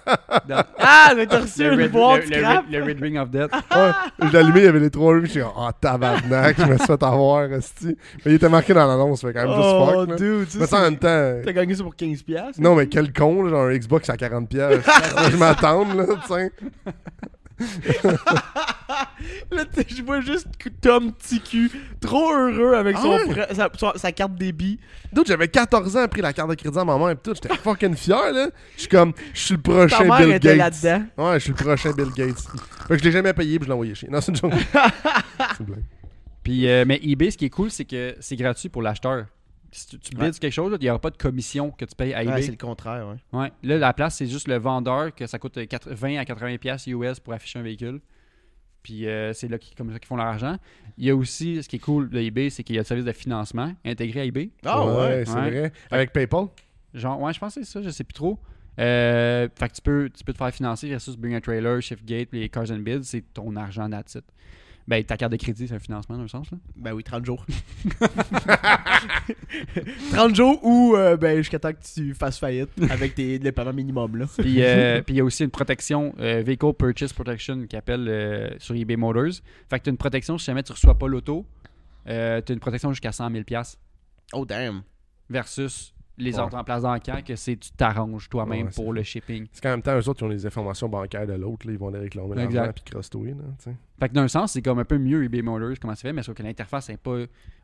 Dans- Ah, mais t'as reçu le une Red- boîte le- le scrap. Red- le Red Ring [LAUGHS] of Death. Ouais, je l'allumais, il y avait les trois rings. Je suis comme, oh, tabarnak, je me suis fait avoir, esti. Mais il était marqué dans l'annonce, fait quand même juste Oh, fuck. là. dude, Mais ça, ça, en c'est- même temps. t'as gagné ça pour 15$. piastres. Non, mais quel con, là, genre un Xbox à 40$. [LAUGHS] piastres. je m'attends, là, tiens. Là, t- je vois juste que Tom Ticu, trop heureux avec Ah son ouais? pre- sa, son- sa carte débit. D'autres, j'avais 14 ans, pris la carte de crédit à maman et tout. J'étais fucking fier, là. Je suis comme, je suis le prochain Ta mère Bill était Gates. là-dedans. Ouais, je suis le prochain Bill Gates. Fait que je l'ai jamais payé puis je l'ai envoyé chier. Non, c'est une joke. C'est une blague. Puis, euh, mais eBay, ce qui est cool, c'est que c'est gratuit pour l'acheteur. Si tu, tu bides Ouais. sur quelque chose, là, il n'y aura pas de commission que tu payes à Ouais, eBay. c'est le contraire, ouais. Ouais. Là, la place, c'est juste le vendeur que ça coûte euh, 4- 20 à 80$ piastres US pour afficher un véhicule. Puis euh, c'est là qu'ils, comme ça qu'ils font leur argent. Il y a aussi, ce qui est cool de eBay, c'est qu'il y a le service de financement intégré à eBay. Ah ouais. c'est Ouais. vrai. Avec PayPal. Genre, ouais, je pense que c'est ça, je sais plus trop. Euh, fait que tu peux, tu peux te faire financer versus Bring a Trailer, Shiftgate, les Cars and Bids, c'est ton argent that's it. Ben, ta carte de crédit, c'est un financement dans [LAUGHS] un sens. Là. Ben oui, 30 jours. [LAUGHS] 30 jours ou euh, ben, jusqu'à temps que tu fasses faillite avec tes dépendants minimum, là. Puis euh, puis il y a aussi une protection, euh, Vehicle Purchase Protection, qui appelle euh, sur eBay Motors. Fait que tu as une protection si jamais tu reçois pas l'auto, euh, tu as une protection jusqu'à 100 000 Oh, damn. versus les Ouais. autres en place dans le camp que c'est tu t'arranges Ouais, toi-même c'est pour ça. le shipping. C'est qu'en même temps, eux autres, ils ont les informations bancaires de l'autre. là. Ils vont les réclamer l'argent Exact. puis cross-touer, là, tu sais. Fait que d'un sens, c'est comme un peu mieux eBay Motors, comment c'est fait, mais sauf que l'interface n'est pas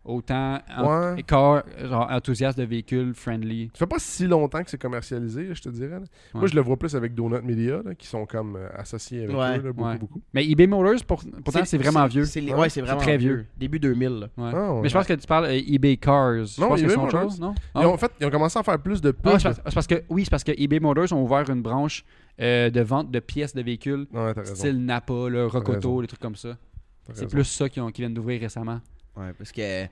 autant en- Ouais. car- genre, enthousiaste de véhicule, friendly. Ça fait pas si longtemps que c'est commercialisé, là, je te dirais. là. Moi, Ouais. je le vois plus avec Donut Media, là, qui sont comme euh, associés avec Ouais. eux, là, beaucoup, Ouais. beaucoup. Mais eBay Motors, pour- pourtant, c'est vraiment vieux. c'est les- Ouais, ouais, c'est c'est vraiment très vieux. Début 2000, là. Ouais. Ah, ouais. Mais je pense que tu parles euh, eBay Cars. Je Non, pense que eBay c'est autre Motors. chose, non? Ils ont, en fait, ils ont commencé à faire plus de Hein? Ah, pubs. c'est parce, c'est parce que oui, c'est parce que eBay Motors ont ouvert une branche euh, de vente de pièces de véhicules, Ouais, t'as raison. style Napa, là, raison. Rocoto, des trucs comme ça. t'as C'est raison. plus ça qu'ils ont- qu'ils viennent d'ouvrir récemment. Ouais, parce que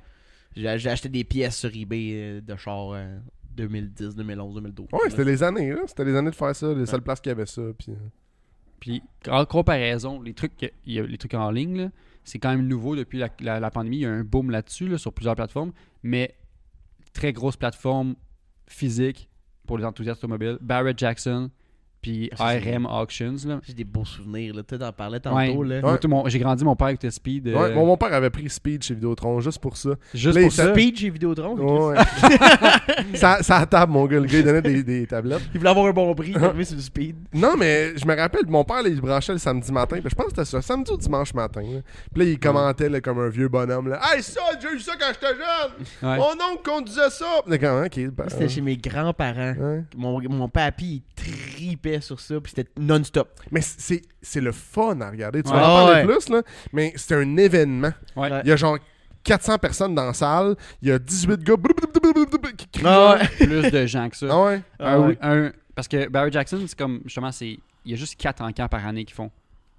j'ai j'ai acheté des pièces sur eBay euh, de char euh, 2010, 2011, 2012. Ouais, c'était les années, là. C'était les années de faire ça, les seules places qui avaient ça. Puis... euh. Puis en comparaison, les trucs, que- il y a les trucs en ligne, là, c'est quand même nouveau depuis la, la- la pandémie. Il y a un boom là-dessus là, sur plusieurs plateformes, mais très grosse plateforme physique pour les enthousiastes automobiles. Barrett Jackson, puis Ah, ça, c'est- RM Auctions. Là. J'ai des beaux souvenirs, là. Tu en parlais Ouais. tantôt, là. Moi, tout mon- J'ai grandi, mon père écoutait Speed. euh, Ouais, mon, mon père avait pris Speed chez Vidéotron juste pour ça. juste les pour ça. Speed chez Vidéotron. Oh, Ouais. [LAUGHS] ça, ça à table, mon gars. Le gars, il donnait des, des tablettes. Il voulait avoir un bon prix, [LAUGHS] il est arrivé sur le Speed. Non, mais je me rappelle, mon père, là, il se branchait le samedi matin. Puis je pense que c'était ça, samedi ou dimanche matin. là. Puis là, il commentait là, comme un vieux bonhomme. Là. Hey, ça, j'ai eu ça quand j'étais jeune. Ouais. Oh! Mon oncle conduisait ça. Puis là, comme, ok, bah, Euh. C'était chez mes grands-parents. ouais. Mon, mon papy, il tripait sur ça, puis c'était non-stop. Mais c'est c'est le fun à regarder. Tu Ouais. vas en parler Ah ouais. plus, là. Mais c'est un événement. Ouais. Ouais. Il y a genre 400 personnes dans la salle. Il y a 18 gars brou- brou- brou- brou- brou- brou- qui crient. Ah ouais. [LAUGHS] Plus de gens que ça. Ah ouais. Un- ouais. un- parce que Barrett Jackson, c'est comme justement, c'est il y a juste 4 encans par année qu'ils font.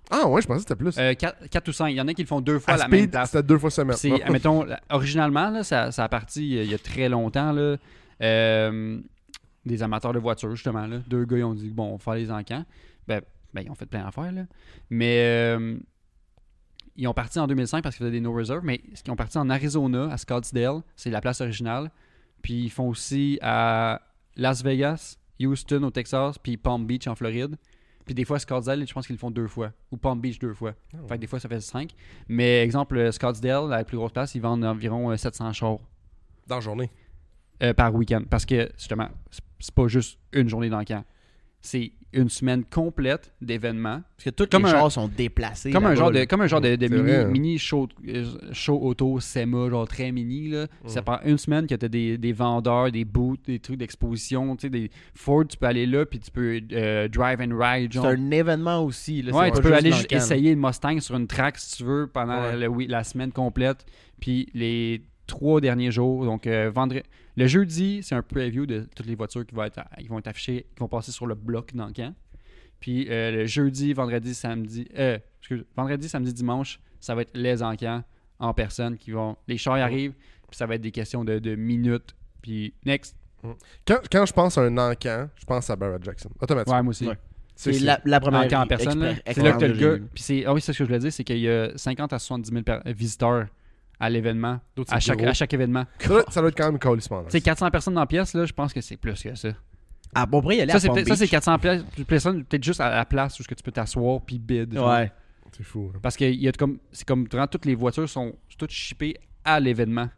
Ah ouais, je pensais que c'était plus. 4, ou 5. Il y en a qui le font deux fois À Euh, la même Speed, place. c'était deux fois semaine. Ah. C'est, admettons, la- originalement, là, ça, ça a parti euh, il y a très longtemps. Là, euh, des amateurs de voitures, justement. Là. Deux gars, ils ont dit, bon, on va faire les encans. Ben, ben, ils ont fait plein d'affaires. Là. Mais euh, ils ont parti en 2005 parce qu'ils faisaient des no reserve. Mais ils ont parti en Arizona, à Scottsdale. C'est la place originale. Puis ils font aussi à Las Vegas, Houston au Texas, puis Palm Beach en Floride. Puis des fois, Scottsdale, je pense qu'ils le font deux fois. Ou Palm Beach deux fois. Fait que des fois, ça fait cinq. Mais exemple, euh, Scottsdale, la plus grosse place, ils vendent environ euh, 700 chars Dans la journée. euh, par week-end. Parce que, justement, c'est- c'est pas juste une journée dans le camp. C'est une semaine complète d'événements. Parce que toutes Comme les un- chars sont déplacés. Comme un, là-bas, genre de, là. comme un genre de, de C'est vrai, mini, hein. mini show, euh, show auto SEMA, genre très mini. Là. Mm. Ça prend une semaine que tu as des, des vendeurs, des booths, des trucs d'exposition. tu sais, Des Ford, tu peux aller là, puis tu peux euh, drive and ride. C'est Genre. un événement aussi. Là, Ouais, c'est pas tu peux juste aller dans juste le camp, là. essayer le Mustang sur une track si tu veux pendant Ouais. le oui- la semaine complète. Puis les trois derniers jours, donc euh, vendredi. Le jeudi, c'est un preview de toutes les voitures qui vont être, qui vont être affichées, qui vont passer sur le bloc dans le camp. Puis euh, le jeudi, vendredi, samedi, euh, excuse, vendredi, samedi, dimanche, ça va être les encans en personne qui vont. Les chars y arrivent, puis ça va être des questions de, de minutes. Puis next, Quand, quand je pense à un encan, je pense à Barrett Jackson. Automatiquement. ouais, moi aussi. Ouais. C'est la, la première Encore en personne. là. expé- C'est là que t'as expérience le que gars. j'ai eue. Puis c'est, ah oui, c'est ce que je voulais dire, c'est qu'il y a 50 à 70 000 per- visiteurs à l'événement, D'autres, à c'est chaque, gros. à chaque événement. Ça, doit être- ça doit être quand même colissement. Tu sais, 400 personnes dans la pièce, là, je pense que c'est plus que ça. Ah, bon, après, il allait Ça, à c'est, Palm peut-être- ça, c'est Beach. 400 pièces- personnes, peut-être juste à la place où ce que tu peux t'asseoir puis bid. genre. Ouais. C'est fou. hein. Parce que il y a de comme, c'est comme vraiment toutes les voitures sont toutes shippées à l'événement.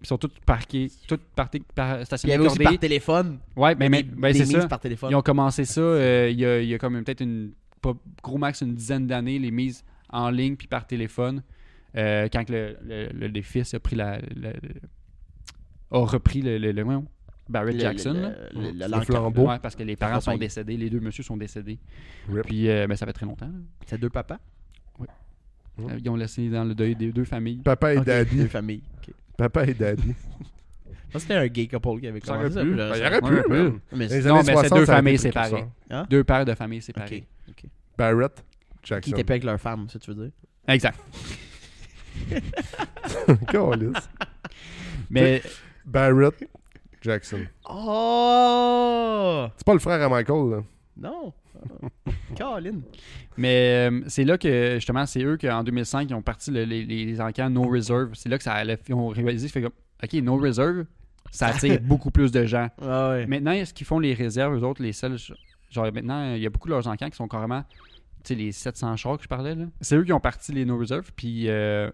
Ils sont toutes parquées, toutes parti- par, Puis il y stationnées avait aussi par cordées. téléphone. Ouais, mais, mais- des, ben, des c'est mises ça. par téléphone. Ils ont commencé ça euh, il y, a, il y a comme peut-être une pas- gros max une dizaine d'années, les mises en ligne puis par téléphone. Euh, quand que le, le, le- les fils a pris la, la- la- a repris le, le- le- voyons, Barrett Le- Jackson. le- là. Oh, le- le- le- Mm. Le l'encan- flambeau. Ouais, parce que les parents sont Campagne. décédés, les deux messieurs sont décédés. Rip. Puis euh, ben, ça fait très longtemps. là. C'est deux papas, Euh, Ils ont laissé dans le deuil des deux familles. Papa et Ok, deux daddy. familles. Ok. Papa et daddy. Ça, c'était un gay couple qui avait Ça commencé aurait ça. pu. puis Ben, là, Il ça- aurait Ouais, pu, man. Mais Les c'est- années Non, mais c'est 60, deux ça aurait familles été précurseur. séparées. Hein? Deux pères de familles séparées. Ok. ok. Barrett Qui Jackson. était [LAUGHS] pas avec leur femme, ça tu veux dire? Exact. Calisse. Mais Barrett Jackson. Oh! C'est pas le frère à Michael, là. [LAUGHS] Non! Caroline! Mais euh, c'est là que, justement, c'est eux qu'en 2005, ils ont parti le- les, les, les encans No Reserve. C'est là que ça allait- ils ont réalisé, fait comme, OK, No Reserve, ça attire beaucoup plus de gens. Ah ouais. Maintenant, est-ce qu'ils font les réserves, eux autres, les seuls. Genre, maintenant, il y a beaucoup de leurs encans qui sont carrément. Tu sais, les 700 chars que je parlais, là. C'est eux qui ont parti les No Reserve, puis. euh,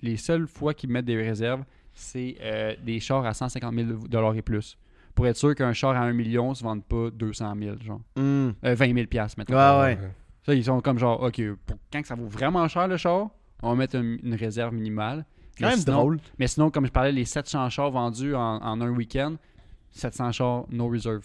les seules fois qu'ils mettent des réserves, c'est euh, des chars à 150 000 et plus. Pour être sûr qu'un char à 1 million se vende pas 200 000, genre. Hmm. Euh, 20 000 piastres, maintenant. Ah ouais. Ça, ils sont comme genre, OK, pour quand que ça vaut vraiment cher le char, on va mettre une, une réserve minimale. Quand Mais même sinon- drôle. Mais sinon, comme je parlais, les 700 chars vendus en, en un week-end, 700 chars no reserve.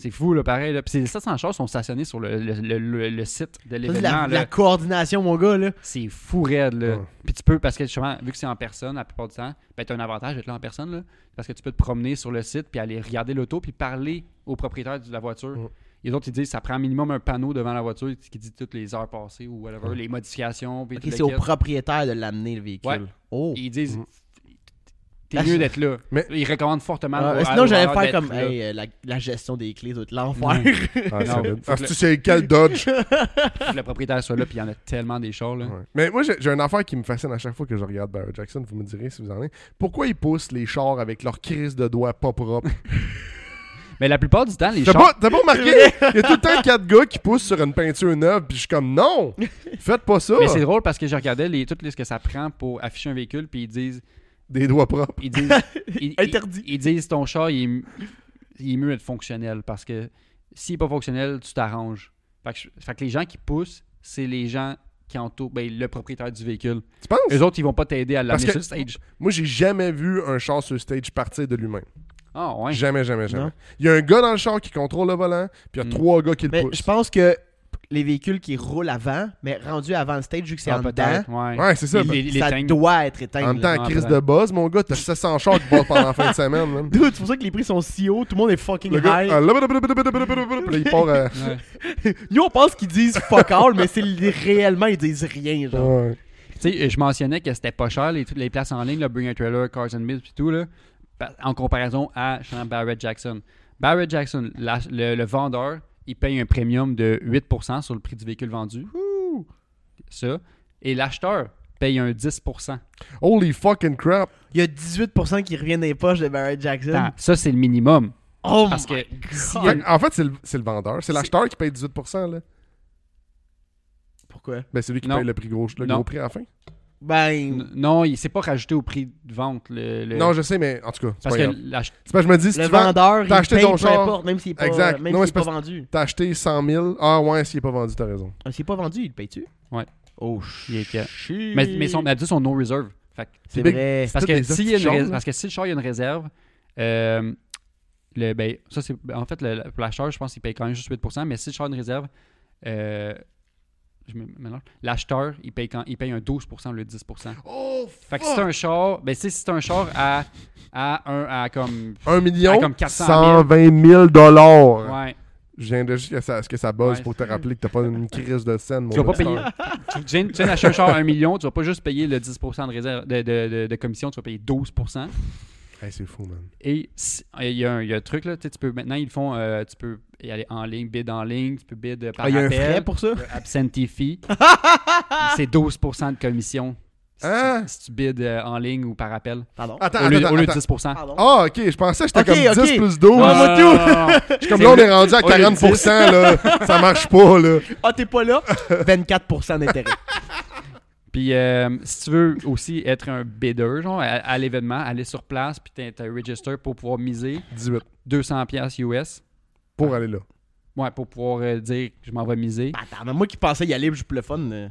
C'est fou, là, pareil. Là. Puis ces 700 chars sont stationnés sur le, le- le- le- le site Ça, de c'est l'événement. la, là. la coordination, mon gars, là. C'est fou raide, là. Ouais. Puis tu peux, parce que justement, vu que c'est en personne la plupart du temps, ben t'as un avantage d'être là en personne, là. Parce que tu peux te promener sur le site, puis aller regarder l'auto, puis parler au propriétaire de la voiture. Ouais. Les autres, ils disent ça prend minimum un panneau devant la voiture qui dit toutes les heures passées ou whatever, Ouais. les modifications, puis Ok, tout le c'est au kit. propriétaire de l'amener, le véhicule. Ouais. Oh! Ils disent Mm. t'es Ah, mieux c'est- d'être là. [LAUGHS] Mais- Ils recommandent fortement. Ah, au- sinon, au- j'allais faire d'être comme là. hey, euh, la, la gestion des clés, ça doit être [LAUGHS] l'enfer. Ah, Non, solide. faut Ah, que c'est-tu, c'est quel Dodge? Faut que le propriétaire soit là, puis il y en a tellement des chars, là. Ouais. Mais moi, j'ai j'ai une affaire qui me fascine à chaque fois que je regarde Barrett Jackson. Vous me direz si vous en avez. Pourquoi ils poussent les chars avec leur crise de doigts pas propre? Mais la plupart du temps, les T'as chars. pas, t'as pas remarqué? Il y a tout le temps quatre gars qui poussent sur une peinture neuve, puis je suis comme non! Faites pas ça! Mais c'est drôle parce que je regardais les, tout les- ce que ça prend pour afficher un véhicule, puis ils disent Des doigts propres. ils disent, ils, Interdit. Ils, ils disent ton char, il est, m- il est mieux d'être fonctionnel parce que s'il n'est pas fonctionnel, tu t'arranges. Fait que, je- fait que les gens qui poussent, c'est les gens qui entourent ben, le propriétaire du véhicule. Tu penses? Les autres, ils vont pas t'aider à Parce l'amener que- sur le stage. Moi, j'ai jamais vu un char sur stage partir de lui-même. Ah ouais. Jamais, jamais, jamais. Non. Il y a un gars dans le char qui contrôle le volant, puis il y a Mm. trois gars qui le mais poussent. je pense que les véhicules qui roulent avant, mais rendus avant le stage, vu que c'est Ah, en dedans, peut-être, Ouais. Ouais, c'est ça. Il- ben, il- il ça éteigne. doit être éteint. en même temps, Ah, crise ben. de buzz, mon gars, t'as 700 chars qui vont pendant la fin de semaine. man. Dude, [LAUGHS] c'est pour ça que les prix sont si hauts, tout le monde est fucking Le gars, high. ah, là, puis là, il part à- Ouais. Yo, on pense qu'ils disent fuck all, mais c'est li- réellement, ils disent rien, genre. Ouais. Tu sais, je mentionnais que c'était pas cher, les, toutes les places en ligne, le Bring a Trailer, Cars and Mills, puis tout, là, pa- en comparaison à justement, Barrett Jackson. Barrett Jackson, la- le, le vendeur, il paye un premium de 8% sur le prix du véhicule vendu. Ça. Et l'acheteur paye un 10%. Holy fucking crap! Il y a 18% qui reviennent des poches de Barrett Jackson. Attends, Ah, ça, c'est le minimum. Oh Parce my que s'il y a Fait une- que, en fait, c'est le, c'est le vendeur. C'est C'est- l'acheteur qui paye 18%. Là. Pourquoi? Ben, c'est lui qui Non. paye le prix gros, le Non. gros prix à la fin. Ben, N- Non, il s'est pas rajouté au prix de vente. Le, le- Non, je sais, mais en tout cas, c'est parce pas que grave. l'ach- C'est pas, je me dis, si le tu vends, vendeur, il t'as acheté paye ton peu char. importe, même s'il n'est pas, Exact. même Non, mais s'il est c'est pas vendu. t'as acheté 100 000. Ah ouais, s'il est pas vendu, t'as raison. Ah, S'il n'est pas vendu, il le paye-tu? Ouais. Oh, Il est shit. quatre. mais, mais ils sont habitués sont no reserve. Fait que- C'est big- vrai. parce, toutes que des s'il y a hosties une de rés- choses, parce que si le char il y a une réserve, euh, le, ben, ça c'est en fait le, le- pour l'acheteur, je pense qu'il paye quand même juste 8%, mais si le char a une réserve, euh, je me mélange, l'acheteur il paye quand il paye un 12% le 10%. Oh, Fait que si c'est un char, ben tu sais, si c'est un char à à un à comme 1 million, Ah, comme 400 000. 120 000 dollars. ouais, Je viens de juste que ça, que ça buzz Ouais. pour te rappeler que t'as pas une crise de scène, mon tu vas pas Lester. payer tu viens, tu viens d'acheter un char à 1 million, tu vas pas juste payer le 10% de réserve de, de- de- de commission, tu vas payer 12%. Hey, c'est fou, man. Et si- ah, il y, a un il y a un truc là, tu sais, tu peux maintenant ils le font, euh, tu peux y aller en ligne, bid en ligne, tu peux bid euh, par Ah, il y a un appel, frais pour ça? le [LAUGHS] absentee fee. c'est 12% de commission si, Hein? tu, si tu bides euh, en ligne ou par appel Pardon. Attends, au lieu, attends, au lieu de attends. 10%. Pardon. Ah, ok, je pensais que j'étais Ok, comme 10 ok. plus 12. Non, Ah, moi, non, tout. non, non, non. Je suis comme là, on est rendu à au lieu de 40%, là. Ça marche pas, là. Ah, t'es pas là? 24% d'intérêt. [LAUGHS] Puis euh, si tu veux aussi être un bidder genre à, à l'événement, aller sur place puis t'as t'as un register pour pouvoir miser 18 200 pièces US. pour aller là. Ouais, pour pouvoir euh, dire je m'en vais miser. Ben, Attends, mais moi qui pensais y aller, je pour le fun. euh.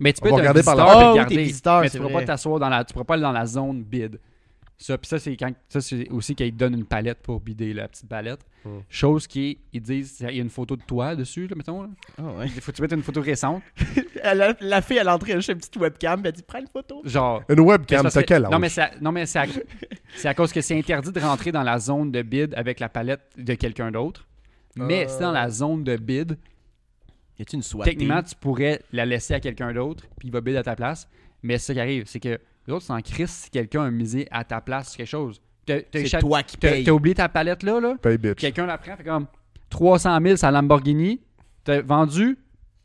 Mais tu On peux va être un regarder par visiteur là. et Ah oui, regarder, t'es visiteur, mais c'est tu pourras vrai. pas t'asseoir dans la tu pourras pas aller dans la zone bid. Ça puis ça c'est quand ça c'est aussi qu'ils te donnent une palette pour bider la petite palette. Hmm. Chose qui est, ils disent il y a une photo de toi dessus là, mettons. là. Ah, [LAUGHS] Il faut que tu mettes une photo récente, la, la fille à l'entrée, elle a juste une petite webcam, puis elle dit prends une photo. genre Une Mais c'est webcam, parce t'as que- quel âge? Non, mais c'est à, non, mais c'est à- c'est à cause que c'est interdit de rentrer dans la zone de bid avec la palette de quelqu'un d'autre. Mais Euh. si dans la zone de bid, Y a-tu une soirée? techniquement, tu pourrais la laisser à quelqu'un d'autre, puis il va bid à ta place. Mais ce qui arrive, c'est que l'autre s'en crisse si quelqu'un a misé à ta place sur quelque chose. T'as- t'as c'est échapp- toi qui t'as- paye. t'as oublié ta palette là, là. Paye, bitch. Quelqu'un la prend, fait comme 300 000 sa Lamborghini, t'as vendu,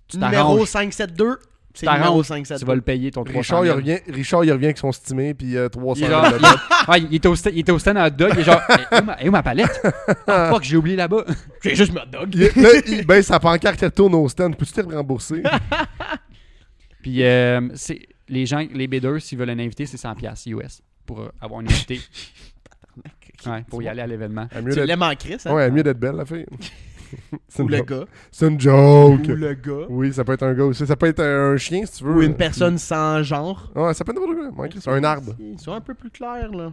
tu Numéro t'arranges. 572. C'est t'arranges. numéro Tu vas le 572. payer ton 300 000. Richard il, revient, Richard, il revient avec son stimé, puis euh, 300 Il est 000 genre- de dette. Ah, il était au stand, il était au stand à hot dog, il [LAUGHS] est genre, Eh, où ma, eh, où ma palette? Ah, fuck, j'ai oublié là-bas. J'ai juste me dog. Il est- [LAUGHS] Là, il baisse sa pancarte, elle tourne au stand. Peux-tu te [LAUGHS] rembourser? Puis, euh, c'est, les gens, les bidders, s'ils veulent un invité, c'est 100$ piastres US pour euh, avoir [LAUGHS] un invité, ouais, pour y aller à l'événement. Elle est mieux Tu d'être- l'aimes en Chris, hein? Ouais, elle est mieux d'être belle, [LAUGHS] la fille. C'est Ou une le joke. gars. C'est une joke. Ou le gars. Oui, ça peut être un gars aussi. Ça peut être un chien, si tu veux. Ou une personne sans genre. Ouais, ça peut être n'importe quoi. Ouais, Chris, un arbre. Ils sont un peu plus clairs, là.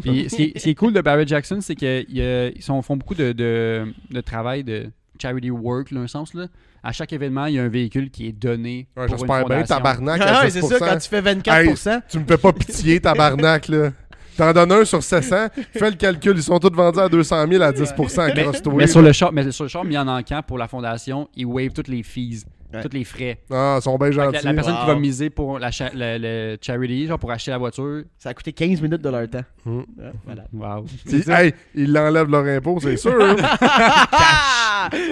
Puis, ce qui est, ce qui est cool de Barrett Jackson, c'est qu'ils font beaucoup de, de- de travail de charity work, là, un sens. Là. À chaque événement, il y a un véhicule qui est donné Ouais, pour une J'espère bien, fondation. tabarnak. Ah à ouais, c'est ça, 16%. quand tu fais 24%. Tu me fais pas pitié, tabarnak, là. T'en donnes un sur 700, fais le calcul, ils sont tous vendus à 200 000 à 10 à Cross-Tour. Mais sur le char, mais sur le char mis en encamp pour la fondation, ils waivent toutes les fees, Ouais. toutes les frais. Ah, ils sont bien Fait gentils. que La, la personne qui Wow. va miser pour la cha- le, le charity, genre pour acheter la voiture. Ça a coûté 15 minutes de leur temps. Hmm. Ouais, [LAUGHS] voilà. Wow. Ils- hey, ils l'enlèvent leur impôt, c'est [LAUGHS] sûr.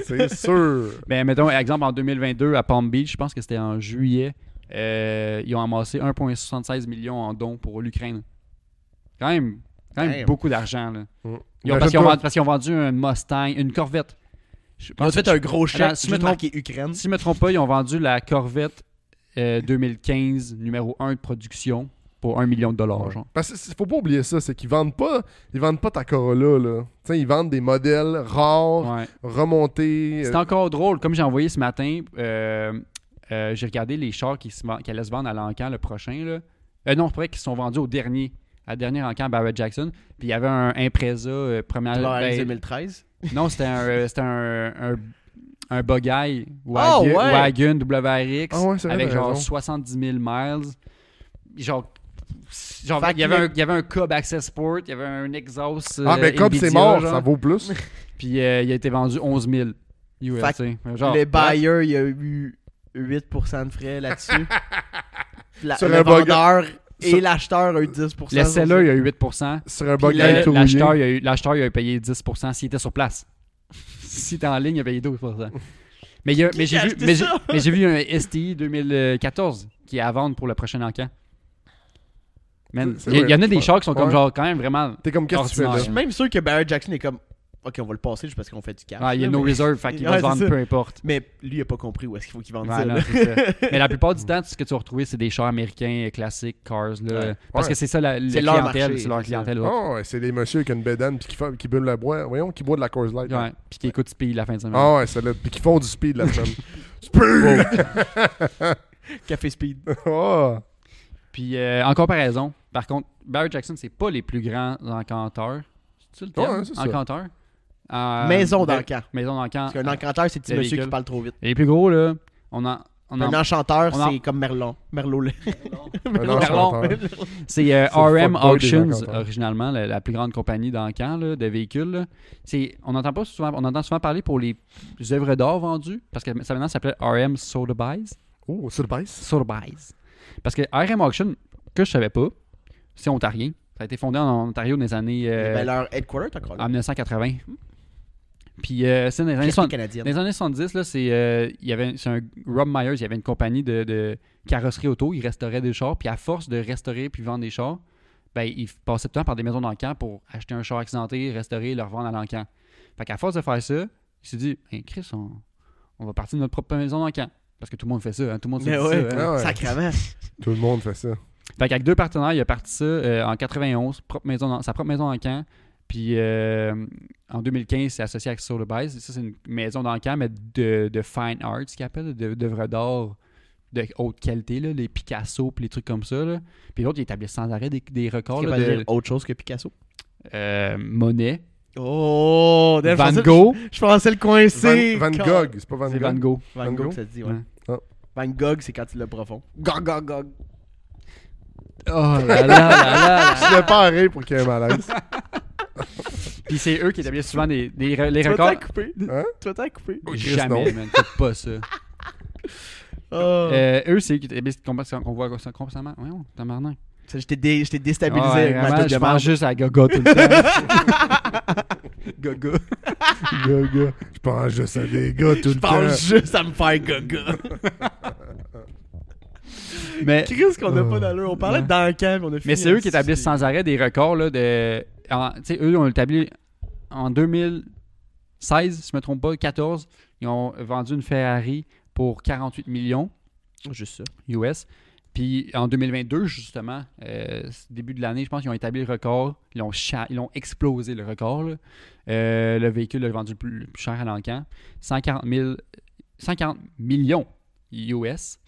c'est sûr. Ben, mettons, exemple, en 2022, à Palm Beach, je pense que c'était en juillet, euh, ils ont amassé 1,76 million en dons pour l'Ukraine. Quand même, quand même Damn. beaucoup d'argent. là. Hmm. Ils ont- parce qu'ils Imagine-toi- ont, vendu- parce qu'ils ont vendu un Mustang, une Corvette. Je Ils ont pense- fait un gros chèque. Attends, si Si je je me trompe- marqué Ukraine. Si je ne me trompe pas, ils ont vendu la Corvette euh, 2015, numéro 1 de production, pour 1 million de dollars. genre. Parce qu'il faut pas oublier ça, c'est qu'ils vendent pas, ils vendent pas ta Corolla là. Tu sais, ils vendent des modèles rares, Oh. Ouais. remontés. euh, C'est encore drôle. Comme j'ai envoyé ce matin, euh, euh, j'ai regardé les chars qui, se vend- qui allaient se vendre à l'encan le prochain. Là. Euh, non, c'est vrai qu'ils sont vendus au dernier, à la dernière encan Barrett Jackson. Puis il y avait un Impreza euh, première. Leur ben, 2013. non, c'était un, euh, c'était un, un, un Bugeye Ah, Wagon, ouais! Wagon WRX Ah ouais, c'est vrai, avec t'as genre raison. 70 000 miles. Genre. Genre, Fait il y, avait que- un, il y avait un Cobb Access Sport, il y avait un Exhaust. ah, euh, mais comme c'est Nvidia, mort, genre. ça vaut plus. Puis euh, il a été vendu 11 000 US. Fait tu sais. Euh, Genre, le buyer, il y a eu 8% de frais [LAUGHS] là-dessus. La- Sur le un bug- vendeur et sur- l'acheteur a eu 10%. Le sur seller, il y a eu 8 Le- Sur un Puis bug le- tout rouillé. L'acheteur, il a eu- l'acheteur, il a payé 10 s'il était sur place. [LAUGHS] S'il était en ligne, il a payé 12 Mais, il y a- mais Qui j'ai a vu, acheté mais j'ai- ça? mais j'ai vu un STI 2014 qui est à vendre pour le prochain encan. Man, C'est- c'est il y, il y en a vrai, des je chars qui sont comme ouais. genre quand même vraiment. T'es comme, qu'est-ce que tu fais là? Je Ordinaire. suis même sûr que Barry Jackson est comme Ok, on va le passer juste parce qu'on fait du cash. Ah, il y a là, no mais- reserve, fait qu'il Ouais, va se c'est vendre ça. peu importe. Mais lui, il a pas compris où est-ce qu'il faut qu'il vende ça. Voilà, là. c'est ça. [LAUGHS] Mais la plupart du temps, ce que tu vas retrouver, c'est des chars américains euh, classiques, cars. Là, Ouais. Parce Ouais. que c'est ça la, la C'est leur clientèle. marché, c'est leur c'est ça. clientèle. ouais. Oh, ouais, c'est les messieurs qui ont une bédane puis qui, font- qui bullent la bois. Voyons, qui boivent de la Coors Light. Ouais, Puis qui écoutent Speed la fin de semaine. Ah ouais, celle-là. Puis qui font du speed la semaine. [LAUGHS] speed! Café Speed. [LAUGHS] oh. Puis euh, en comparaison, par contre, Barry Jackson, c'est pas les plus grands encanteurs. C'est-tu le terme? Ouais, c'est ça. Encanteurs? Euh, Maison de- d'encan. Maison d'encan. Parce qu'un encanteur, c'est le petit ah, Le monsieur qui véhicule. parle trop vite. Et Les plus gros, là, on en... On en... un enchanteur, on en- c'est comme Merlon. Merlot. là. Un non, enchanteur. C'est euh, C'est le RM fuckboy des Auctions, encanteurs. originalement, la, la plus grande compagnie d'encan là, de véhicules. là. C'est, on entend pas souvent, on entend souvent parler pour les œuvres d'art vendues, parce que ça maintenant s'appelle RM Sotheby's. Oh, surprise. Sotheby's. Parce que RM Auction, que je savais pas, c'est ontarien. Ça a été fondé en Ontario dans les années euh, Ben, leur headquarter, t'as encore en là. 1980. Puis euh, c'est dans les années Fierté 70. canadienne. Dans les années 70, là, c'est, euh, il y avait, c'est un Rob Myers, il y avait une compagnie de, de carrosserie auto, il restaurait des chars, puis à force de restaurer puis vendre des chars, ben, il f- passait le temps par des maisons d'encan pour acheter un char accidenté, restaurer et le revendre à l'encan. Fait qu'à force de faire ça, il s'est dit, Hey, Chris, on, on va partir de notre propre maison d'encan. Parce que tout le monde fait ça, hein, tout le monde se Mais dit Ben ouais. ça. hein. Ah ouais. Sacrement. Tout le monde fait ça. Fait qu'avec deux partenaires, il a parti ça euh, en 91, propre maison dans- sa propre maison en camp. Puis euh, en 2015, c'est associé avec Sotheby's. Ça, c'est une maison dans le camp, mais de, de fine art, ce qu'ils appellent, de- d'œuvres d'art de haute qualité, là, les Picasso, puis les trucs comme ça. là. Puis l'autre, il établit sans arrêt des, des records Qui là, va de dire autre chose que Picasso. euh, Monet, Oh, Dan, je Van pensais- Gogh. Je pensais le coincer. Van, Van Gogh, c'est pas Van C'est Gogh. Van Gogh. Van Van Gogh, Gogh. ça se dit, ouais. Ouais. Ah. Van Gogh, c'est quand il le profond. Gog, gog, gog. Oh [LAUGHS] là là là là. Je l'ai pas arrêté pour qu'il y ait un [LAUGHS] malaise. Puis c'est eux qui établissent souvent des, des re- les Tu vas t'en records. couper. Hein? Tu vas t'en couper. Oh, Chris, Jamais, non. man, faites [LAUGHS] pas ça. Oh. Euh, eux, c'est eux qui établissent qu'on qu'on voit constamment. Voyons, tabarnak. Ça, Je t'ai dé- je t'ai déstabilisé Ouais, avec ma vraiment, joke de je pense marge. juste à Gaga tout le temps. Gaga. Gaga. Je pense juste à des gars tout Je le temps. pense juste à me faire gaga. mais [LAUGHS] Chris, qu'on n'a Oh. pas d'allure. On parlait Ouais. dans le camp, on a fini. mais c'est eux qui là-dessus. établissent sans arrêt des records. Là, de, en- tu sais, eux, ils ont établi en 2016, si je me trompe pas, 14, ils ont vendu une Ferrari pour 48 millions Juste ça. US. Puis en 2022, justement, euh, début de l'année, je pense qu'ils ont établi le record. Ils ont, cha- ils ont explosé le record. là. Euh, le véhicule a vendu le plus, le plus cher à l'encan. 140, 000 140 millions US.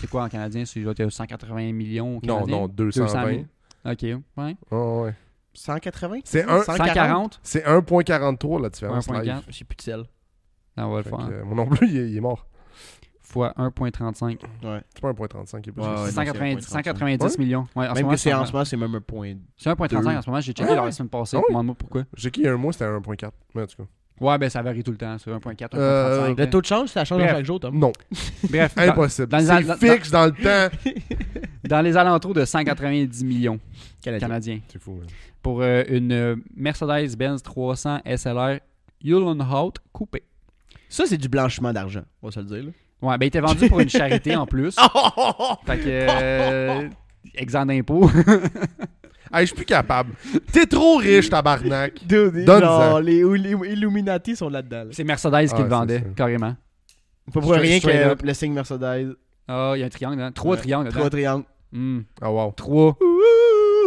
C'est quoi en canadien? C'est genre, t'as 180 millions Non, canadiens? non, 220. 200 000. OK, ouais. Oh, ouais. 180 C'est un- 140? C'est 1.43 la différence. 1.4. live. J'ai plus de sel. Non, on va le Fait faire. que, euh, Mon non plus, il est, il est mort. Fois 1.35. Ouais. C'est pas 1.35, il est plus Ah, Ouais, ouais. que ça. non, c'est 190, 1.35. 190 Ouais? millions. Ouais, en ce Même moment, que c'est en un- ce moment, c'est même un point. c'est 1.35 en ce moment. J'ai checké Ah la ouais? semaine passée. Ah oui? Demande-moi pourquoi. J'ai qu'il y a un mois, c'était 1.4. Mais en tout cas. Ouais, ben ça varie tout le temps. C'est 1.4, 1.35. Euh, Le taux de change, ça change à Bref. chaque jour, Tom. Non, Bref, dans- impossible. dans les c'est al- dans- fixe [LAUGHS] dans, le temps. dans les alentours de 190 millions Canadien. canadiens C'est fou, man. pour euh, une euh, Mercedes-Benz 300 SLR Uhlenhaut coupé. Ça, c'est du blanchiment d'argent, on va se le [LAUGHS] dire. là. Ouais, ben il était vendu pour une charité [LAUGHS] en plus. Oh, Ah! Fait que euh, exempt d'impôts. Hey, je suis plus capable. T'es trop riche, tabarnak. Dude, Donne-en. genre, les, les Illuminati sont là-dedans. là. [LAUGHS] C'est Mercedes qui Ah, le vendait, c'est ça. carrément. Pas pour rien que Straight le, up. le signe Mercedes, Ah, il y a un triangle dedans. Trois Ouais, triangles dedans. trois triangles. Hmm, Ah, wow. trois.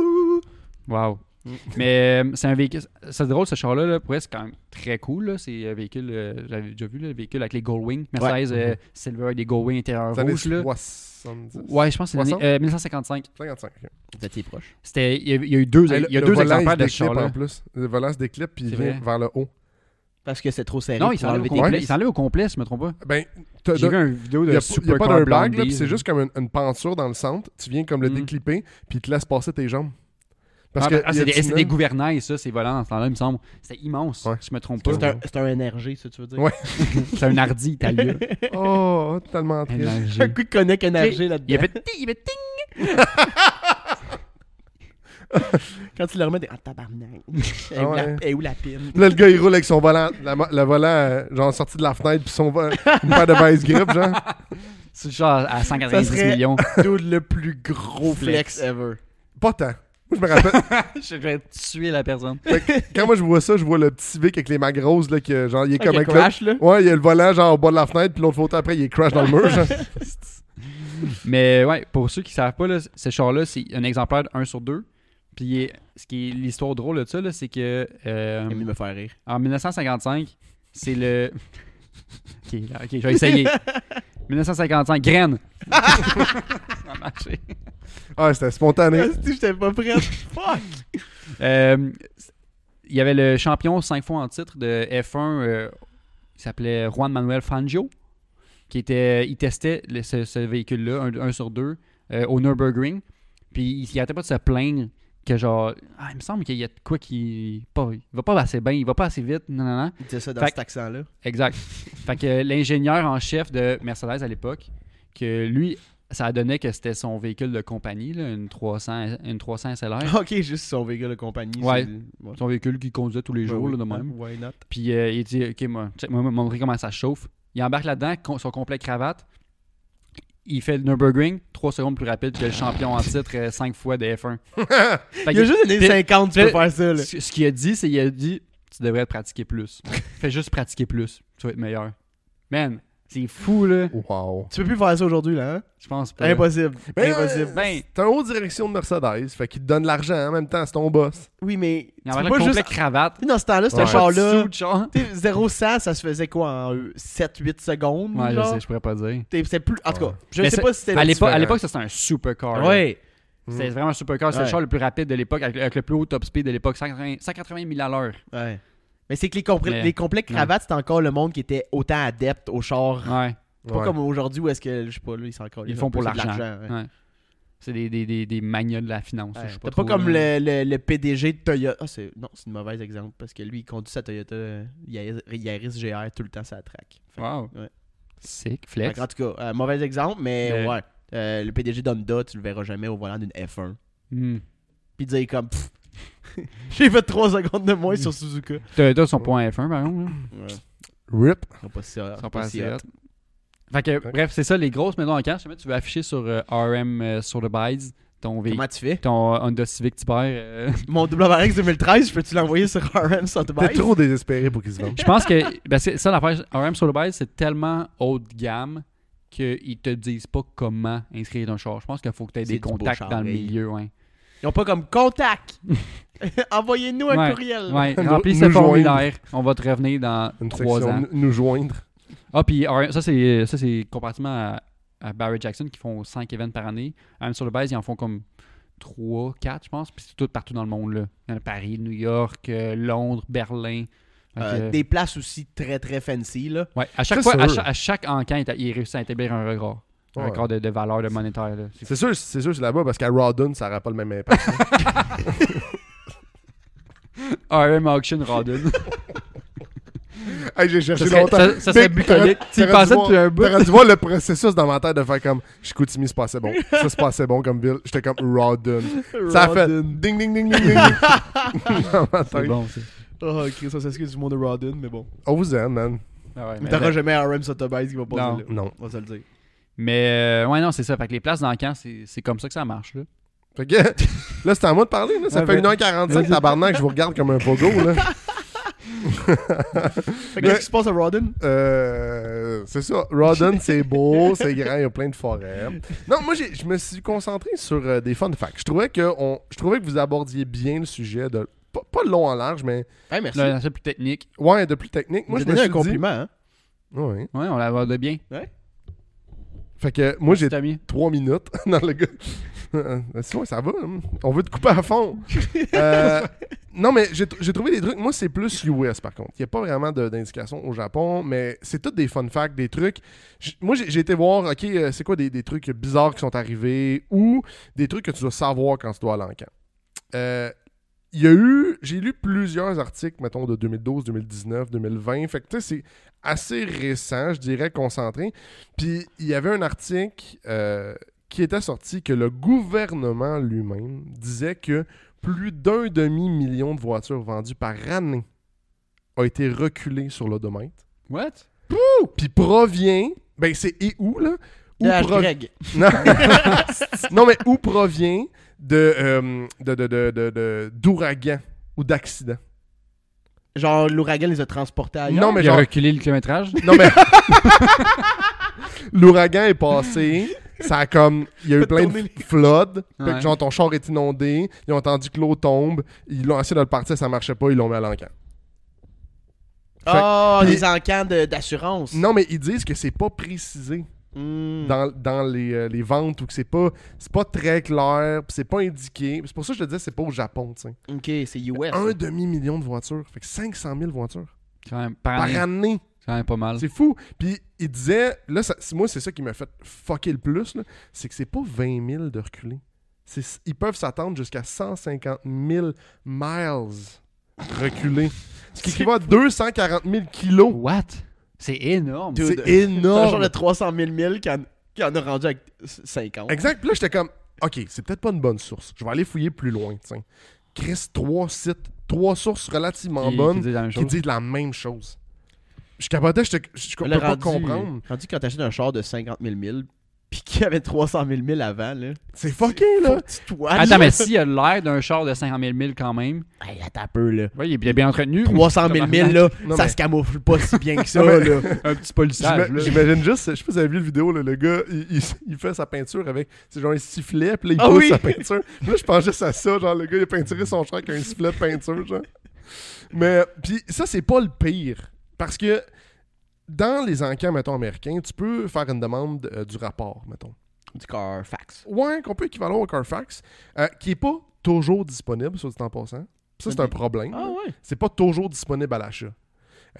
Ouh. Wow. Mm. Mais euh, c'est un véhicule. C'est drôle ce char-là. Là. Pour vrai, c'est quand même très cool. là. C'est un véhicule. euh, J'avais déjà vu là, le véhicule avec les Goldwing. Mercedes euh, Silver avec des Goldwing intérieur Mm-hmm. Ça rouge. Là. 70. Ouais, je pense que c'est l'année- 60? euh, 1955. 55. ok. Vous étiez proche. C'était, il, y a, il y a eu deux, Hey, le- il y a le deux volant, exemplaires il de se ce déclippe en char-là. plus. Le volant se déclippe puis il C'est vient vrai. vers le haut. Parce que c'est trop serré. Non, pour il s'enlève au enlever des complet. places. Il s'enlève au complet, si je me trompe pas. Ben, t'as- J'ai vu un vidéo Il n'y de a, y a Super pas Car d'un bag, là, Blondie. puis c'est juste comme une, une pansure dans le centre. Tu viens comme le Mm. déclipper, puis il te laisse passer tes jambes. Ah, ben, ah, il y a c'est, des, du c'est des tunnel. gouvernails, ça, ces volants, dans ce temps-là, il me semble. C'était immense, Ouais. si je me trompe pas. C'est un, c'est un NRG, ça, tu veux dire? Ouais. C'est un [LAUGHS] hardi italien. Oh, tellement Un triste. NRG. Un coup de connect NRG Il y là-dedans. avait ting, il y avait ting. Quand tu le remets, t'es. Ah, [LAUGHS] tabarnak. Et Ah où la- ouais. et où la pine? Là, le gars, il roule avec son volant, la- le volant, euh, genre sorti de la fenêtre, puis son vo- une paire de vice grip, genre. C'est genre à 190 Ça serait- millions. [LAUGHS] Dude, le plus gros Flex. flex ever. Pas tant. Moi, je me rappelle, [LAUGHS] je vais tuer la personne. quand moi je vois ça, je vois le petit Vic avec les mains grosses, là, que, genre, il Ah, est Avec comme le un club. crash, là. Ouais, il y a le volant, genre, au bas de la fenêtre, puis l'autre photo après, il est crash dans le mur, genre. [LAUGHS] Mais euh, ouais, pour ceux qui savent pas, là, ce char-là, c'est un exemplaire de 1 sur 2. Puis il est- ce qui est l'histoire drôle de ça, là, c'est que euh, Il a mis me faire rire. [LAUGHS] en 1955, c'est le. [LAUGHS] ok, là, ok, je vais [LAUGHS] essayer. 1955, [LAUGHS] graine. Ça a marché. Ah, c'était [LAUGHS] spontané. Asti, j'étais pas [LAUGHS] prêt. Fuck! Euh, il y avait le champion 5 fois en titre de F1, euh, il s'appelait Juan Manuel Fangio, qui était, il testait le- ce, ce véhicule-là, un, un sur deux, euh, au Nürburgring. Puis il n'arrêtait pas de se plaindre que genre, ah, il me semble qu'il y a de quoi qui. Pas, il va pas assez bien, il va pas assez vite, non, non, non. Il disait ça dans Fait- cet accent-là. [LAUGHS] Exact. fait que l'ingénieur en chef de Mercedes à l'époque, que lui, ça donnait que c'était son véhicule de compagnie, là, une 300, une 300 [LAUGHS] SLR. Ok, juste son véhicule de compagnie. Ouais. c'est- ouais. Son véhicule qu'il conduisait tous les jours, Ben oui. là, de même. Why not? Puis euh, il dit Ok, moi, check, moi, moi, montrer comment ça chauffe. Il embarque là-dedans, con- son complet cravate. Il fait le Nürburgring, 3 secondes plus rapide que le champion en titre 5 fois de F1. [LAUGHS] Fait Il y a que- juste des Puis- 50, tu peux puis- faire ça, là. ce ce qu'il a dit, c'est qu'il a dit Tu devrais te [LAUGHS] pratiquer plus. Fais juste pratiquer plus, tu vas être meilleur. Man, c'est fou, là. Wow. Tu peux plus faire ça aujourd'hui, là, hein? Je pense pas. Impossible. Mais, Impossible. Ben, euh, C'est un haut direction de Mercedes, fait qu'il te donne l'argent en même temps, c'est ton boss. Oui, mais. tu il peux embarque pas le complet juste. cravate. Tu sais, Dans ce temps-là, ce Ouais. char-là. Sous de char. tu sais, 0 100, ça se faisait quoi en 7-8 secondes? Ouais, je genre? sais, je pourrais pas dire. T'es- c'est plus. En tout Ouais. cas, je Mais sais c'est- pas si c'était. À l'époque, à différent. l'époque, ça, c'était un supercar. là. Ouais. C'était vraiment un supercar. C'était Ouais. le char le plus rapide de l'époque, avec, avec le plus haut top speed de l'époque, 180 180 000 à l'heure. Ouais. Mais c'est que les, complets Mais- les complets cravates, c'était encore le monde qui était autant adepte au char. Ouais. Pas Ouais. comme aujourd'hui où est-ce que, je sais pas, là, ils sont encore. Ils le font pour c'est de l'argent. ouais. Ouais. C'est des, des, des, des magnats de la finance. Ouais. je sais T'as pas pas, trop, comme là. le, le- le PDG de Toyota. Ah, c'est- non, c'est un mauvais exemple parce que lui, il conduit sa Toyota euh, Yaris, Yaris GR tout le temps, ça traque. Fait- Wow. Ouais. Sick, fait flex. que, en tout cas, euh, mauvais exemple, mais Mais- ouais. Euh, le PDG d'Honda, tu le verras jamais au volant d'une F1. Hmm. Puis dire comme. Pff, [LAUGHS] J'ai fait 3 secondes de moins sur Suzuka. Ouais. Toyota sont pas en F1, par exemple. hein? là. RIP. Ils sont pas si- Ils ils sont sont pas assez hot. hot. Fait que, bref, c'est ça, les grosses maisons en cash. Jamais tu veux afficher sur euh, RM euh, sur le Bides ton véhicule. Comment tu fais Ton euh, Honda Civic Type R, euh, Mon WRX 2013, je peux-tu l'envoyer sur RM T'es Sotheby's trop désespéré pour qu'ils se [LAUGHS] vendent. Je pense que ben, c'est ça l'affaire. RM sur le Bides, c'est tellement haut de gamme qu'ils te disent pas comment inscrire ton char. Je pense qu'il faut que tu aies C'est des du bouche contacts à dans le oreille. milieu. hein. [LAUGHS] [LAUGHS] Ouais. Ils ont pas comme [LAUGHS] contact. Envoyez-nous un Ouais, courriel. Ouais, Nous- remplis nous ce joindre. formulaire. On va te revenir dans Une trois section ans. n- nous joindre. Ah, puis R- ça, c'est ça, c'est comparativement à, à Barry Jackson qui font 5 events par année. Même sur le base, ils en font comme 3, 4, je pense. Puis c'est tout partout dans le monde. Là. Il y en a Paris, New York, euh, Londres, Berlin. Fait Euh, que- Des places aussi très très fancy là. ouais, à chaque Très fois, à, sûr. cha- à chaque encan, il, réussit à établir un record. Un Ouais. record de, de valeur de monétaire. Là. C'est- C'est sûr, c'est sûr, c'est là-bas parce qu'à Rawdon, ça n'aura pas le même impact. RM Auction Rodden. [LAUGHS] [LAUGHS] hey, j'ai ça cherché serait, longtemps. ça- ça serait Big, bucolique. t'aurais- Tu y t'aurais pensais dû depuis voir- un bout. T'aurais dû voir le processus dans ma tête de faire comme Chicoutimi, c'est pas [LAUGHS] assez bon. Ça, c'est pas assez bon comme ville. J'étais comme Rawdon. Ça a fait ding, ding, ding, ding, [LAUGHS] ding. Dans ma C'est tête. bon, ça. Oh, Chris, on s'excuse du monde de Rodden, mais bon. On vous aime, man. Ah ouais, mais- T'auras jamais RM Sotheby's qui va passer Non. là. Non. On va se le dire. Mais euh, ouais, non, c'est ça. Fait que les places dans le camp, c'est c'est comme ça que ça marche. Là. Fait que, [LAUGHS] là, c'est à moi de parler. Là. Ça Ouais, fait ben- 1h45, Vas-y. tabarnak, je vous regarde comme un pogo. Là. Fait que Mais- qu'est-ce qui se passe à Rodden Euh, c'est ça. Rodden, c'est beau, c'est grand, il y a plein de forêts. Non, moi, j'ai- je me suis concentré sur euh, des fun facts. Je trouvais, que on, je trouvais que vous abordiez bien le sujet, de pas, pas long en large, mais Hey, merci. Là, c'est plus technique. ouais, de plus technique. Moi, Moi, je me donné suis un dit- compliment. Hein? Ouais. Ouais, on l'aborde bien. Fait que moi, j'ai Tommy. trois minutes [LAUGHS] dans le gars. Euh, Sinon, ça va. hein. On veut te couper à fond. Euh, non, mais j'ai j'ai trouvé des trucs. Moi, c'est plus US par contre. Il n'y a pas vraiment de- d'indication au Japon, mais c'est tout des fun facts, des trucs. J- Moi, j'ai j'ai été voir, OK, euh, c'est quoi des, des trucs bizarres qui sont arrivés ou des trucs que tu dois savoir quand tu dois aller en camp. Euh, Il y a eu, j'ai lu plusieurs articles, mettons, de 2012, 2019, 2020. Fait que, tu sais, c'est assez récent, je dirais, concentré. Puis, il y avait un article euh, qui était sorti que le gouvernement lui-même disait que plus d'un demi-million de voitures vendues par année a été reculées sur l'odomètre. What? Puis provient, ben c'est et où là? De où pro- Greg. non. [LAUGHS] Non, [LAUGHS] mais où provient de euh, de- de- de- de- de- d'ouragan ou d'accident. Genre, l'ouragan les a transportés ailleurs. Non, mais Il a genre, reculé le kilométrage. non, mais [LAUGHS] l'ouragan est passé. Ça a comme. Il y a eu plein de Tourner floods. Fait que Ouais. Genre, ton char est inondé. Ils ont entendu que l'eau tombe. Ils l'ont essayé de le partir. Ça marchait pas. Ils l'ont mis à l'encan. Ah, Fait- les encans de- d'assurance. Non, mais ils disent que c'est pas précisé. Hmm. dans, dans les, euh, les ventes ou que c'est pas c'est pas très clair, pis c'est pas indiqué. C'est pour ça que je te disais c'est pas au Japon, tu sais. Ok, c'est US. Un demi-million de voitures, fait que 500 000 voitures C'est quand même par par année. année. C'est quand même pas mal. C'est fou. Puis il disait là ça- c'est- moi c'est ça qui m'a fait fucker le plus là, c'est que c'est pas 20 000 de reculés. C'est- ils peuvent s'attendre jusqu'à 150 000 miles reculés. Ce qui équivaut à 240 000 kilos. What? C'est énorme. Dude. C'est C'est un énorme. genre de 300 000 000 qui en, qui en a rendu avec 50. Exact. Puis là, j'étais comme, OK, c'est peut-être pas une bonne source. Je vais aller fouiller plus loin. tiens. Chris, trois sites, trois sources relativement Qui- qui bonnes disent la même qui chose. disent la même chose. Je capotais, j'étais- je ne peux Le pas rendu- euh, comprendre. Rendu quand t'achètes un char de 50 000 000, pis qu'il y avait 300 000 000 avant, là. C'est fucké, Faut là. que tu te watches. Attends, mais s'il a l'air d'un char de 50 000 000 quand même, Hey, attends un peu, là. ouais, il est bien- bien entretenu. 300 000 000, là, Non, ça mais- se camoufle pas si bien [LAUGHS] que ça, Non, mais- là. Un petit polissage. J'ima- là. J'imagine juste, je sais pas si vous avez vu le vidéo, là, le gars, il, il- il fait sa peinture avec, c'est genre un sifflet, puis là, il Ah pousse oui! sa peinture. Puis là, je pense juste à ça, genre, le gars, il a peinturé son char avec un sifflet de peinture, genre. Mais, puis ça, c'est pas le pire, parce que dans les encans, mettons, américains, tu peux faire une demande euh, du rapport, mettons. Du Carfax. Ouais, qu'on peut équivalent au Carfax, euh, qui est pas toujours disponible, soit dit en passant. Ça, c'est un problème Ah ouais. c'est pas toujours disponible à l'achat. Euh,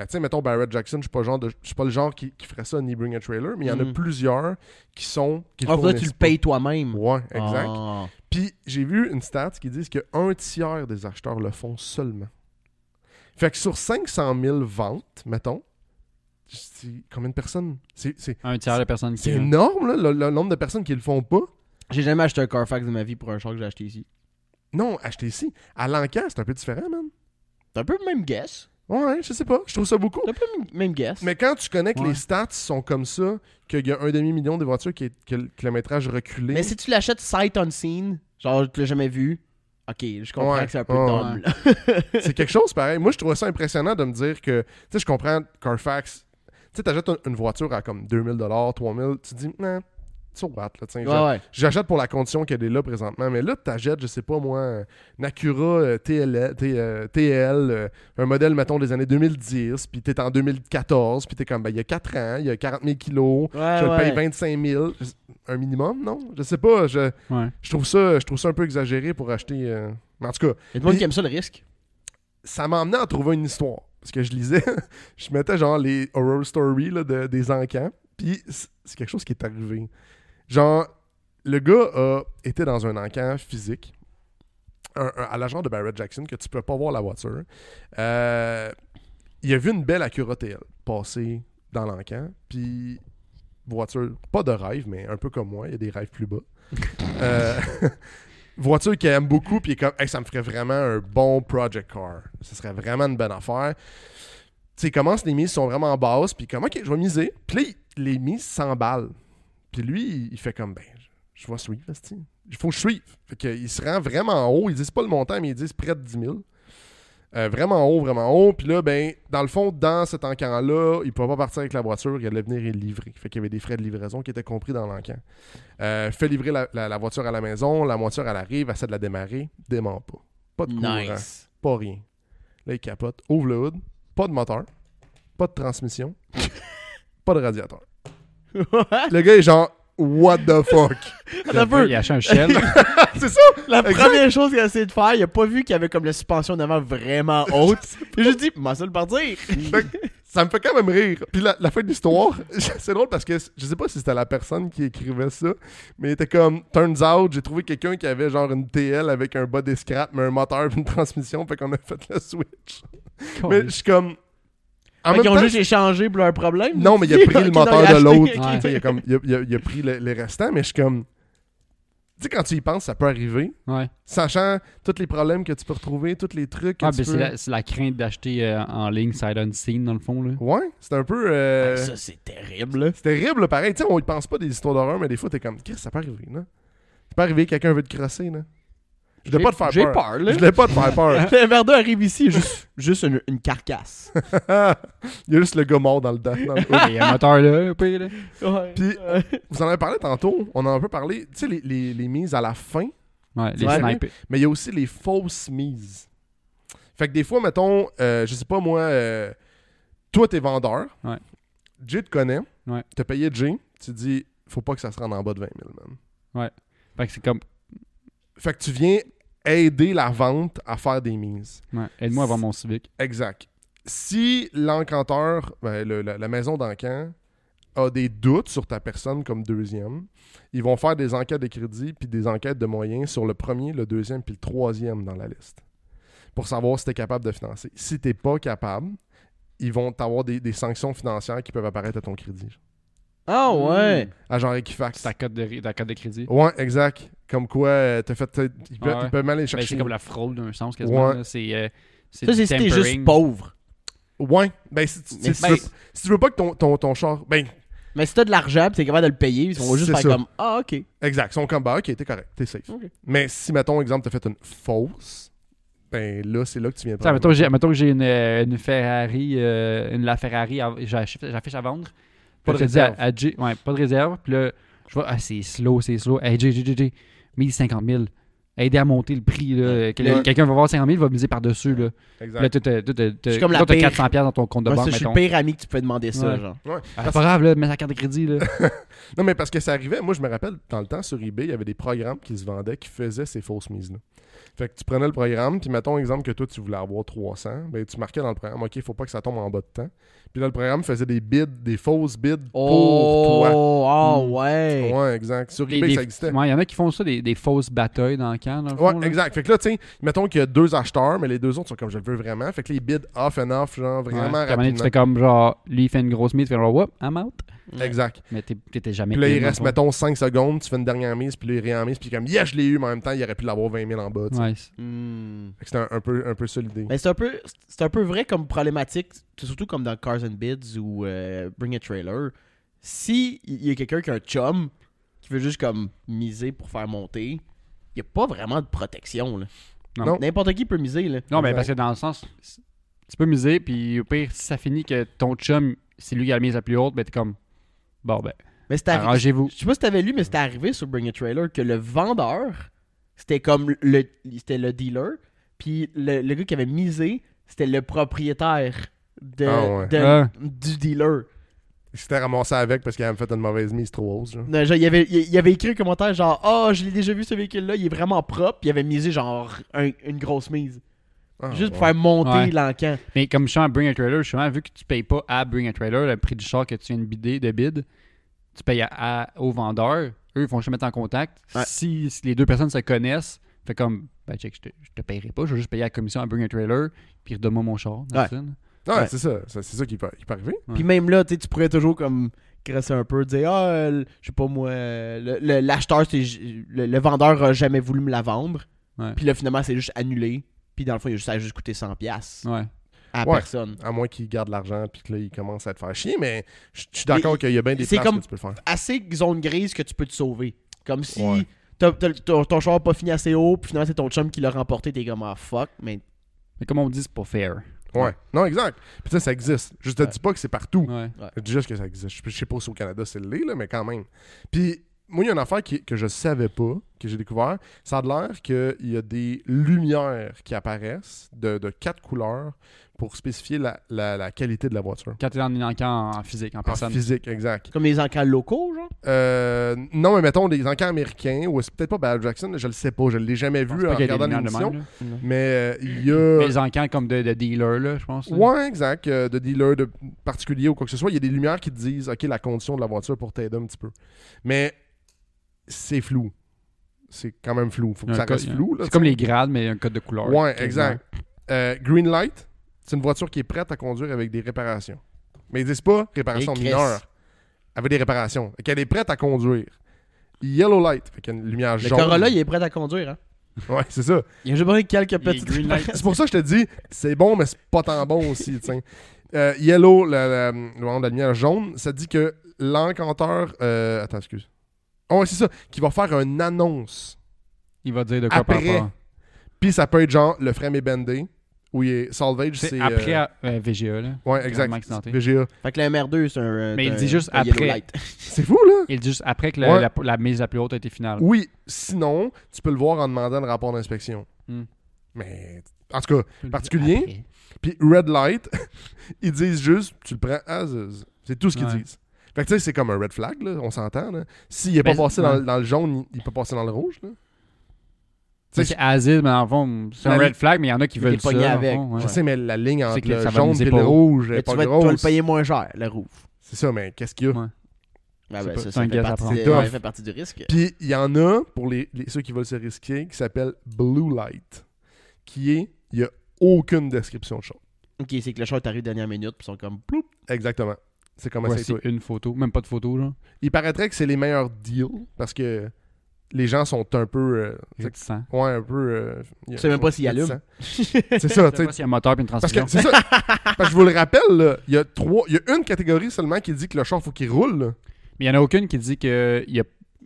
tu sais, mettons Barrett Jackson, je suis pas, le genre de- je suis pas le genre qui, qui ferait ça ni bring a trailer, mais il y en a Mm. plusieurs qui sont. Qui Ah, là, tu fournissent le pas. payes toi-même. Ouais, exact. Ah. Puis j'ai vu une stat qui dit que un tiers des acheteurs le font seulement. Fait que sur 500 000 ventes, mettons, c'est combien de personnes C'est c'est- Un tiers de personnes qui. c'est énorme, là, le, le nombre de personnes qui le font pas. J'ai jamais acheté un Carfax de ma vie pour un char que j'ai acheté ici. Non, acheter ici. À l'encan, c'est un peu différent, man. C'est un peu le même guess. Ouais, je sais pas. Je trouve ça beaucoup. C'est un peu le même- même guess. Mais quand tu connais que Ouais. les stats sont comme ça, qu'il y a un demi-million de voitures qui est- que le kilométrage reculé. Mais si tu l'achètes sight unseen, genre je l'ai jamais vu, ok, je comprends Ouais, que c'est un peu ouais, dumb. là. C'est quelque chose pareil. Moi, je trouvais ça impressionnant de me dire que, tu sais, je comprends Carfax. Tu sais, t'achètes un- une voiture à comme 2000 3000 tu te dis, non, so what, là, tu sais, Ouais, ouais. J'achète pour la condition qu'elle est là présentement, mais là, tu achètes, je sais pas moi, une Acura euh, TL, T- euh, TL euh, un modèle, mettons, des années 2010, puis t'es en 2014, puis t'es comme, ben, il y a 4 ans, il y a 40 000 kilos, Ouais, je le paye Ah ouais. 25 000, un minimum, non? Je sais pas, je, Ouais. je, trouve, ça, je trouve ça un peu exagéré pour acheter... euh, mais En tout cas, Il y a du monde Puis- qui aime ça le risque. ça m'a amené à trouver une histoire. Parce que je lisais, [LAUGHS] je mettais genre les horror stories là, de- des encans. Puis c- c'est quelque chose qui est arrivé. Genre, le gars a été dans un encan physique. un- un- à l'agent de Barrett Jackson, que tu peux pas voir la voiture. Euh, il a vu une belle Acura TL passer dans l'encan. Puis, voiture, pas de rêve, mais un peu comme moi, il y a des rêves plus bas. Euh, voiture qu'il aime beaucoup, puis il est comme, Hey, ça me ferait vraiment un bon project car. Ce serait vraiment une bonne affaire. Tu sais, il commence, les mises sont vraiment basses, puis comme, ok, je vais miser. Puis là, il- les mises s'emballent. Puis lui, il fait comme, ben, je je vais suivre, esti. il faut que je suive. Fait que il se rend vraiment haut, ils disent pas le montant, mais ils disent près de 10 000. Euh, vraiment haut, vraiment haut. Puis là, ben, dans le fond, dans cet encan-là, il ne pouvait pas partir avec la voiture, il allait venir et livrer. Fait qu'il y avait des frais de livraison qui étaient compris dans l'encan. Euh, fait livrer la, la- la voiture à la maison, la voiture, elle arrive, essaie de la démarrer, démarre pas. Pas de courant, Nice. pas rien. Là, il capote, ouvre le hood, pas de moteur, pas de [LAUGHS] transmission, pas de radiateur. Le gars est genre, what the [LAUGHS] fuck? Attends un peu. Il achète un Shell. [LAUGHS] Ah, C'est ça? La Exact. première chose qu'il a essayé de faire, il a pas vu qu'il y avait comme la suspension d'avant vraiment [LAUGHS] haute. Il a juste dit, m'a ça le partir. Fait que ça me fait quand même rire. Puis la, la fin de l'histoire, [LAUGHS] c'est drôle parce que je sais pas si c'était la personne qui écrivait ça, mais il était comme Turns out, j'ai trouvé quelqu'un qui avait genre une TL avec un bas des scrap, mais un moteur puis une transmission, fait qu'on a fait le switch. Mais je suis comme. En Fait même qu'ils ont temps, juste échangé pour leur problème. non, [LAUGHS] mais il a pris Ok, le non, moteur il a de acheté, l'autre. ok. Tu sais, Il a, comme- il a- il a- il a pris le- les restants, mais je suis comme. Tu sais, quand tu y penses, ça peut arriver. Ouais. Sachant tous les problèmes que tu peux retrouver, tous les trucs que Ah, tu ben, peux- c'est la, c'est la crainte d'acheter euh, en ligne Side Unseen, dans le fond. Là. Ouais, c'est un peu. euh, Ah, ça, c'est terrible. [LAUGHS] là. c'est terrible, là, pareil. Tu sais, on y pense pas des histoires d'horreur, mais des fois, t'es comme, Chris, ça peut arriver, non? Ça peut arriver, quelqu'un veut te crosser, non? Je voulais J'ai- pas te faire J'ai peur. peur, Je là. [LAUGHS] voulais pas te faire peur. Le Verdun arrive ici, juste, juste une, une [LAUGHS] carcasse. [LAUGHS] Il y a juste le gars mort dans le dent. dans le- Il y a un moteur, là, au pire, là. Ouais. Puis- [LAUGHS] Euh, Vous en avez parlé tantôt. On en a un peu parlé. Tu sais, les, les- les mises à la fin, Ouais, les Ouais. snipers. mais il y a aussi les fausses mises. Fait que des fois, mettons, euh, je sais pas moi, euh, toi, t'es vendeur. Ouais. Jay te connaît. Ouais. T'as payé Jay. Tu dis, faut pas que ça se rende en bas de 20 000, man. Fait que c'est comme, Fait que tu viens aider la vente à faire des mises. ouais, aide-moi à avoir mon Civic. Exact. Si l'encanteur, ben, le- la, la maison d'encan, a des doutes sur ta personne comme deuxième, ils vont faire des enquêtes de crédit puis des enquêtes de moyens sur le premier, le deuxième puis le troisième dans la liste pour savoir si tu es capable de financer. Si tu pas capable, ils vont t'avoir des, des sanctions financières qui peuvent apparaître à ton crédit. Ah Mm. ouais. À genre Equifax. C'est ta cote de, ré- ta cote de crédit. Ouais, exact. Comme quoi, euh, t'as fait. t'as- Ils peuvent, Ouais. ils peuvent mal aller Ben, chercher. c'est comme la fraude d'un sens, quasiment. Ouais. là. C'est euh, Ça, c'est du si t'es juste tampering. pauvre. Ouais. Ben, si tu, Mais- si tu veux, si tu veux pas que ton, ton, ton char. Ben, Mais si t'as de l'argent, pis t'es capable de le payer, ils vont juste C'est faire ça. comme Ah, ok. Exact. Ils sont comme, bah, ok, t'es correct, t'es safe. Ok. Mais si, mettons, exemple, t'as fait une fausse, ben là, c'est là que tu viens de T'sais, mettons, que j'ai- mettons que j'ai une, euh, une Ferrari, euh, une La Ferrari, à- j'affiche j'affiche à vendre. Pas de Puis là, je dis à- réserve. à Jay- ouais, pas de réserve. Puis là, je vois, ah, c'est slow, c'est slow. Hey, Jay, Jay, Jay, Jay, 1050 000. Aider à monter le prix. là. Quel- Ouais. Quelqu'un va voir 50 000, va miser par-dessus. Là, Exact. Puis là t'as- t'as- t'as- Je t'as- suis comme la là, t'as pire. 400 piastres dans ton compte de Moi, ça, banque, je suis mettons. le pire ami que tu peux demander ça, Ouais. genre. Ouais. Ah, c'est pas grave, là, mets sa carte de [LAUGHS] crédit. Là. Non, mais parce que ça arrivait, moi, je me rappelle, dans le temps, sur eBay, il y avait des programmes qui se vendaient qui faisaient ces fausses mises-là. Fait que tu prenais le programme, puis mettons, exemple, que toi, tu voulais avoir 300, ben tu marquais dans le programme, ok, faut pas que ça tombe en bas de temps. Puis là, le programme faisait des bids, des fausses bids pour toi. Oh, ah Mm. ouais. Ouais, exact. Sur Des- eBay, des- ça existait. ouais, il y en a qui font ça, des, des fausses batailles dans le camp. Dans le Ouais, fond, là. exact. Fait que là, tu sais, mettons qu'il y a deux acheteurs, mais les deux autres sont comme je le veux vraiment. Fait que les bids off and off, genre Ouais. vraiment Puis à un moment donné, rapidement. tu fais comme genre, lui, il fait une grosse mise, tu fais genre, whoop, I'm out. Exact. Mais t'es- t'étais jamais. Puis là, il clean, reste, dans le mettons, 5 secondes, tu fais une dernière mise, puis là, il réamise, puis comme, yeah, je l'ai eu, mais en même temps, il aurait pu l'avoir 20 000 en bas. tu fond. sais. Ouais, c'est- Mm. Fait que C'était un, un peu, un peu ça l'idée. Mais c'est un peu c'est un peu vrai comme problématique, surtout comme dans Cars and Bids ou euh, Bring a Trailer. Si il y a quelqu'un qui a un chum qui veut juste comme miser pour faire monter, il n'y a pas vraiment de protection. là. Non. Non. N'importe qui peut miser. Là. Non, mais Exact. parce que dans le sens, c- tu peux miser, puis au pire, si ça finit que ton chum, c'est lui qui a la mise la plus haute, ben t'es comme, bon ben, Mais c'est arri- arrangez-vous. Je sais pas si t'avais lu, mais c'était arrivé sur Bring a Trailer que le vendeur, c'était comme le, c'était le dealer, puis le, le gars qui avait misé, c'était le propriétaire de, Ah ouais. de- Ah. du dealer. Il s'était ramassé avec parce qu'il avait fait une mauvaise mise trop hausse. genre. Non, Euh, genre, il, avait, il, il avait écrit un commentaire genre Ah, je l'ai déjà vu ce véhicule-là, il est vraiment propre, puis il avait misé genre un- une grosse mise. Ah, juste pour ouais. faire monter Ouais. l'encan. Mais comme je suis en Bring a Trailer, justement, vu que tu payes pas à Bring a Trailer le prix du char que tu viens de bider, de bid, tu payes à, à- au vendeur, eux, ils vont se mettre en contact. Ouais. Si, si les deux personnes se connaissent, fait comme, ben check, je te, je te paierai pas, je vais juste payer à la commission à Bring a Trailer, puis redonne-moi mon char. that's it. Ouais, Ouais. c'est ça. Ça, C'est ça qui peut, qui peut arriver. Ouais. Puis même là, tu sais, tu pourrais toujours comme crasser un peu, dire Ah, euh, je sais pas moi, euh, le- le- l'acheteur, c'est ju- le, le vendeur a jamais voulu me la vendre. Ouais. Puis là, finalement, c'est juste annulé. Puis dans le fond, il a juste, ça a juste coûté 100$ piastres Ouais. à la Ouais. personne. À moins qu'il garde l'argent, puis que là, il commence à te faire chier, mais je je suis d'accord qu'il y a bien des c'est places comme- que tu peux faire. Assez zone grise que tu peux te sauver. Comme si Ouais. t'as- t'as- ton, ton char n'a pas fini assez haut, puis finalement, c'est ton chum qui l'a remporté, t'es comme Ah, fuck, mais Mais comme on dit, c'est pas fair. Ouais. Non, exact. Puis ça, ça existe. Je te Ouais. dis pas que c'est partout. Ouais. Je dis juste que ça existe. Je je sais pas si au Canada c'est le lait, là, mais quand même. Puis, moi, il y a une affaire qui- que je savais pas, que j'ai découvert. Ça a de l'air qu'il y a des lumières qui apparaissent de, de quatre couleurs pour spécifier la, la- la qualité de la voiture. Quand t'es dans une enquête en physique, en En personne. physique, exact. comme les encans locaux, genre. Euh, non, mais mettons des encans américains, ou c'est peut-être pas Bad Jackson, je le sais pas, je l'ai jamais Je pense vu pas en qu'il y ait des regardant lumières de l'émission. même, là. Mais euh, il Mais y a. les encans comme de, de dealer, là, je pense. là. Ouais, exact. euh, de dealer, de particulier ou quoi que ce soit. Il y a des lumières qui te disent, OK, la condition de la voiture pour t'aider un petit peu. Mais c'est flou. C'est quand même flou. Faut Il y que a ça un code- reste il y a- flou. là, C'est comme tu les grades, mais il y a un code de sais. couleur. Ouais, exact. Euh, green light, c'est une voiture qui est prête à conduire avec des réparations. Mais ils disent pas réparation Et Chris. mineure. Avec des réparations. Qu'elle est prête à conduire. Yellow light. Fait qu'il y a une lumière Le jaune. Corolla, il est prêt à conduire. Hein? Ouais, c'est ça. Il a juste besoin de quelques Il est petites. green light. C'est pour ça que je te dis, c'est bon, mais c'est pas tant bon aussi, tiens. Euh, yellow, la, la, la- la lumière jaune, ça dit que l'encanteur... euh, attends, excuse. Oh, ouais, c'est ça, qui va faire une annonce. Il va dire de quoi Après, par rapport. Puis ça peut être genre, le frame est bendé, ou il est salvage, c'est... C'est euh, après à- euh, VGA, là. ouais, exact. Vraiment accidenté. VGA. Fait que le MR2, c'est un. euh, Mais il un- dit juste un yellow après. light. C'est fou, là? Il dit juste après que le- Ouais. la, la mise la plus haute a été finale. Oui, sinon, tu peux le voir en demandant le rapport d'inspection. Hmm. Mais, en tout cas, Tu peux le dire particulier. après. Puis red light, [LAUGHS] ils disent juste tu le prends as is. C'est tout ce qu'ils Ouais. disent. Fait que tu sais, c'est comme un red flag, là, on s'entend. là. S'il n'est pas Ben, passé dans, ouais. dans le jaune, il, il peut passer dans le rouge. Là. Ça, C'est Asile, mais en fond, c'est un La- red flag, mais il y en a qui Il veulent était ça. pogné en avec. fond, ouais. Je sais, mais la ligne C'est entre que le ça va jaune nous et le épauler. rouge, elle Mais est tu pas vas, tu vas le grosse. payer moins cher, le rouge. C'est ça, mais qu'est-ce qu'il y a? Ouais. Ah ben, C'est pas- ça, c'est ça, un fait gaz à partie, prendre. ouais, C'est tough. ça fait partie du risque. Puis il y en a, pour les, les- ceux qui veulent se risquer, qui s'appelle blue light, qui est, il n'y a aucune description de chose. Ok, c'est que le char t'arrive dernière minute, puis ils sont comme ploup. Exactement. C'est comme ça. Voici une photo, même pas de photo, là. Il paraîtrait que c'est les meilleurs deals parce que les gens sont un peu. euh, Réticent. Ouais, un peu. euh, Tu sais même pas s'il réticent. allume. C'est ça, Je tu sais. sais [LAUGHS] pas s'il y a un moteur puis une Parce que transmission. c'est ça. Parce que je vous le rappelle, là, il y a trois, il y a une catégorie seulement qui dit que le char faut qu'il roule. là. Mais il y en a aucune qui dit qu'il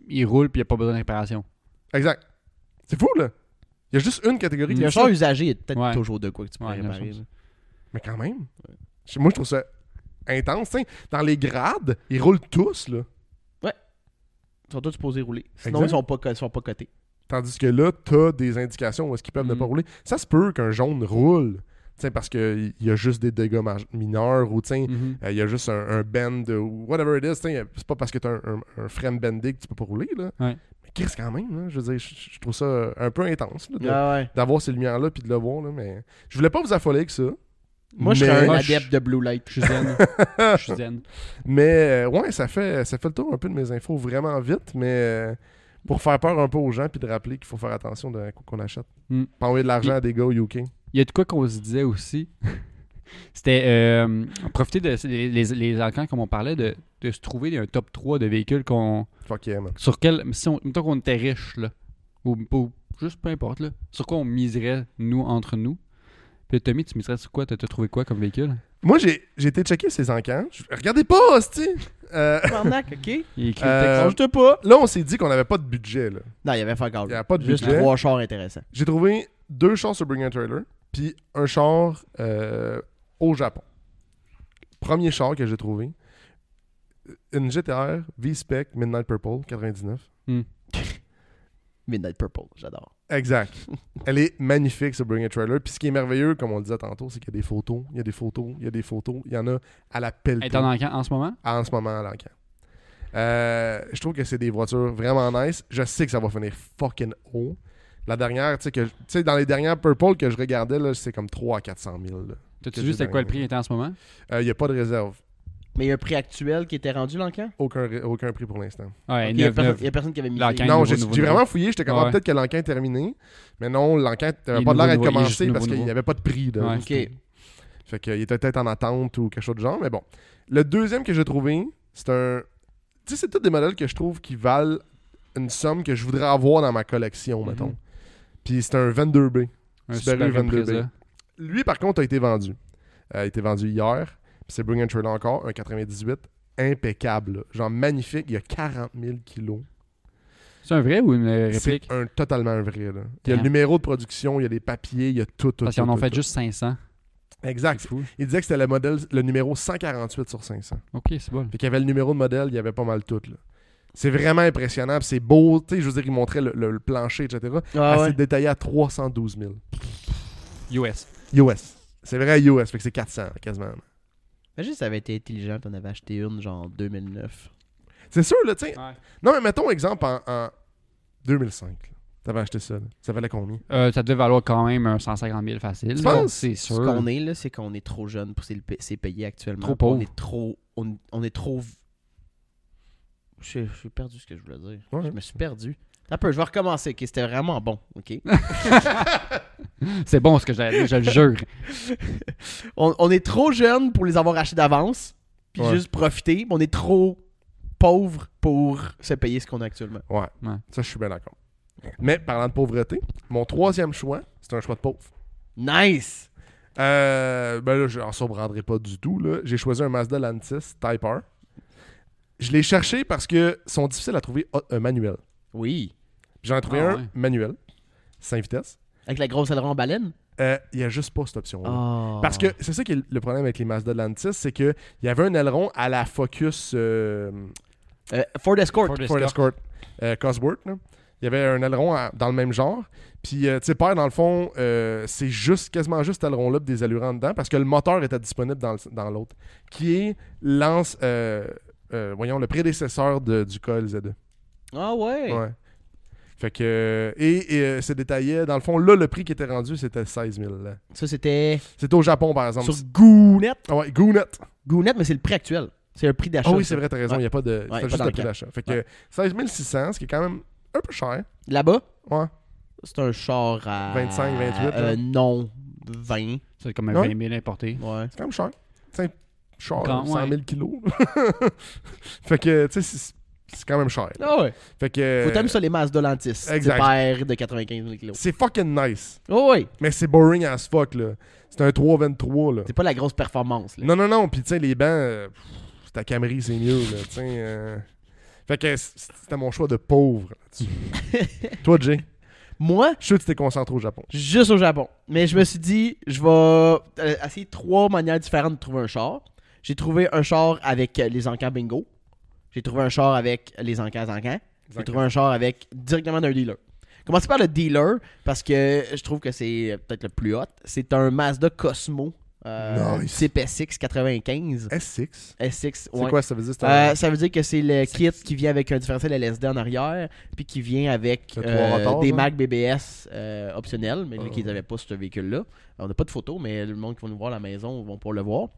il roule puis il n'y a pas besoin de réparation. Exact. C'est fou là. Il y a juste une catégorie. qui Le dit char ça. usagé, il y a peut-être Ouais. toujours de quoi que tu peux Ouais, réparer. il y a là. Mais quand même. Je- Moi, je trouve ça intense. tu sais. Dans les grades, ils roulent tous là. Ils sont tous supposés rouler. Sinon, Exact. ils sont pas, co- ils sont pas cotés. Tandis que là, t'as des indications où est-ce qu'ils peuvent ne Mhm. Mm. pas rouler. Ça se peut qu'un jaune roule. tu sais, parce qu'il y a juste des dégâts maje- mineurs ou tu sais, [LAUGHS] Mhm. Euh, Il y a juste un, un bend euh, ou whatever it is. t'sais, euh, C'est pas parce que t'as un, un, un frame bendé que tu peux pas rouler. Là. Ouais. Mais qu'est-ce quand même? Là? Je veux dire, je, je trouve ça euh, un peu intense là, de- Ah ouais. d'avoir ces lumières-là puis de le voir. Là, mais je voulais pas vous affoler avec ça. Moi, je mais, suis un Moi, adepte de Blue Light. Je suis zen. Je suis zen. Mais euh, ouais, ça fait, ça fait le tour un peu de mes infos vraiment vite, mais euh, pour faire peur un peu aux gens puis de rappeler qu'il faut faire attention de quoi qu'on achète. Mm. Pas envoyer de l'argent à des gars au UK. Il y a de quoi qu'on se disait aussi. [LAUGHS] C'était euh, profiter de les, les, les encans, comme on parlait, de, de se trouver un top 3 de véhicules qu'on. Fuck yeah, man. Sur quel. Si on, mettons qu'on était riche, là. Ou, ou juste peu importe, là. Sur quoi on miserait, nous, entre nous. Puis Tommy, tu miserais sur quoi T'as t'as trouvé quoi comme véhicule Moi, j'ai j'ai été checker ces encans. Je- Regardez pas, hostie! [LAUGHS] Euh, [LAUGHS] Tabarnak, ok? Il écrit le texte. euh, Change-toi pas. là, on s'est dit qu'on n'avait pas de budget. Là. Non, il y avait fuck Il all. n'y a pas de Juste budget. trois chars intéressants. J'ai trouvé deux chars sur Bring a Trailer, puis un char euh, au Japon. Premier char que j'ai trouvé, euh, une GTR V-Spec Midnight Purple 99. Midnight Purple, j'adore. [LAUGHS] Exact. Elle est magnifique, ce Bring a Trailer. Puis ce qui est merveilleux, comme on le disait tantôt, c'est qu'il y a des photos, il y a des poses, il y a des photos, il y a des photos. Il y en a à la pelle Elle est en encan en ce moment en ce moment à l'encan. Euh, je trouve que c'est des voitures vraiment nice. Je sais que ça va finir fucking haut. La dernière, tu sais, que- tu sais, dans les dernières Purple que je regardais, là, c'est comme 3 à 400 000. là. T'as-tu Que vu j'ai c'était quoi le dans- prix était en ce moment Euh, Il n'y a pas de réserve. Mais il y a un prix actuel qui était rendu, l'encan? Aucun, ré- aucun prix pour l'instant. Ouais, Ok, Il y a 9, personne- il y a personne qui avait mis L'encan. Non, nouveau, j'ai nouveau, j'ai nouveau. vraiment fouillé. J'étais comme, ah, Ouais. peut-être que l'enquête est terminée. Mais non, l'enquête n'avait Il est pas l'air d'être nouveau, nouveau, il est juste commencée nouveau, parce qu'il nouveau. n'y avait pas de prix. là. Ouais. Ok. Fait qu'il était peut-être en attente ou quelque chose de genre, mais bon. Le deuxième que j'ai trouvé, c'est un. Tu sais, c'est tous des modèles que je trouve qui valent une somme que je voudrais avoir dans ma collection, Mhm. mettons. Puis c'est un 22B. Un Subaru super 22B. reprise, là. Lui, par contre, a été vendu. Euh, a été vendu hier. Puis c'est Bring and Trailer encore, un 98. Impeccable. là. Genre magnifique. Il y a 40 000 kilos. C'est un vrai ou une euh, réplique C'est un totalement un vrai. là. Il y a le Damn. numéro de production, il y a les papiers, il y a tout, tout. Parce tout, qu'ils en ont tout, Ah, fait tout. juste 500. C'est Exact. fou. Il disait que c'était le modèle, le numéro 148 sur 500. Ok, c'est bon. Fait qu'il y avait le numéro de modèle, il y avait pas mal tout. Là. C'est vraiment impressionnant, puis c'est beau. Tu sais, je veux dire, il montrait le, le- le plancher, etc. Ah Ah, ouais. C'est détaillé à 312 000 US. US. C'est vrai US, fait que c'est 400 quasiment. Imagine si ça avait été intelligent, t'en avais acheté une genre en 2009. C'est sûr, là, tu sais. Ouais. Non, mais mettons exemple en, en 2005. là. T'avais acheté ça, là. Ça valait combien Euh, ça devait valoir quand même euh, un 150 000 facile. Tu là. penses? C'est Ce qu'on sûr. est là, c'est qu'on est trop jeune pour ces le- ces pays actuellement. Trop On pauvre. est trop. On, on est trop. v- Je suis- je suis perdu ce que je voulais dire. Ouais. Je me suis perdu. Un peu, je vais recommencer. Ok, c'était vraiment bon. Ok. C'est bon ce que j'allais dire, je le jure. on, on est trop jeune pour les avoir achetés d'avance, puis Ouais. juste profiter. mais On est trop pauvre pour se payer ce qu'on a actuellement. Ouais. Ouais. Ça, je suis bien d'accord. Mais parlant de pauvreté, mon troisième choix, c'est un choix de pauvre. Nice! Euh, ben là, je ne surprendrai pas du tout. là. J'ai choisi un Mazda Lantis Type R. Je l'ai cherché parce que sont difficiles à trouver ah, euh, manuel. Oui. J'en ai trouvé Ah un ouais. manuel, 5 vitesses. Avec la grosse aileron en baleine? Euh, Il n'y a juste pas cette option-là. Ah. Oh. Parce que c'est ça qui est le problème avec les Mazda Lantis, c'est qu'il y avait un aileron à la Focus euh, Euh, Ford Escort. Ford Ford Escort. Escort euh, Cosworth. là. Il y avait un aileron à- dans le même genre. Puis, euh, tu sais, père, dans le fond, euh, c'est juste, quasiment juste cet aileron-là pis des allurants dedans parce que le moteur était disponible dans le- dans l'autre, qui est lance, euh, euh, voyons, le prédécesseur de- du Col Z2. Ah ouais. E. Ouais. Fait que. Et, et, euh, c'est détaillé. Dans le fond, là, le prix qui était rendu, c'était 16 000. là. Ça, c'était C'était au Japon, par exemple. sur Goonet. Ah ouais, Goonet. Goonet, mais c'est le prix actuel. C'est un prix d'achat. Ah oui, ça. c'est vrai, t'as raison. Il Ouais. n'y a pas de. pas c'est juste dans le le prix cap. d'achat. Fait que 16 600, ce qui est quand même un peu cher. Là-bas, Ouais. c'est un char à... 25, 28, euh, là. non, 20. C'est comme un Ouais. 20 000 importé. Ouais. C'est quand même cher. C'est cher, Quand- 100 000 ouais. kilos. [LAUGHS] fait que, tu sais, c'est- c'est quand même cher. Ah ouais. Fait que. Faut t'aimer ça, les Mazda Lantis. C'est Euh, exact. pair de 95 000 kilos. C'est fucking nice. Oh oui. Mais c'est boring as fuck, là. C'est un 323, là. C'est pas la grosse performance. Là. Non, non, non. Puis, tu sais, les bancs, euh, pff, ta Camry, c'est mieux, là. Tu sais. euh. Fait que c- c'était mon choix [LAUGHS] de pauvre. là-dessus. Toi, Jay, Moi, je suis sûr que tu t'es concentré au Japon. juste au Japon. Mais je me suis dit, je vais euh, essayer trois manières différentes de trouver un char. J'ai trouvé un char avec euh, les encans bingo. J'ai trouvé un char avec les encans encans. J'ai trouvé un char avec directement d'un dealer. Commencez par le dealer parce que je trouve que c'est peut-être le plus hot. C'est un Mazda Cosmo euh, Nice. type SX 95. S6. SX, C'est ouais. quoi, ça veut dire? c'est un- Euh, ça veut dire que c'est le kit qui vient avec un différentiel LSD en arrière, puis qui vient avec Le trois euh, rotors, des hein? Mac BBS euh, optionnels, mais Ah. lui qui n'avait pas ce véhicule-là. On n'a pas de photo, mais le monde qui va nous voir à la maison vont pouvoir le voir.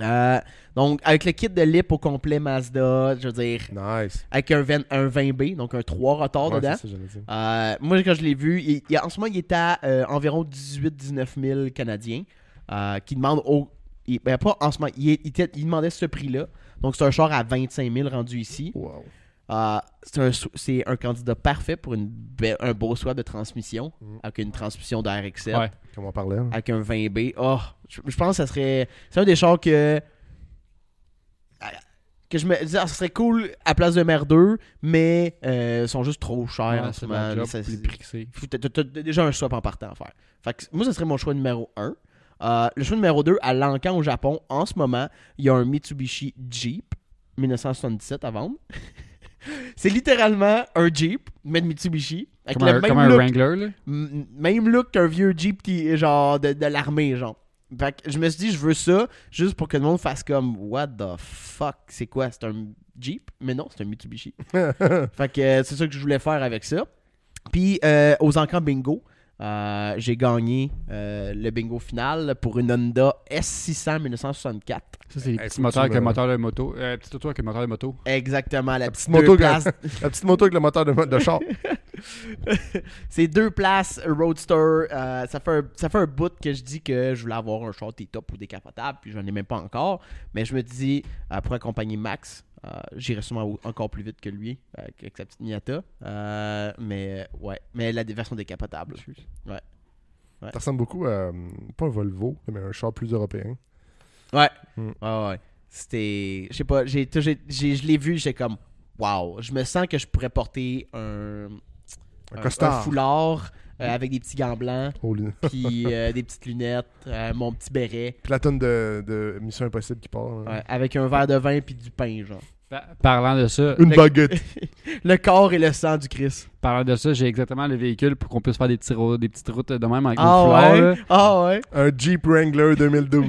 Euh, donc, avec le kit de lip au complet Mazda, je veux dire, Nice. avec un, 20, un 20B, donc un 3 rotors Ouais, dedans. c'est ça, j'allais dire. Euh, moi, quand je l'ai vu, il- il- en ce moment, il est à euh, environ 18-19 000 Canadiens euh, qui demandent au. il- ben, pas en ce moment, il, est- il était- il demandait ce prix-là. Donc, c'est un char à 25 000 rendu ici. Wow. Euh, c'est un, sou- c'est un candidat parfait pour une be- un beau swap de transmission Mm. avec une transmission d'RX7, Ouais. Comme on parlait. hein. avec un 20B. Oh, je, je pense que ça serait. C'est un des chars que. Que je me disais, ah, ça serait cool à place de MR2, mais euh, ils sont juste trop chers en Ouais, ce c'est moment. dans le job, Ça- puis les prix que c'est. Faut- t'as- T'as t'as déjà un swap en partant à faire. Fait que moi, ce serait mon choix numéro 1. le choix numéro 2, à l'encan au Japon, en ce moment, il y a un Mitsubishi Jeep 1977 à vendre. [LAUGHS] C'est littéralement un Jeep, mais de Mitsubishi. Avec Comme le un, même, comme un look, Wrangler, là. m- même look qu'un vieux Jeep qui, genre de, de l'armée, genre. Fait que je me suis dit, je veux ça juste pour que le monde fasse comme What the fuck, c'est quoi C'est un Jeep Mais non, c'est un Mitsubishi. [LAUGHS] Fait que euh, c'est ça que je voulais faire avec ça. Puis euh, aux encans bingo, euh, j'ai gagné euh, le bingo final pour une Honda S600 1964. Ça, c'est les Hey, petits faut que moteurs tu avec me- le moteur de moto. Euh, petit auto avec le moteur de moto. Exactement, la, petite petite deux moto places. La petite moto avec le moteur de, [LAUGHS] de char. C'est deux places Roadster. euh, ça, fait un, ça fait un bout que je dis que je voulais avoir un short T-top ou décapotable, puis j'en ai même pas encore. Mais je me dis, euh, pour accompagner Max, euh, j'irai sûrement au- encore plus vite que lui, euh, avec sa petite Miata. Euh, mais ouais, mais la version décapotable. Ça ressemble beaucoup à. euh, Pas un Volvo, mais un char plus européen. Ouais. Mm. Ouais, ouais. C'était. Je sais pas, j'ai, tout- j'ai, j'ai- je l'ai vu, j'ai comme. Waouh, je me sens que je pourrais porter un. Un costard. foulard euh, avec des petits gants blancs, Oh, lui. puis euh, des petites lunettes, euh, mon petit béret, Puis la tonne de, de Mission Impossible qui part. hein. ouais, avec un verre de vin puis du pain, genre. Pa- parlant de ça, Une Le- baguette. Le corps et le sang du Christ. parlant de ça, j'ai exactement le véhicule pour qu'on puisse faire des, petits ro- des petites routes de même avec Ah nos foulards, là. ouais. Ah ouais. un Jeep Wrangler 2012.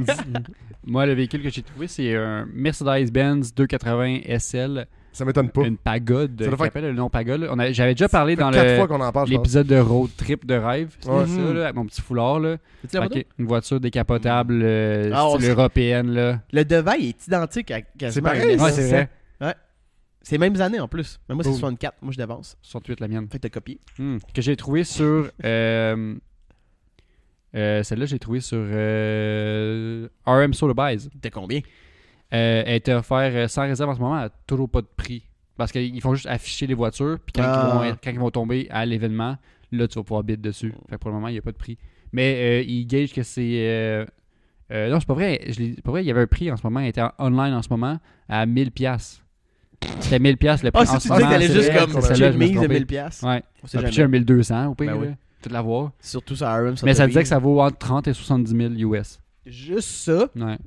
Moi, le véhicule que j'ai trouvé, c'est un Mercedes-Benz 280 SL, ça m'étonne pas. une pagode. Ça doit qui faire- s'appelle le nom pagode. là. On a- J'avais déjà parlé Ça fait dans quatre le- fois qu'on en parle, je pense. l'épisode de road trip de rêve. C'était Ouais. ça, là, avec mon petit foulard. Là. As-tu la Fait photo? que une voiture décapotable, euh, Ah, on style sait- européenne. Là. Le devant il est identique à quasiment C'est pareil, à une ça. Ouais, S600. c'est vrai. C'est les mêmes années en plus. Mais moi, c'est Boom. 64. Moi, je d'avance. 68, la mienne. Fait que t'as copié. Hmm. Que j'ai trouvé sur. euh, euh, Celle-là, j'ai trouvé sur euh, RM Solar Buys. T'as combien euh, elle était offerte euh, sans réserve en ce moment, elle a toujours pas de prix. Parce qu'ils font juste afficher les voitures, puis quand, Ah. ils, vont, être- quand ils vont tomber à l'événement, là, tu vas pouvoir bid dessus. Fait que pour le moment, il n'y a pas de prix. Mais euh, ils gagent que c'est. euh, euh, non, c'est pas vrai. Je l'ai- c'est pas vrai, il y avait un prix en ce moment, il était en online en ce moment, à 1000$. C'était 1000$ le prix. Ah, en si tu ce disais que moment, t'allais c'est juste vrai, comme c'est pitcher là, une je me suis mise de trompé. 1000$, piastres, Ouais. on sait Un jamais. pitcher 1200 au pire, Ben oui. là. Peut-être l'avoir. Surtout sur Iron Mais ça disait que ça vaut entre 30 et 70 000 US. Juste ça. Ouais.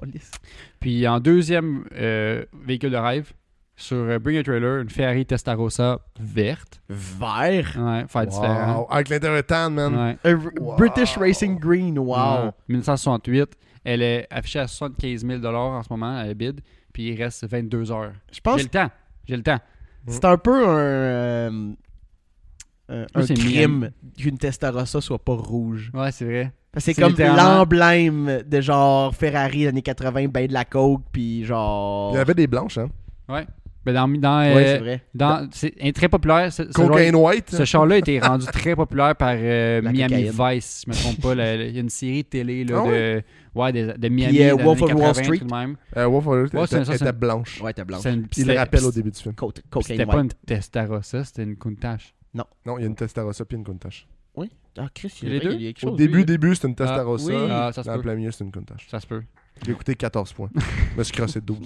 Câlisse. Puis en deuxième euh, véhicule de rêve, sur euh, Bring Your Trailer, une Ferrari Testarossa verte. Vert. Ouais, faire différent. Wow. Avec l'intérieur tan, man. Ouais. Un r- Wow. British Racing Green, wow. Ouais. 1968. Elle est affichée à 75 000 en ce moment, à la bid. Puis il reste 22 heures. Je pense J'ai le temps. J'ai le temps. que c'est un peu un, euh, euh, un Moi, c'est crime qu'une Testarossa soit pas rouge. Ouais, c'est vrai. Parce que C'est c'est comme littéralement- l'emblème de genre Ferrari années 80, ben de la coke, puis genre... Il y avait des blanches, hein. Mais dans, dans, Ouais, euh, c'est vrai. dans- c'est un très populaire. ce- ce Cocaine White. Ce char-là a été rendu très populaire par [LAUGHS] euh, La Miami cocaïne. Vice, si je me trompe pas. là. Il y a une série de télé là, Ah de, ouais, de, de Miami. Puis, euh, dans les Wolf of Wall 80, Street. tout de même. Euh, Wolf Warrior était, Ouais, c'est- ça, était c'est- blanche. Ouais, t'es blanche. C'est une- Il le c'était- rappelle au début du film. Coke- C'était Cocaine pas white. une Testarossa, c'était une Countach. Non, il y a une Testarossa puis une Countach. Ah, Chris, il Les y a- deux? il y a quelque Au chose. début, lui. début, c'était une Ah, Testarossa. oui. Ah, ça se dans le peut. plein milieu, c'était une Countach. Ça se peut. J'ai coûté 14 [LAUGHS] points. Je me suis crossé 12.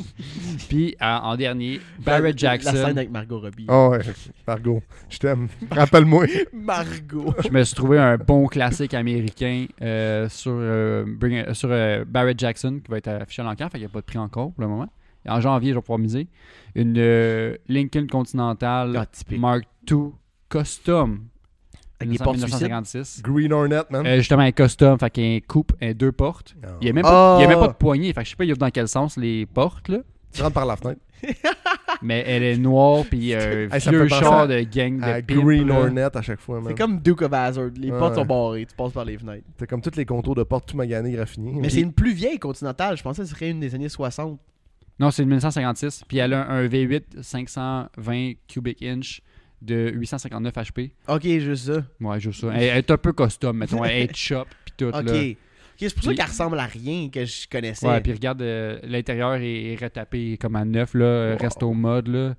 Puis en, en dernier, La- Barrett Jackson. La scène avec Margot Robbie. Ah ouais, ok. Margot, je t'aime. Rappelle-moi. [LAUGHS] Margot. Je me suis trouvé un bon classique américain euh, sur, euh, Bring- euh, sur euh, Barrett Jackson qui va être affiché à l'encan, fait qu'il n'y a pas de prix encore pour le moment. En janvier, je vais pouvoir miser. Une euh, Lincoln Continental Ah, typique. Mark II Custom. Avec des 1900- portes suicides. 1956. Green Hornet, man. Euh, justement, un custom, fait qu'il y a un coupe, un deux portes. Ah. Il n'y a, même pas- Ah! il y a même pas de poignée, fait que je sais pas il ouvre dans quel sens les portes, là. Tu rentres Ah! par la [LAUGHS] fenêtre. mais elle est noire, puis euh, Hey, ça vieux peut penser char à- de gang de À pimp, Green là. Hornet à chaque fois, man. C'est comme Duke of Hazard. Les Ouais, portes ouais. sont barrées. Tu passes par les fenêtres. T'as comme tous les contours de porte tout magané, raffiné. Mais c'est une plus vieille continentale. Je pensais que ce serait une des années 60. Non, c'est de 1956. Puis elle a un V8 520 cubic inch de 859 HP. Ok, juste ça. Ouais, juste ça. Elle, elle est un peu custom, mettons. Elle [LAUGHS] est chop, puis tout, Ok. là. Ok, c'est pour ça Puis- qu'elle ressemble à rien que je connaissais. Ouais, puis regarde, euh, l'intérieur est, est retapé comme à neuf, là. euh, Wow. Resto mode, là.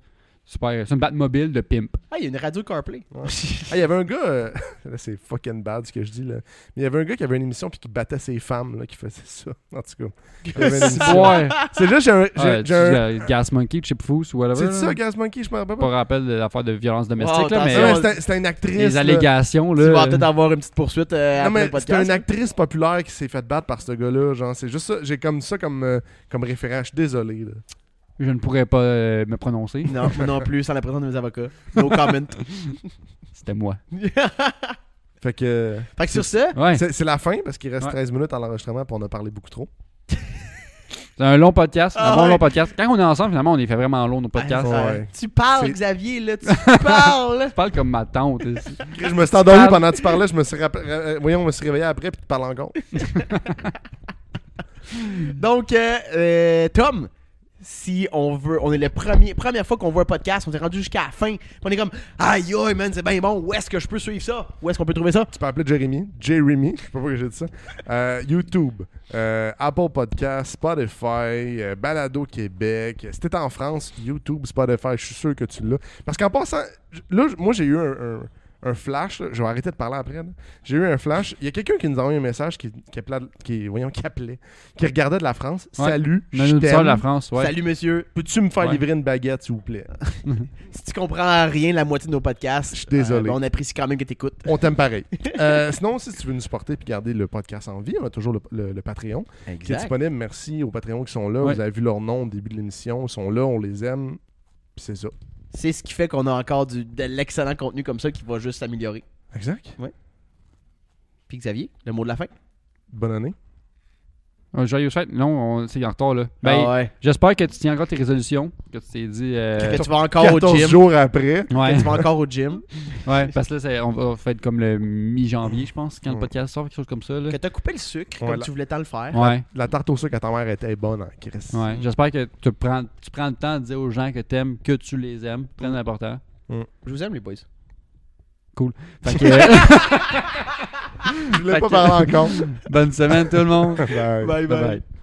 Super. C'est une Batmobile [LAUGHS] de pimp. Ah, il y a une radio CarPlay. [LAUGHS] Ouais. Ah, il y avait un gars. euh, [LAUGHS] là, c'est fucking bad ce que je dis, là. Mais il y avait un gars qui avait une émission puis qui battait ses femmes, là, qui faisait ça. [LAUGHS] En tout cas. Il y avait une émission. Ouais. C'est là, j'ai un. j'ai- Ouais, j'ai un- tu dis, euh, Gas Monkey, Chip Foose, whatever. C'est là. ça, Gas Monkey, je me rappelle Pas pas. rappel de l'affaire de violence domestique, Wow, là, mais attention, Ouais, euh, c'était- C'était une actrice. les là. allégations, Tu vas là. peut-être avoir une petite poursuite euh, Non, après mais le c'était podcast. une actrice populaire qui s'est fait battre par ce gars-là. Genre, c'est juste ça. J'ai comme ça comme, euh, comme référent. Je suis désolé. là. Je ne pourrais pas euh, me prononcer. [LAUGHS] Non, moi non plus, sans la présence de mes avocats. No [LAUGHS] comment. C'était moi. Fait que. euh, fait que sur ça, Ouais. C'est c'est la fin parce qu'il reste Ouais. 13 minutes à l'enregistrement puis on a parlé beaucoup trop. C'est un long podcast, Ah un bon ouais. long podcast. Quand on est ensemble, finalement, on les fait vraiment long, nos podcasts. Ah, euh, ouais. tu parles, C'est- Xavier, là. [LAUGHS] Tu parles. Je parle comme ma [LAUGHS] tante. ici. Je me suis endormi parles- pendant que tu parlais, je me suis rappelé- euh, voyons, on me suis réveillé après puis tu parles encore. Donc, euh, euh, Tom, si on veut, on est la premier, première fois qu'on voit un podcast, on s'est rendu jusqu'à la fin. puis On est comme, aïe, aïe, man, c'est bien bon. Où est-ce que je peux suivre ça? Où est-ce qu'on peut trouver ça? Tu peux appeler Jeremy, Jeremy, je sais pas pourquoi j'ai dit ça. Euh, YouTube, euh, Apple Podcast, Spotify, euh, Balado Québec. Si t'es en France, YouTube, Spotify, je suis sûr que tu l'as. Parce qu'en passant, j- là, j- moi j'ai eu un, un- un flash, là. je vais arrêter de parler après. là. J'ai eu un flash. Il y a quelqu'un qui nous a envoyé un message qui, qui, appela- qui- voyons, qui appelait, qui regardait de la France. Ouais. Salut, On a je une sœur de la t'aime. France, ouais. Salut, monsieur. Peux-tu me faire Ouais. livrer une baguette, s'il vous plaît? Si tu comprends rien de la moitié de nos podcasts, Je suis désolé. euh, ben, on apprécie quand même que t'écoutes. On t'aime pareil. Euh, sinon, si tu veux nous supporter et garder le podcast en vie, on a toujours le, le- le Patreon qui est disponible. Merci aux Patreons qui sont là. Ouais. Vous avez vu leur nom au début de l'émission. Ils sont là, on les aime. Puis C'est ça. C'est ce qui fait qu'on a encore du, de l'excellent contenu comme ça qui va juste s'améliorer. Exact. Puis Xavier, le mot de la fin. Bonne année. Un Joyeux fête. Non, on- c'est en retard, là. Ben, Ah ouais. j'espère que tu tiens encore tes résolutions, que tu t'es dit. euh, que tu vas encore au 14 gym. jours après. [LAUGHS] Ouais, Que tu vas encore au gym. ouais, parce que là, c'est- on va faire comme le mi-janvier, je pense, quand le Ouais. podcast sort, quelque chose comme ça. Là. Que t'as coupé le sucre comme Voilà. tu voulais tant le faire. Ouais, La tarte au sucre à ta mère était bonne en Chris. ouais. J'espère que tu prends, tu prends le temps de dire aux gens que t'aimes, que tu les aimes. Très important. Je vous aime, les boys. [LAUGHS] Fait que, Je voulais Fait pas que- parler encore. [LAUGHS] bonne semaine, tout le monde. Bye. bye. bye. Bye-bye.